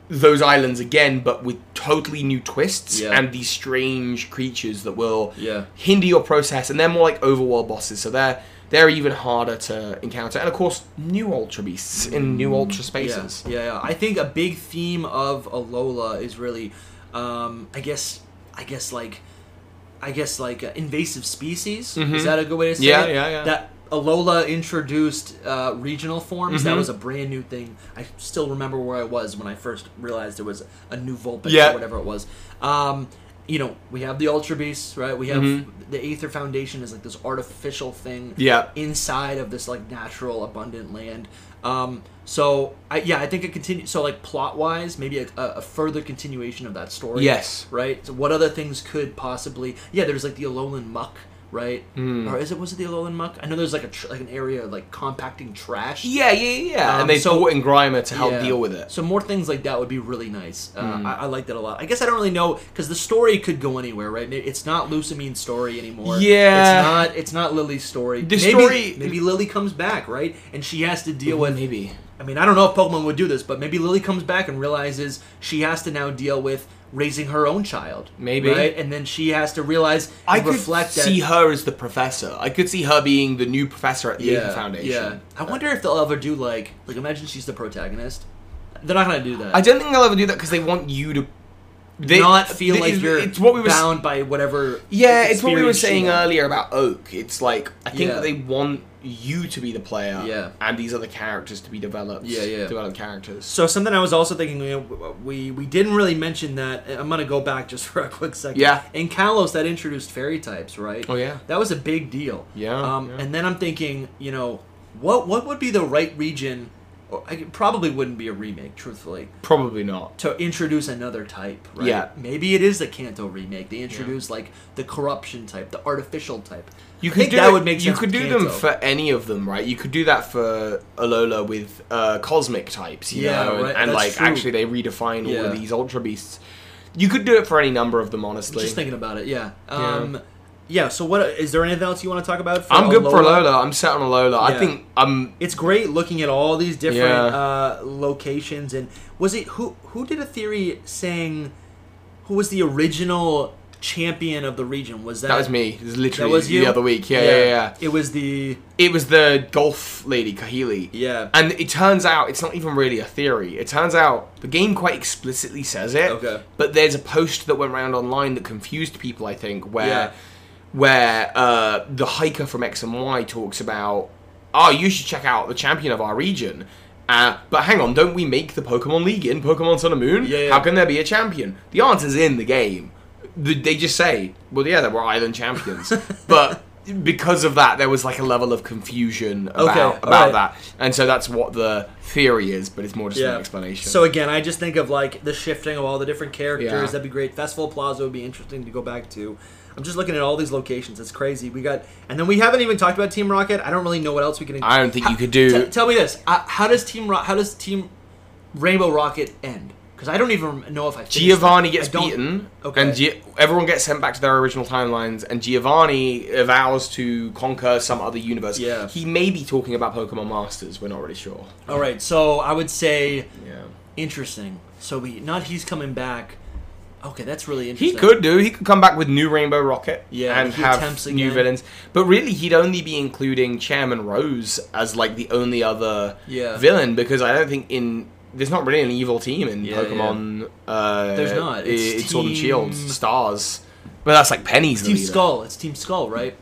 S2: those islands again, but with totally new twists
S1: Yeah.
S2: and these strange creatures that will
S1: Yeah.
S2: hinder your process, and they're more like overworld bosses, so they're they're even harder to encounter. And of course, new ultra beasts in new ultra
S1: Yeah,
S2: spaces.
S1: Mm, yeah, yeah. I think a big theme of Alola is really, um, I guess, I guess like, I guess like uh, invasive species. Is that a good way to say
S2: Mm-hmm. Yeah,
S1: it?
S2: yeah, yeah.
S1: That Alola introduced uh, regional forms.
S2: Mm-hmm.
S1: That was a brand new thing. I still remember where I was when I first realized there was a new Vulpix
S2: Yeah.
S1: or whatever it was. Um, you know, we have the Ultra Beasts, right? We have
S2: Mm-hmm.
S1: the Aether Foundation is like this artificial thing
S2: Yeah.
S1: inside of this like natural abundant land um so i yeah i think it continues so like plot wise maybe a, a a further continuation of that story
S2: Yes.
S1: right so what other things could possibly yeah there's like the alolan muck right
S2: Hmm.
S1: or is it was it the alolan muck i know there's like a tr- like an area like compacting trash
S2: Yeah, yeah, yeah. yeah.
S1: Um,
S2: and they
S1: so-
S2: brought in Grimer to help
S1: Yeah.
S2: deal with it. Mm.
S1: So more things like that would be really nice. Uh, I, I like that a lot. I guess I don't really know because the story could go anywhere, right? Maybe it's not Lucamine's story anymore.
S2: Yeah.
S1: it's not. It's not Lily's story.
S2: The
S1: maybe,
S2: story-
S1: Maybe Lily comes back, right? And she has to deal with.
S2: maybe.
S1: I mean, I don't know if Pokemon would do this, but maybe Lily comes back and realizes she has to now deal with raising her own child.
S2: Maybe.
S1: right? And then she has to realize and
S2: I could
S1: reflect that-
S2: see her as the professor. I could see her being the new professor at the Aether Foundation.
S1: Yeah. I wonder if they'll ever do like like imagine she's the protagonist. They're not gonna do that.
S2: I don't think they'll ever do that because they want you to they,
S1: not feel like
S2: it's-
S1: you're
S2: it's what we were s-
S1: bound by whatever.
S2: Yeah, it's what we were
S1: experience she
S2: saying uh,
S1: had.
S2: earlier about Oak. It's like I think
S1: Yeah.
S2: that they want you to be the player,
S1: Yeah.
S2: and these other characters to be developed,
S1: Yeah, yeah.
S2: developed characters.
S1: So something I was also thinking, you know, we we didn't really mention that. I'm gonna go back just for a quick second.
S2: Yeah.
S1: In Kalos, that introduced fairy types, right?
S2: Oh, yeah.
S1: That was a big deal.
S2: Yeah,
S1: Um,
S2: yeah.
S1: and then I'm thinking, you know, what what would be the right region? Or I it probably wouldn't be a remake, truthfully,
S2: Probably not.
S1: to introduce another type. Right?
S2: Yeah.
S1: Maybe it is the Kanto remake. They introduce like the corruption type, the artificial type.
S2: You
S1: I
S2: could
S1: think
S2: do
S1: that
S2: it-
S1: would make
S2: You
S1: sense
S2: could
S1: with
S2: do them
S1: Kanto.
S2: for any of them, right? You could do that for Alola with uh, cosmic types, you
S1: Yeah,
S2: know, and,
S1: right,
S2: and
S1: that's
S2: like
S1: true.
S2: actually they redefine all of
S1: Yeah.
S2: these ultra beasts. You could do it for any number of them, honestly.
S1: Just thinking about it, yeah. Um, yeah. So, what is there anything else you want to talk about? For
S2: I'm good for
S1: Alola?
S2: Alola. I'm set on Alola. I
S1: Yeah.
S2: think I'm
S1: It's great looking at all these different
S2: Yeah.
S1: uh, locations. And was it who who did a theory saying who was the original champion of the region? Was that
S2: that was me. It was literally
S1: That was you
S2: the other week. Yeah, yeah, yeah. yeah.
S1: It was the
S2: It was the golf lady, Kahili.
S1: Yeah.
S2: And it turns out it's not even really a theory. It turns out the game quite explicitly says it.
S1: Okay.
S2: But there's a post that went around online that confused people, I think, where
S1: Yeah.
S2: where uh, the hiker from X and Y talks about, oh, you should check out the champion of our region. Uh, but hang on, don't we make the Pokemon League in Pokemon Sun and Moon?
S1: Yeah, yeah.
S2: How can there be a champion? The answer's in the game. The, they just say, well, yeah, there were island champions, but because of that, there was like a level of confusion about, about
S1: alright.
S2: that, and so that's what the theory is, but it's more just an explanation.
S1: So again, I just think of like the shifting of all the different characters.
S2: Yeah.
S1: That'd be great. Festival Plaza would be interesting to go back to. I'm just looking at all these locations. It's crazy. We got, and then we haven't even talked about Team Rocket. I don't really know what else we can.
S2: I don't think you could
S1: T-
S2: do.
S1: tell me this: uh, How does Team Ro- How does Team Rainbow Rocket end? Because I don't even know if I. finished
S2: Giovanni
S1: it.
S2: gets
S1: I don't-
S2: beaten,
S1: Okay.
S2: and Gi- everyone gets sent back to their original timelines, and Giovanni vows to conquer some other universe.
S1: Yeah.
S2: He may be talking about Pokemon Masters, we're not really sure.
S1: all right, so I would say
S2: Yeah.
S1: interesting. So we not he's coming back. Okay, that's really
S2: He
S1: interesting.
S2: could do. He could come back with new Rainbow Rocket
S1: Yeah,
S2: and
S1: if he
S2: have
S1: attempts
S2: new
S1: again.
S2: villains. But really, he'd only be including Chairman Rose as like the only other
S1: Yeah.
S2: villain because I don't think in there's not really an evil team in
S1: Yeah,
S2: Pokemon. Uh,
S1: There's not. It's
S2: i- Sword and
S1: Team-
S2: Shields, Stars, but that's like Penny's the
S1: Team
S2: leader.
S1: Skull. It's Team Skull, right?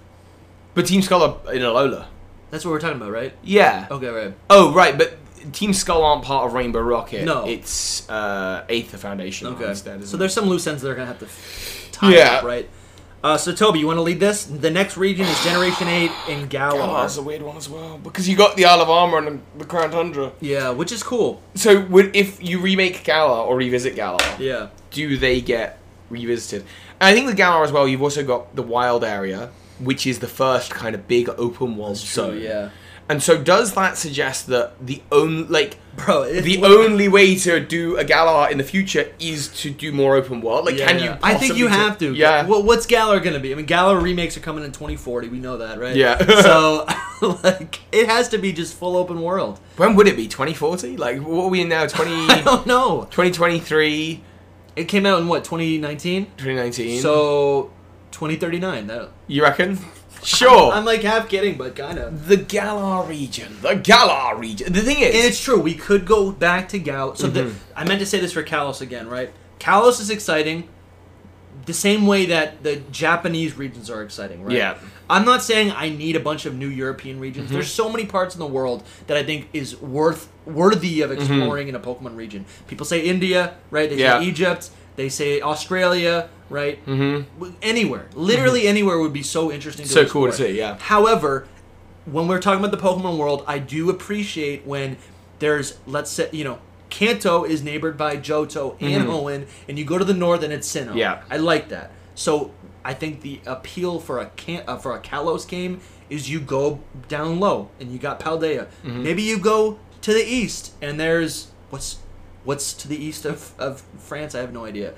S2: But Team Skull are in Alola.
S1: That's what we're talking about, right?
S2: Yeah.
S1: Okay, right.
S2: Oh right, but Team Skull aren't part of Rainbow Rocket.
S1: No.
S2: it's uh, Aether Foundation
S1: Okay.
S2: instead.
S1: so
S2: Isn't
S1: there's
S2: it?
S1: some loose ends that are gonna have to f- tie
S2: Yeah.
S1: up, right? Uh, so Toby, you want to lead this? The next region is Generation Eight in
S2: Oh,
S1: Galar.
S2: that's a weird one as well because you got the Isle of Armor and the Crown Tundra.
S1: yeah, which is cool.
S2: So would if you remake Galar or revisit Galar,
S1: Yeah,
S2: do they get revisited? And I think with Galar as well, you've also got the Wild Area, which is the first kind of big open world
S1: So
S2: zone.
S1: yeah,
S2: And so does that suggest that the only like
S1: bro. It's
S2: the
S1: lit-
S2: only way to do a Galar in the future is to do more open world? Like,
S1: Yeah,
S2: can
S1: yeah.
S2: you?
S1: I think you
S2: possibly do-
S1: have to.
S2: Yeah.
S1: Well, what's Galar gonna be? I mean, Galar remakes are coming in 2040. We know that, right?
S2: Yeah.
S1: so, like, it has to be just full open world.
S2: when would it be? 2040? Like, what are we in now? 20,
S1: I don't know.
S2: 2023,
S1: It came out in what 2019.
S2: 2019?
S1: So, 2039. That
S2: you reckon? Sure.
S1: I'm like half kidding, but kind of.
S2: The Galar region. The Galar region. The thing is,
S1: And it's true. We could go back to Gal. So the,
S2: Mm-hmm.
S1: I meant to say this for Kalos again, right? Kalos is exciting, the same way that the Japanese regions are exciting, right?
S2: Yeah.
S1: I'm not saying I need a bunch of new European regions.
S2: Mm-hmm.
S1: There's so many parts in the world that I think is worth worthy of exploring in a Pokemon region. People say India, right? They
S2: Mm-hmm. Yeah.
S1: say Egypt. They say Australia, right? Mm-hmm. Anywhere, literally anywhere would be so interesting.
S2: Mm-hmm. So cool to
S1: explore.
S2: see, yeah.
S1: However, when we're talking about the Pokemon world, I do appreciate when there's let's say you know Kanto is neighbored by Johto and Hoenn, and you go to the north and it's Sinnoh.
S2: Mm-hmm. Yeah.
S1: I like that. So I think the appeal for a can uh, for a Kalos game is you go down low and you got Paldea.
S2: Mm-hmm.
S1: Maybe you go to the east and there's what's what's to the east of, of France. I have no idea.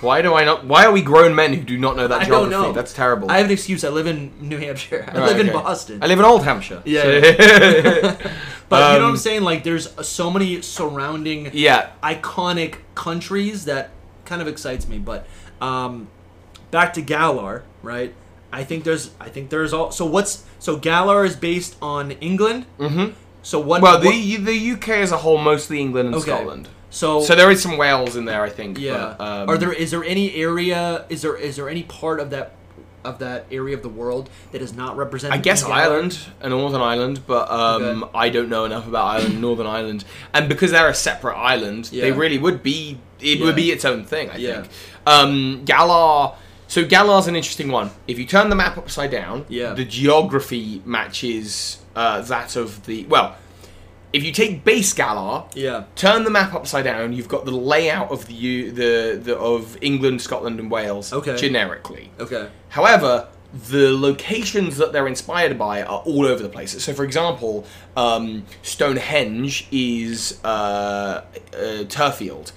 S2: Why do I not? Why are we grown men who do not know that
S1: I
S2: geography?
S1: don't know.
S2: That's terrible.
S1: I have an excuse. I live in New Hampshire. I
S2: Right,
S1: live in
S2: okay.
S1: Boston.
S2: I live in Old Hampshire.
S1: Yeah,
S2: so-
S1: But you know what
S2: Um,
S1: I'm saying? Like, there's so many surrounding
S2: yeah.
S1: iconic countries that kind of excites me. But um, back to Galar, right? I think there's, I think there's all. So what's so Galar is based on England. Mm-hmm. So what?
S2: Well,
S1: what-
S2: the the UK as a whole, mostly England and
S1: okay.
S2: Scotland.
S1: So
S2: So there is some Wales in there, I think.
S1: yeah.
S2: But, um,
S1: Are there is there any area is there is there any part of that of that area of the world that is not represented?
S2: I guess
S1: in Galar?
S2: Ireland, a Northern Ireland, but um,
S1: Okay.
S2: I don't know enough about Ireland, Northern Ireland, and because they're a separate island, they
S1: Yeah.
S2: really would be. It
S1: Yeah.
S2: would be its own thing, I
S1: Yeah.
S2: think. Um, Galar. So Galar's an interesting one. If you turn the map upside down,
S1: Yeah.
S2: the geography matches uh, that of the well. If you take base Galar,
S1: Yeah.
S2: turn the map upside down, you've got the layout of the U- the, the of England, Scotland, and Wales
S1: Okay.
S2: generically.
S1: Okay.
S2: However, the locations that they're inspired by are all over the place. So, for example, um, Stonehenge is uh, uh, Turfield,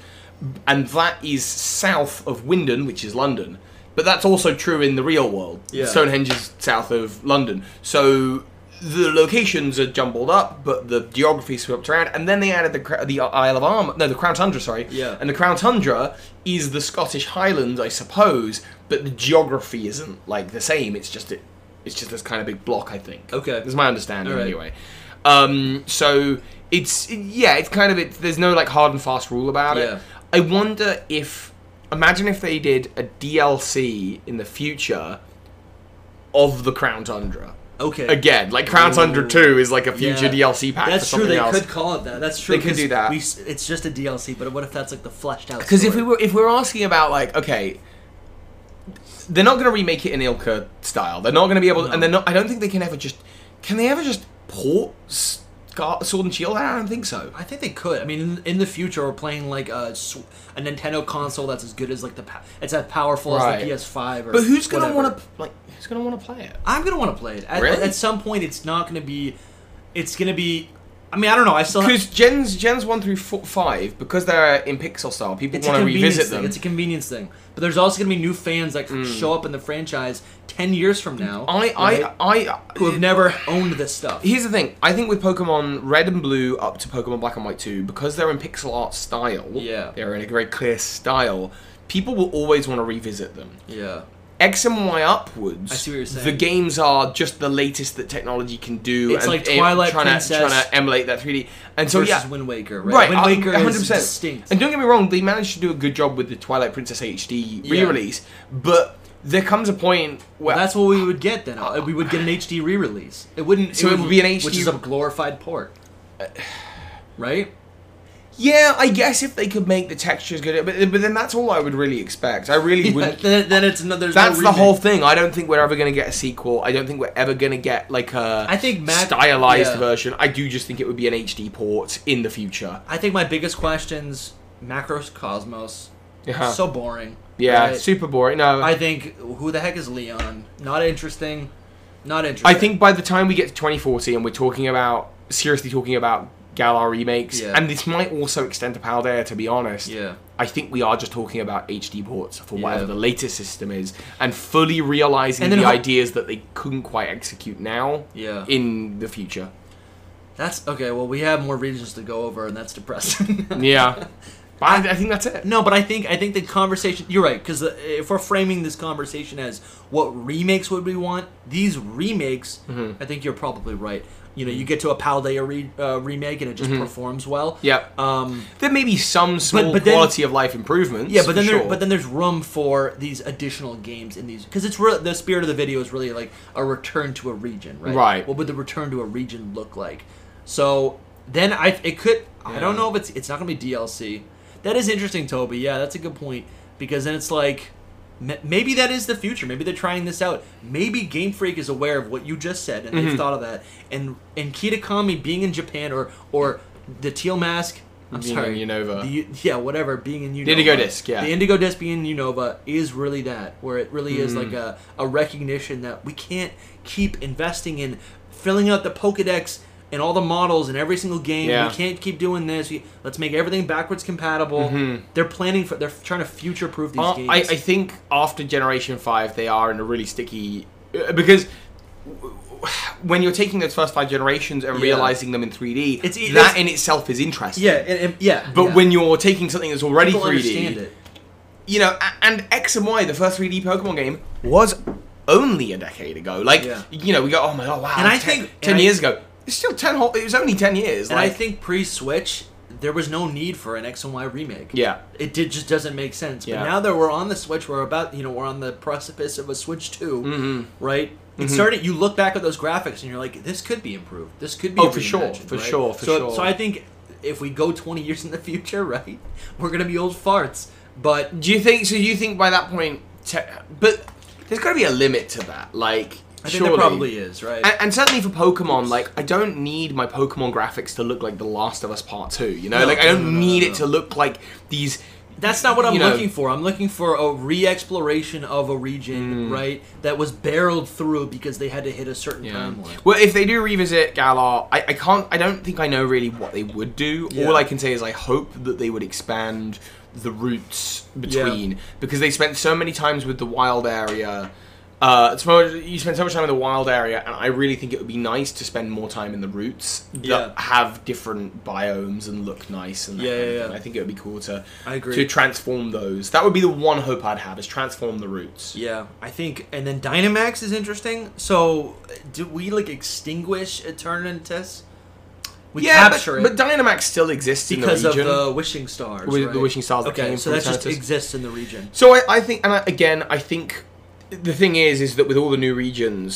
S2: and that is south of Windon, which is London. But that's also true in the real world.
S1: Yeah.
S2: Stonehenge is south of London. So the locations are jumbled up, but the geography swept around. And then they added the cra- the Isle of Arm, no, the Crown Tundra, sorry.
S1: Yeah.
S2: And the Crown Tundra is the Scottish Highlands, I suppose, but the geography isn't like the same. It's just it, it's just this kind of big block, I think.
S1: Okay.
S2: Is my understanding
S1: All right.
S2: anyway. Um, so it's yeah, it's kind of it. There's no like hard and fast rule about
S1: Yeah.
S2: it. I wonder if imagine if they did a DLC in the future of the Crown Tundra.
S1: Okay.
S2: Again, like Crown Tundra
S1: Ooh.
S2: 2 is like a future
S1: Yeah.
S2: DLC pack
S1: That's
S2: for
S1: true.
S2: something
S1: They
S2: else.
S1: could call it that. That's true.
S2: They could
S1: 'cause
S2: do that.
S1: We, s- it's just a DLC, but what if that's like the fleshed out?
S2: Because if we
S1: story?
S2: were if we were asking about like okay, they're not going to remake it in Ilka style. They're not going to be able,
S1: No.
S2: and they're not. I don't think they can ever just. Can they ever just port Scar, Sword and Shield? I don't think so.
S1: I think they could. I mean, in, in the future, we're playing like a, sw- a Nintendo console that's as good as like the pa- it's as powerful
S2: Right.
S1: as the PS5. Or
S2: But who's going to
S1: whatever.
S2: want to like? Who's going to want to play it?
S1: I'm gonna want to play it. At,
S2: Really?
S1: at some point, it's not gonna be. It's gonna be. I mean, I don't know. I still have,
S2: Because Gens Gens one through four, five because they're in pixel style. People
S1: it's a
S2: want to
S1: convenience
S2: revisit
S1: thing.
S2: them. Mm.
S1: It's a convenience thing. But there's also gonna be new fans that show up in the franchise ten years from now.
S2: I I
S1: right,
S2: I
S1: who have never owned this stuff.
S2: Here's the thing. I think with Pokemon Red and Blue up to Pokemon Black and White 2, because they're in pixel art style,
S1: Yeah.
S2: they're in a very clear style, people will always want to revisit them.
S1: yeah.
S2: X and Y upwards,
S1: I see what you're saying.
S2: the games are just the latest that technology can do.
S1: It's
S2: and
S1: like
S2: em-
S1: Twilight
S2: trying to,
S1: Princess
S2: trying to emulate that 3D. And so,
S1: Versus
S2: yeah.
S1: Wind Waker, right?
S2: Right, uh,
S1: Wind
S2: I-
S1: Waker
S2: 100%.
S1: is distinct.
S2: And don't get me wrong, they managed to do a good job with the Twilight Princess HD
S1: Yeah.
S2: re-release, but there comes a point where
S1: That's what we would get then. Uh, We would get an HD re-release. It wouldn't.
S2: So it would be an
S1: which
S2: HD
S1: is a glorified port, right?
S2: Yeah, I guess if they could make the textures good, but, but then that's all I would really expect. I really wouldn't.
S1: then, then it's another. there's no
S2: That's the
S1: remake.
S2: whole thing. I don't think we're ever going to get a sequel. I don't think we're ever going to get like a
S1: I think Mac-
S2: stylized
S1: yeah.
S2: version. I do just think it would be an HD port in the future.
S1: I think my biggest questions: Macros Cosmos,
S2: Yeah.
S1: so boring.
S2: Yeah,
S1: right?
S2: super boring. No,
S1: Uh-huh. I
S2: I,
S1: think who the heck is Leon? Not interesting. Not interesting.
S2: think by the time we get to 2040 and we're talking about seriously talking about Galar remakes,
S1: Yeah.
S2: and this might also extend to Paldea. To be honest,
S1: Yeah.
S2: I think we are just talking about HD ports for whatever
S1: Yeah.
S2: the latest system is, and fully realizing
S1: And then
S2: the
S1: ho-
S2: ideas that they couldn't quite execute now
S1: Yeah.
S2: in the future.
S1: That's okay. Well, we have more regions to go over, and that's depressing.
S2: Yeah, but I, I think that's it.
S1: No, but I think I think the conversation. You're right because if we're framing this conversation as what remakes would we want, these remakes, I think you're probably right. You know, you get to a Paldea re, uh, remake and it just performs well.
S2: Yep.
S1: Um.
S2: there may be some small
S1: but then-
S2: quality of life improvements.
S1: Yeah, but then
S2: for
S1: there,
S2: sure.
S1: but then there's room for these additional games in these because it's re- the spirit of the video is really like a return to a region, right?
S2: Right.
S1: What would the return to a region look like? So then I it could I don't
S2: Yeah.
S1: know if it's it's not gonna be DLC. That is interesting, Toby. Yeah, that's a good point because then it's like m- maybe that is the future. Maybe they're trying this out. Maybe Game Freak is aware of what you just said and
S2: Mm-hmm.
S1: they've thought of that. And and Kitakami being in Japan or or the Teal Mask. I'm
S2: Being in
S1: sorry,
S2: Unova.
S1: the U- yeah, whatever. Being in Unova.
S2: Indigo Disc, yeah.
S1: The Indigo Disc being in Unova is really that, where it really is
S2: Mm.
S1: like a, a recognition that we can't keep investing in filling out the Pokedex and all the models in every single game.
S2: Yeah.
S1: We can't keep doing this. We, let's make everything backwards compatible. They're planning for. They're trying to future proof these
S2: Uh,
S1: games.
S2: Mm-hmm. I, I think after Generation Five, they are in a really sticky uh, because. w- w- When you're taking those first five generations and
S1: Yeah.
S2: realizing them in 3D,
S1: It's- it-
S2: that
S1: it's-
S2: in itself is interesting.
S1: yeah, and, and- yeah.
S2: But
S1: yeah.
S2: when you're taking something that's already
S1: people
S2: 3D,
S1: understand it.
S2: you know, a- and X and Y, the first 3D Pokemon game, was only a decade ago. Like,
S1: Yeah.
S2: you know, we go, oh my god, wow,
S1: And I
S2: ten-
S1: think- and
S2: ten
S1: I-
S2: years ago, it's still ten whole. It was only ten years.
S1: And
S2: like,
S1: I think pre-Switch, there was no need for an X and Y remake.
S2: Yeah.
S1: it did just doesn't make sense.
S2: Yeah.
S1: But now that we're on the Switch, we're about you know we're on the precipice of a Switch 2
S2: Mm-hmm.
S1: right? It started. You look back at those graphics and you're like, this could be improved. This could be
S2: Oh, for sure,
S1: reimagined,"
S2: for
S1: right?
S2: sure, for
S1: so,
S2: sure.
S1: So I think if we go 20 years in the future, right, we're gonna be old farts. But
S2: Do you think? So you think by that point, te- but there's got to be a limit to that. Like,
S1: I think
S2: surely.
S1: there probably is, right?
S2: And, and certainly for Pokemon, like I don't need my Pokemon graphics to look like The Last of Us Part Two. You know,
S1: No,
S2: like I
S1: no,
S2: don't
S1: no, no,
S2: need
S1: no,
S2: it
S1: no.
S2: to look like these.
S1: That's not what I'm
S2: you know.
S1: looking for. I'm looking for a re-exploration of a
S2: Mm.
S1: region, right, that was barreled through because they had to hit a certain timeline.
S2: Well, if they do revisit Galar, I, I can't. I don't think I know really what they would do.
S1: Yeah.
S2: All I can say is I hope that they would expand the routes between because they spent so many times with the wild area. Uh, so much, you spend so much time in the wild area, and I really think it would be nice to spend more time in the roots that
S1: Yeah.
S2: have different biomes and look nice. And that
S1: Yeah,
S2: kind of
S1: yeah,
S2: thing.
S1: yeah.
S2: I think it would be cool to
S1: I agree.
S2: to transform those. That would be the one hope I'd have is transform the roots.
S1: Yeah, I think, and then Dynamax is interesting. So, uh, do we like extinguish Eternatus? We
S2: Yeah, but,
S1: capture
S2: but
S1: it
S2: Dynamax still exists in
S1: because
S2: the
S1: of
S2: region.
S1: the wishing stars.
S2: With the
S1: right?
S2: wishing stars that
S1: Okay,
S2: came
S1: so
S2: from
S1: that just
S2: Eternatus.
S1: exists in the region.
S2: So I, I think, and I, again, I think the thing is, is that with all the new regions,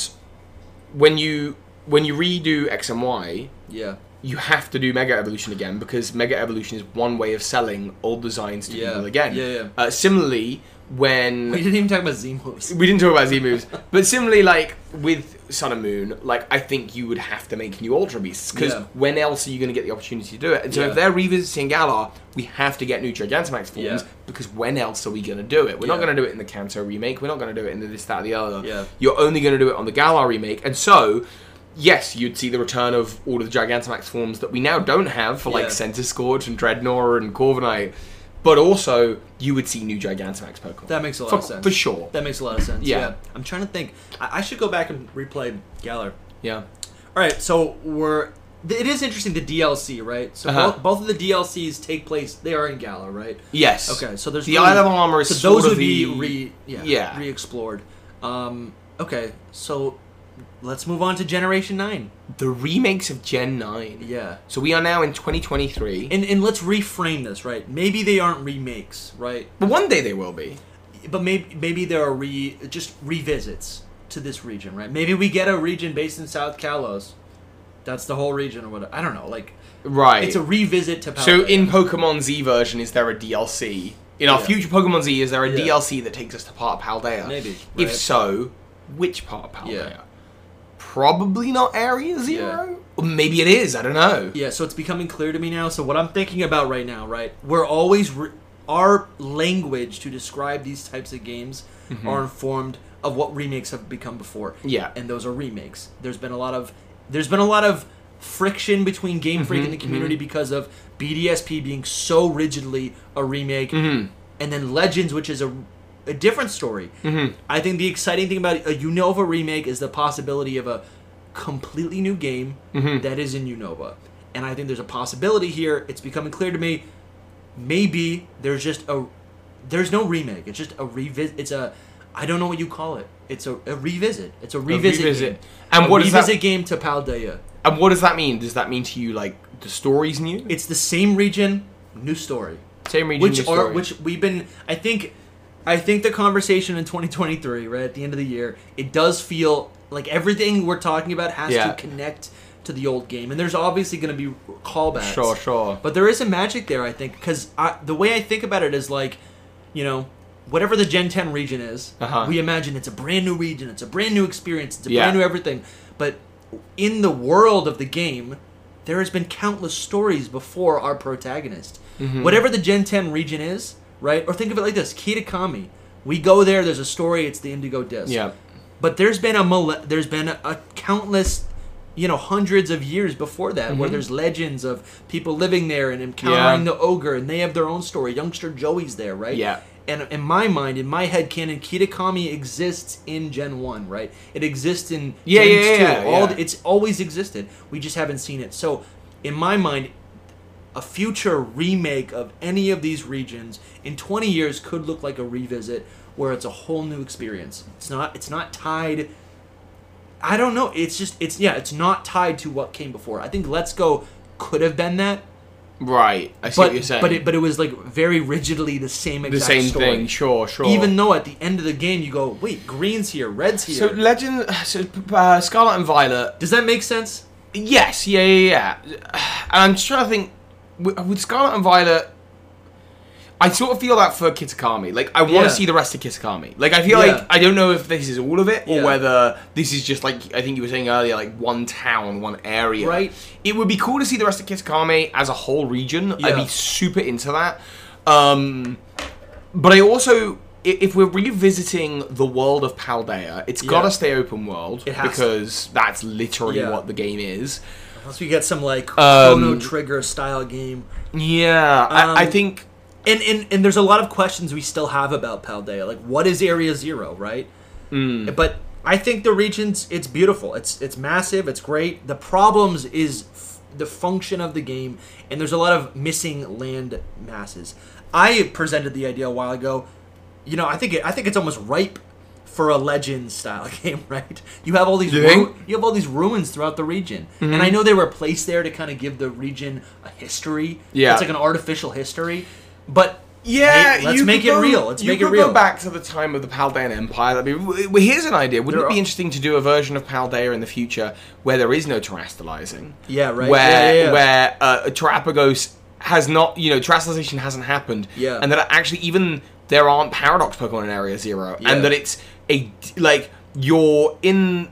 S2: when you when you redo X and Y,
S1: Yeah,
S2: you have to do Mega Evolution again because Mega Evolution is one way of selling old designs to
S1: Yeah.
S2: people again.
S1: Yeah, yeah.
S2: Uh, similarly, when
S1: We didn't even talk about Z moves.
S2: we didn't talk about Z moves, but similarly, like with Sun and Moon, like I think you would have to make new Ultra Beasts because
S1: Yeah.
S2: when else are you going to get the opportunity to do it? And so
S1: Yeah.
S2: if they're revisiting Galar, we have to get new Gigantamax forms
S1: Yeah.
S2: because when else are we going to do it? We're not
S1: Yeah.
S2: going to do it in the Kanto remake. We're not going to do it in the this, that, the other.
S1: Yeah.
S2: You're only going to do it on the Galar remake, and so. Yes, you'd see the return of all of the Gigantamax forms that we now don't have for
S1: Yeah.
S2: like Center Scorch and Dreadnought and Corviknight, but also you would see new Gigantamax Pokemon.
S1: That makes a lot
S2: for,
S1: of sense.
S2: For sure.
S1: That makes a lot of sense. Yeah.
S2: Yeah.
S1: I'm trying to think. I, I should go back and replay Galar.
S2: Yeah.
S1: All right, so we're. th- It is interesting the DLC, right? So
S2: Uh-huh.
S1: both, both of the DLCs take place. They are in Galar, right?
S2: Yes.
S1: Okay, so there's
S2: the Isle of Armor is
S1: so
S2: sort
S1: those
S2: of
S1: would be
S2: the-
S1: re yeah,
S2: yeah.
S1: re-explored. Um, okay, so let's move on to Generation Nine.
S2: the remakes of Gen Nine.
S1: Yeah,
S2: So we are now in 2023,
S1: and and let's reframe this, right? Maybe they aren't remakes, right?
S2: but one day they will be.
S1: But maybe maybe there are re just revisits to this region, right? Maybe we get a region based in South Kalos. That's the whole region, or whatever. I don't know. Like
S2: Right.
S1: it's a revisit to.
S2: so
S1: Palkia.
S2: in Pokemon Z version, is there a DLC? In our
S1: Yeah.
S2: future Pokemon Z, is there a
S1: Yeah.
S2: DLC that takes us to part of Paldea?
S1: Maybe, right.
S2: If so, which part of Paldea?
S1: Yeah.
S2: Probably not Area Zero. Or maybe it is. I don't know.
S1: Yeah, so it's becoming clear to me now. So what I'm thinking about right now, right? We're always re- our language to describe these types of games are informed of what remakes have become before.
S2: Yeah.
S1: and those are remakes. There's been a lot of there's been a lot of friction between Game Freak and the community because of BDSP being so rigidly a remake, and then Legends, which is a a different story. I think the exciting thing about a Unova remake is the possibility of a completely new game that is in Unova. And I think there's a possibility here. It's becoming clear to me. Maybe there's just a there's no remake. It's just a revisit. It's a I don't know what you call it. It's a, a revisit. It's a revisit.
S2: revisit.
S1: Game.
S2: And
S1: a
S2: what is that-
S1: revisit game to Paldea?
S2: And what does that mean? Does that mean to you like the story's new?
S1: It's the same region, new story.
S2: Same region.
S1: which
S2: new
S1: are
S2: story.
S1: which we've been i think i think the conversation in 2023 right at the end of the year it does feel like everything we're talking about has
S2: Yeah.
S1: to connect to the old game and there's obviously going to be callbacks
S2: Sure, sure.
S1: but there is a magic there i think because the way i think about it is like you know whatever the gen 10 region is
S2: Uh-huh.
S1: we imagine it's a brand new region it's a brand new experience it's a
S2: Yeah.
S1: brand new everything but in the world of the game there has been countless stories before our protagonist.
S2: Mm-hmm.
S1: Whatever the Gen 10 region is, right? Or think of it like this: Kitakami. We go there. There's a story. It's the Indigo Disc.
S2: Yeah.
S1: But there's been a mille- there's been a, countless, you know, hundreds of years before that where there's legends of people living there and encountering
S2: Mm-hmm. Yeah.
S1: the ogre, and they have their own story. Youngster Joey's there, right?
S2: Yeah.
S1: And in my mind, in my head canon, Kitakami exists in Gen One, right? It exists in
S2: Yeah,
S1: Gens
S2: yeah, yeah,
S1: 2. All
S2: yeah.
S1: the- it's always existed. We just haven't seen it. So, in my mind, a future remake of any of these regions in 20 years could look like a revisit where it's a whole new experience. It's not it's not tied I don't know. It's just it's yeah, it's not tied to what came before. I think Let's Go could have been that,
S2: right. I see
S1: but
S2: what you're saying.
S1: but it but it was like very rigidly the same
S2: the
S1: exact
S2: same
S1: story.
S2: thing. Sure, sure.
S1: Even though at the end of the game you go, "Wait, green's here, red's
S2: So
S1: here."
S2: Legend, so uh, Scarlet and Violet.
S1: Does that make sense?
S2: Yes, yeah, yeah, yeah. And I'm just trying to think. With with Scarlet and Violet, I sort of feel that for Kitakami. Like I want to
S1: Yeah.
S2: see the rest of Kitakami. Like I feel
S1: Yeah.
S2: like I don't know if this is all of it or
S1: Yeah.
S2: whether this is just like I think you were saying earlier, like one town, one area.
S1: Right.
S2: It would be cool to see the rest of Kitakami as a whole region.
S1: Yeah.
S2: I'd be super into that. Um, but I also, i- if we're revisiting the world of Paldea, it's
S1: Yeah.
S2: got to stay open world
S1: It has to.
S2: because that's literally
S1: Yeah.
S2: what the game is.
S1: Unless we get some like
S2: Um,
S1: Chrono Trigger style game.
S2: Yeah,
S1: Um,
S2: I, I think.
S1: And, and and there's a lot of questions we still have about Paldea. Like, what is Area Zero, right?
S2: Hmm.
S1: But I think the region's it's beautiful. It's it's massive. It's great. The problems is f- the function of the game, and there's a lot of missing land masses. I presented the idea a while ago. You know, I think it, I think it's almost ripe for a legend style game, right? You have all these
S2: You
S1: ru-
S2: think? Mm-hmm.
S1: you have all these ruins throughout the region, and I know they were placed there to kind of give the region a history.
S2: Yeah.
S1: it's like an artificial history, but
S2: Yeah,
S1: Make- let's
S2: you
S1: make
S2: could
S1: it
S2: go-
S1: real. Let's
S2: you
S1: make it
S2: could
S1: real.
S2: Go back to the time of the Paldean Empire. That'd be, w- w- here's an idea. Wouldn't
S1: There
S2: it be
S1: are-
S2: interesting to do a version of Paldea in the future where there is no terastalizing?
S1: Yeah, right.
S2: Where
S1: Yeah, yeah, yeah.
S2: where uh, Terrapagos has not, you know, terastalization hasn't happened.
S1: Yeah.
S2: and that actually even there aren't paradox Pokemon in Area Zero,
S1: Yeah.
S2: and that it's a d- like you're in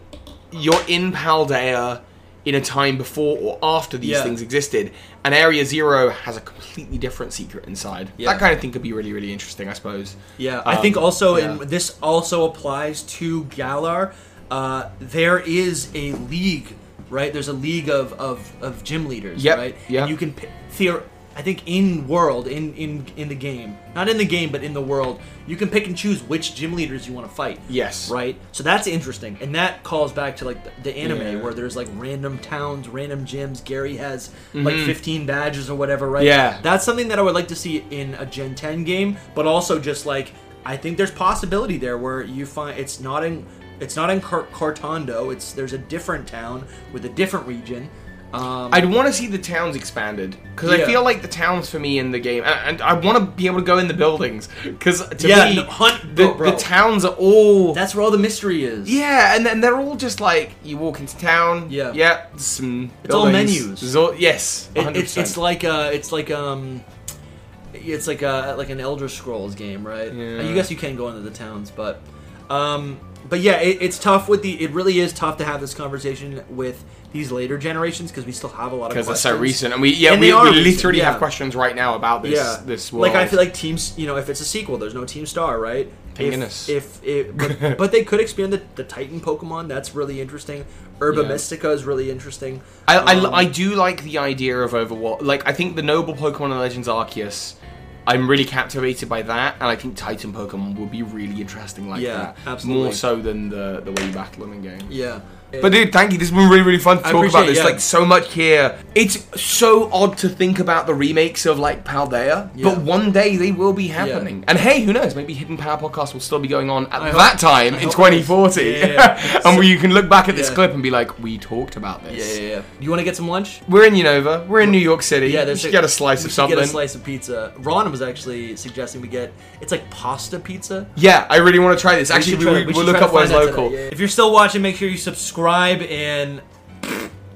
S2: you're in Paldea in a time before or after these
S1: Yeah.
S2: things existed, and Area Zero has a completely different secret inside.
S1: Yeah.
S2: That kind of thing could be really, really interesting, I suppose.
S1: Yeah, I
S2: Um,
S1: think also,
S2: yeah.
S1: and this also applies to Galar. Uh, there is a league, right? There's a league of of, of gym leaders,
S2: Yep,
S1: right?
S2: yeah.
S1: And you can pi- theor. I think in world, in in in the game, not in the game, but in the world, you can pick and choose which gym leaders you want to fight.
S2: Yes.
S1: Right. So that's interesting, and that calls back to like the, the anime
S2: Yeah.
S1: where there's like random towns, random gyms. Gary has like
S2: Mm-hmm.
S1: 15 badges or whatever, right?
S2: Yeah.
S1: That's something that I would like to see in a Gen 10 game, but also just like I think there's possibility there where you find it's not in it's not in Car- Cartondo. It's there's a different town with a different region. Um,
S2: I'd want to see the towns expanded because I
S1: Yeah.
S2: feel like the towns for me in the game, and, and I want to be able to go in the buildings because to
S1: Yeah,
S2: me,
S1: no, hunt-
S2: the,
S1: bro, bro.
S2: the towns are all
S1: that's where all the mystery is.
S2: yeah, and then they're all just like you walk into town,
S1: Yeah.
S2: yeah, there's some
S1: It's all
S2: buildings,
S1: menus.
S2: there's all- yes,
S1: It- it's
S2: 100%.
S1: it's like uh it's like um it's like a like an Elder Scrolls game, right?
S2: Yeah.
S1: You guess you can go into the towns, but um but yeah, it, it's tough with the it really is tough to have this conversation with these later generations because we still have a lot of
S2: because
S1: questions.
S2: it's so recent, and we yeah
S1: And
S2: we,
S1: they are
S2: we
S1: recent,
S2: literally
S1: yeah.
S2: have questions right now about this this world.
S1: Like I feel like teams, you know, if it's a sequel, there's no Team Star, right?
S2: Thank
S1: if,
S2: goodness.
S1: If it, but, but they could expand the, the Titan Pokemon. That's really interesting. Urba
S2: Yeah.
S1: Mystica is really interesting.
S2: I, I,
S1: Um,
S2: I do like the idea of Overwatch. Like, I think the Noble Pokemon in Legends Arceus, I'm really captivated by that, and I think Titan Pokemon would be really interesting like
S1: Yeah,
S2: that.
S1: absolutely.
S2: More so than the, the way you battle them in game.
S1: yeah.
S2: But dude, thank you. This has been really, really fun to
S1: I
S2: talk
S1: appreciate
S2: about
S1: it,
S2: this.
S1: yeah.
S2: Like so much here. It's so odd to think about the remakes of like Paldea,
S1: Yeah.
S2: but one day they will be happening. And hey, who knows? Maybe Hidden Power Podcast will still be going on at
S1: I
S2: that
S1: hope-
S2: time
S1: I
S2: in
S1: hope it is.
S2: 2040,
S1: Yeah, yeah, yeah.
S2: and where you can look back at this
S1: Yeah.
S2: clip and be like, "We talked about
S1: yeah,
S2: this."
S1: yeah, yeah. You want to get some lunch?
S2: We're in Unova. We're in New York City. Yeah,
S1: Yeah,
S2: we
S1: there's
S2: should get a slice
S1: we
S2: of
S1: should
S2: something.
S1: Get a slice of pizza. Ron was actually suggesting we get it's like pasta pizza.
S2: Yeah, I really want to try this. Actually,
S1: should
S2: we
S1: try-
S2: will
S1: should
S2: we'll look
S1: try to
S2: up where's
S1: find out today,
S2: local.
S1: yeah, yeah. If you're still watching, make sure you subscribe and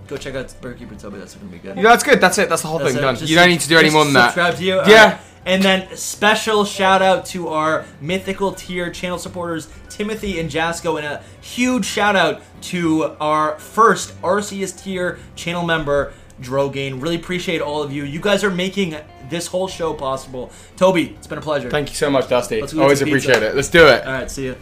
S1: go check out Burger Keeper and tell me that's gonna be good.
S2: Yeah, that's good. That's it. That's the whole
S1: That's
S2: thing
S1: it.
S2: done.
S1: Just
S2: you don't need to do any
S1: just
S2: more than that.
S1: Subscribe to you. All
S2: Yeah.
S1: right. And then special shout out to our mythical tier channel supporters Timothy and Jasco, and a huge shout out to our first Arceus tier channel member Drogain. Really appreciate all of you. You guys are making this whole show possible. Toby, it's been a pleasure.
S2: Thank you so much, Dusty.
S1: Let's go get
S2: Always
S1: some pizza.
S2: appreciate it. Let's do it.
S1: All right, see you.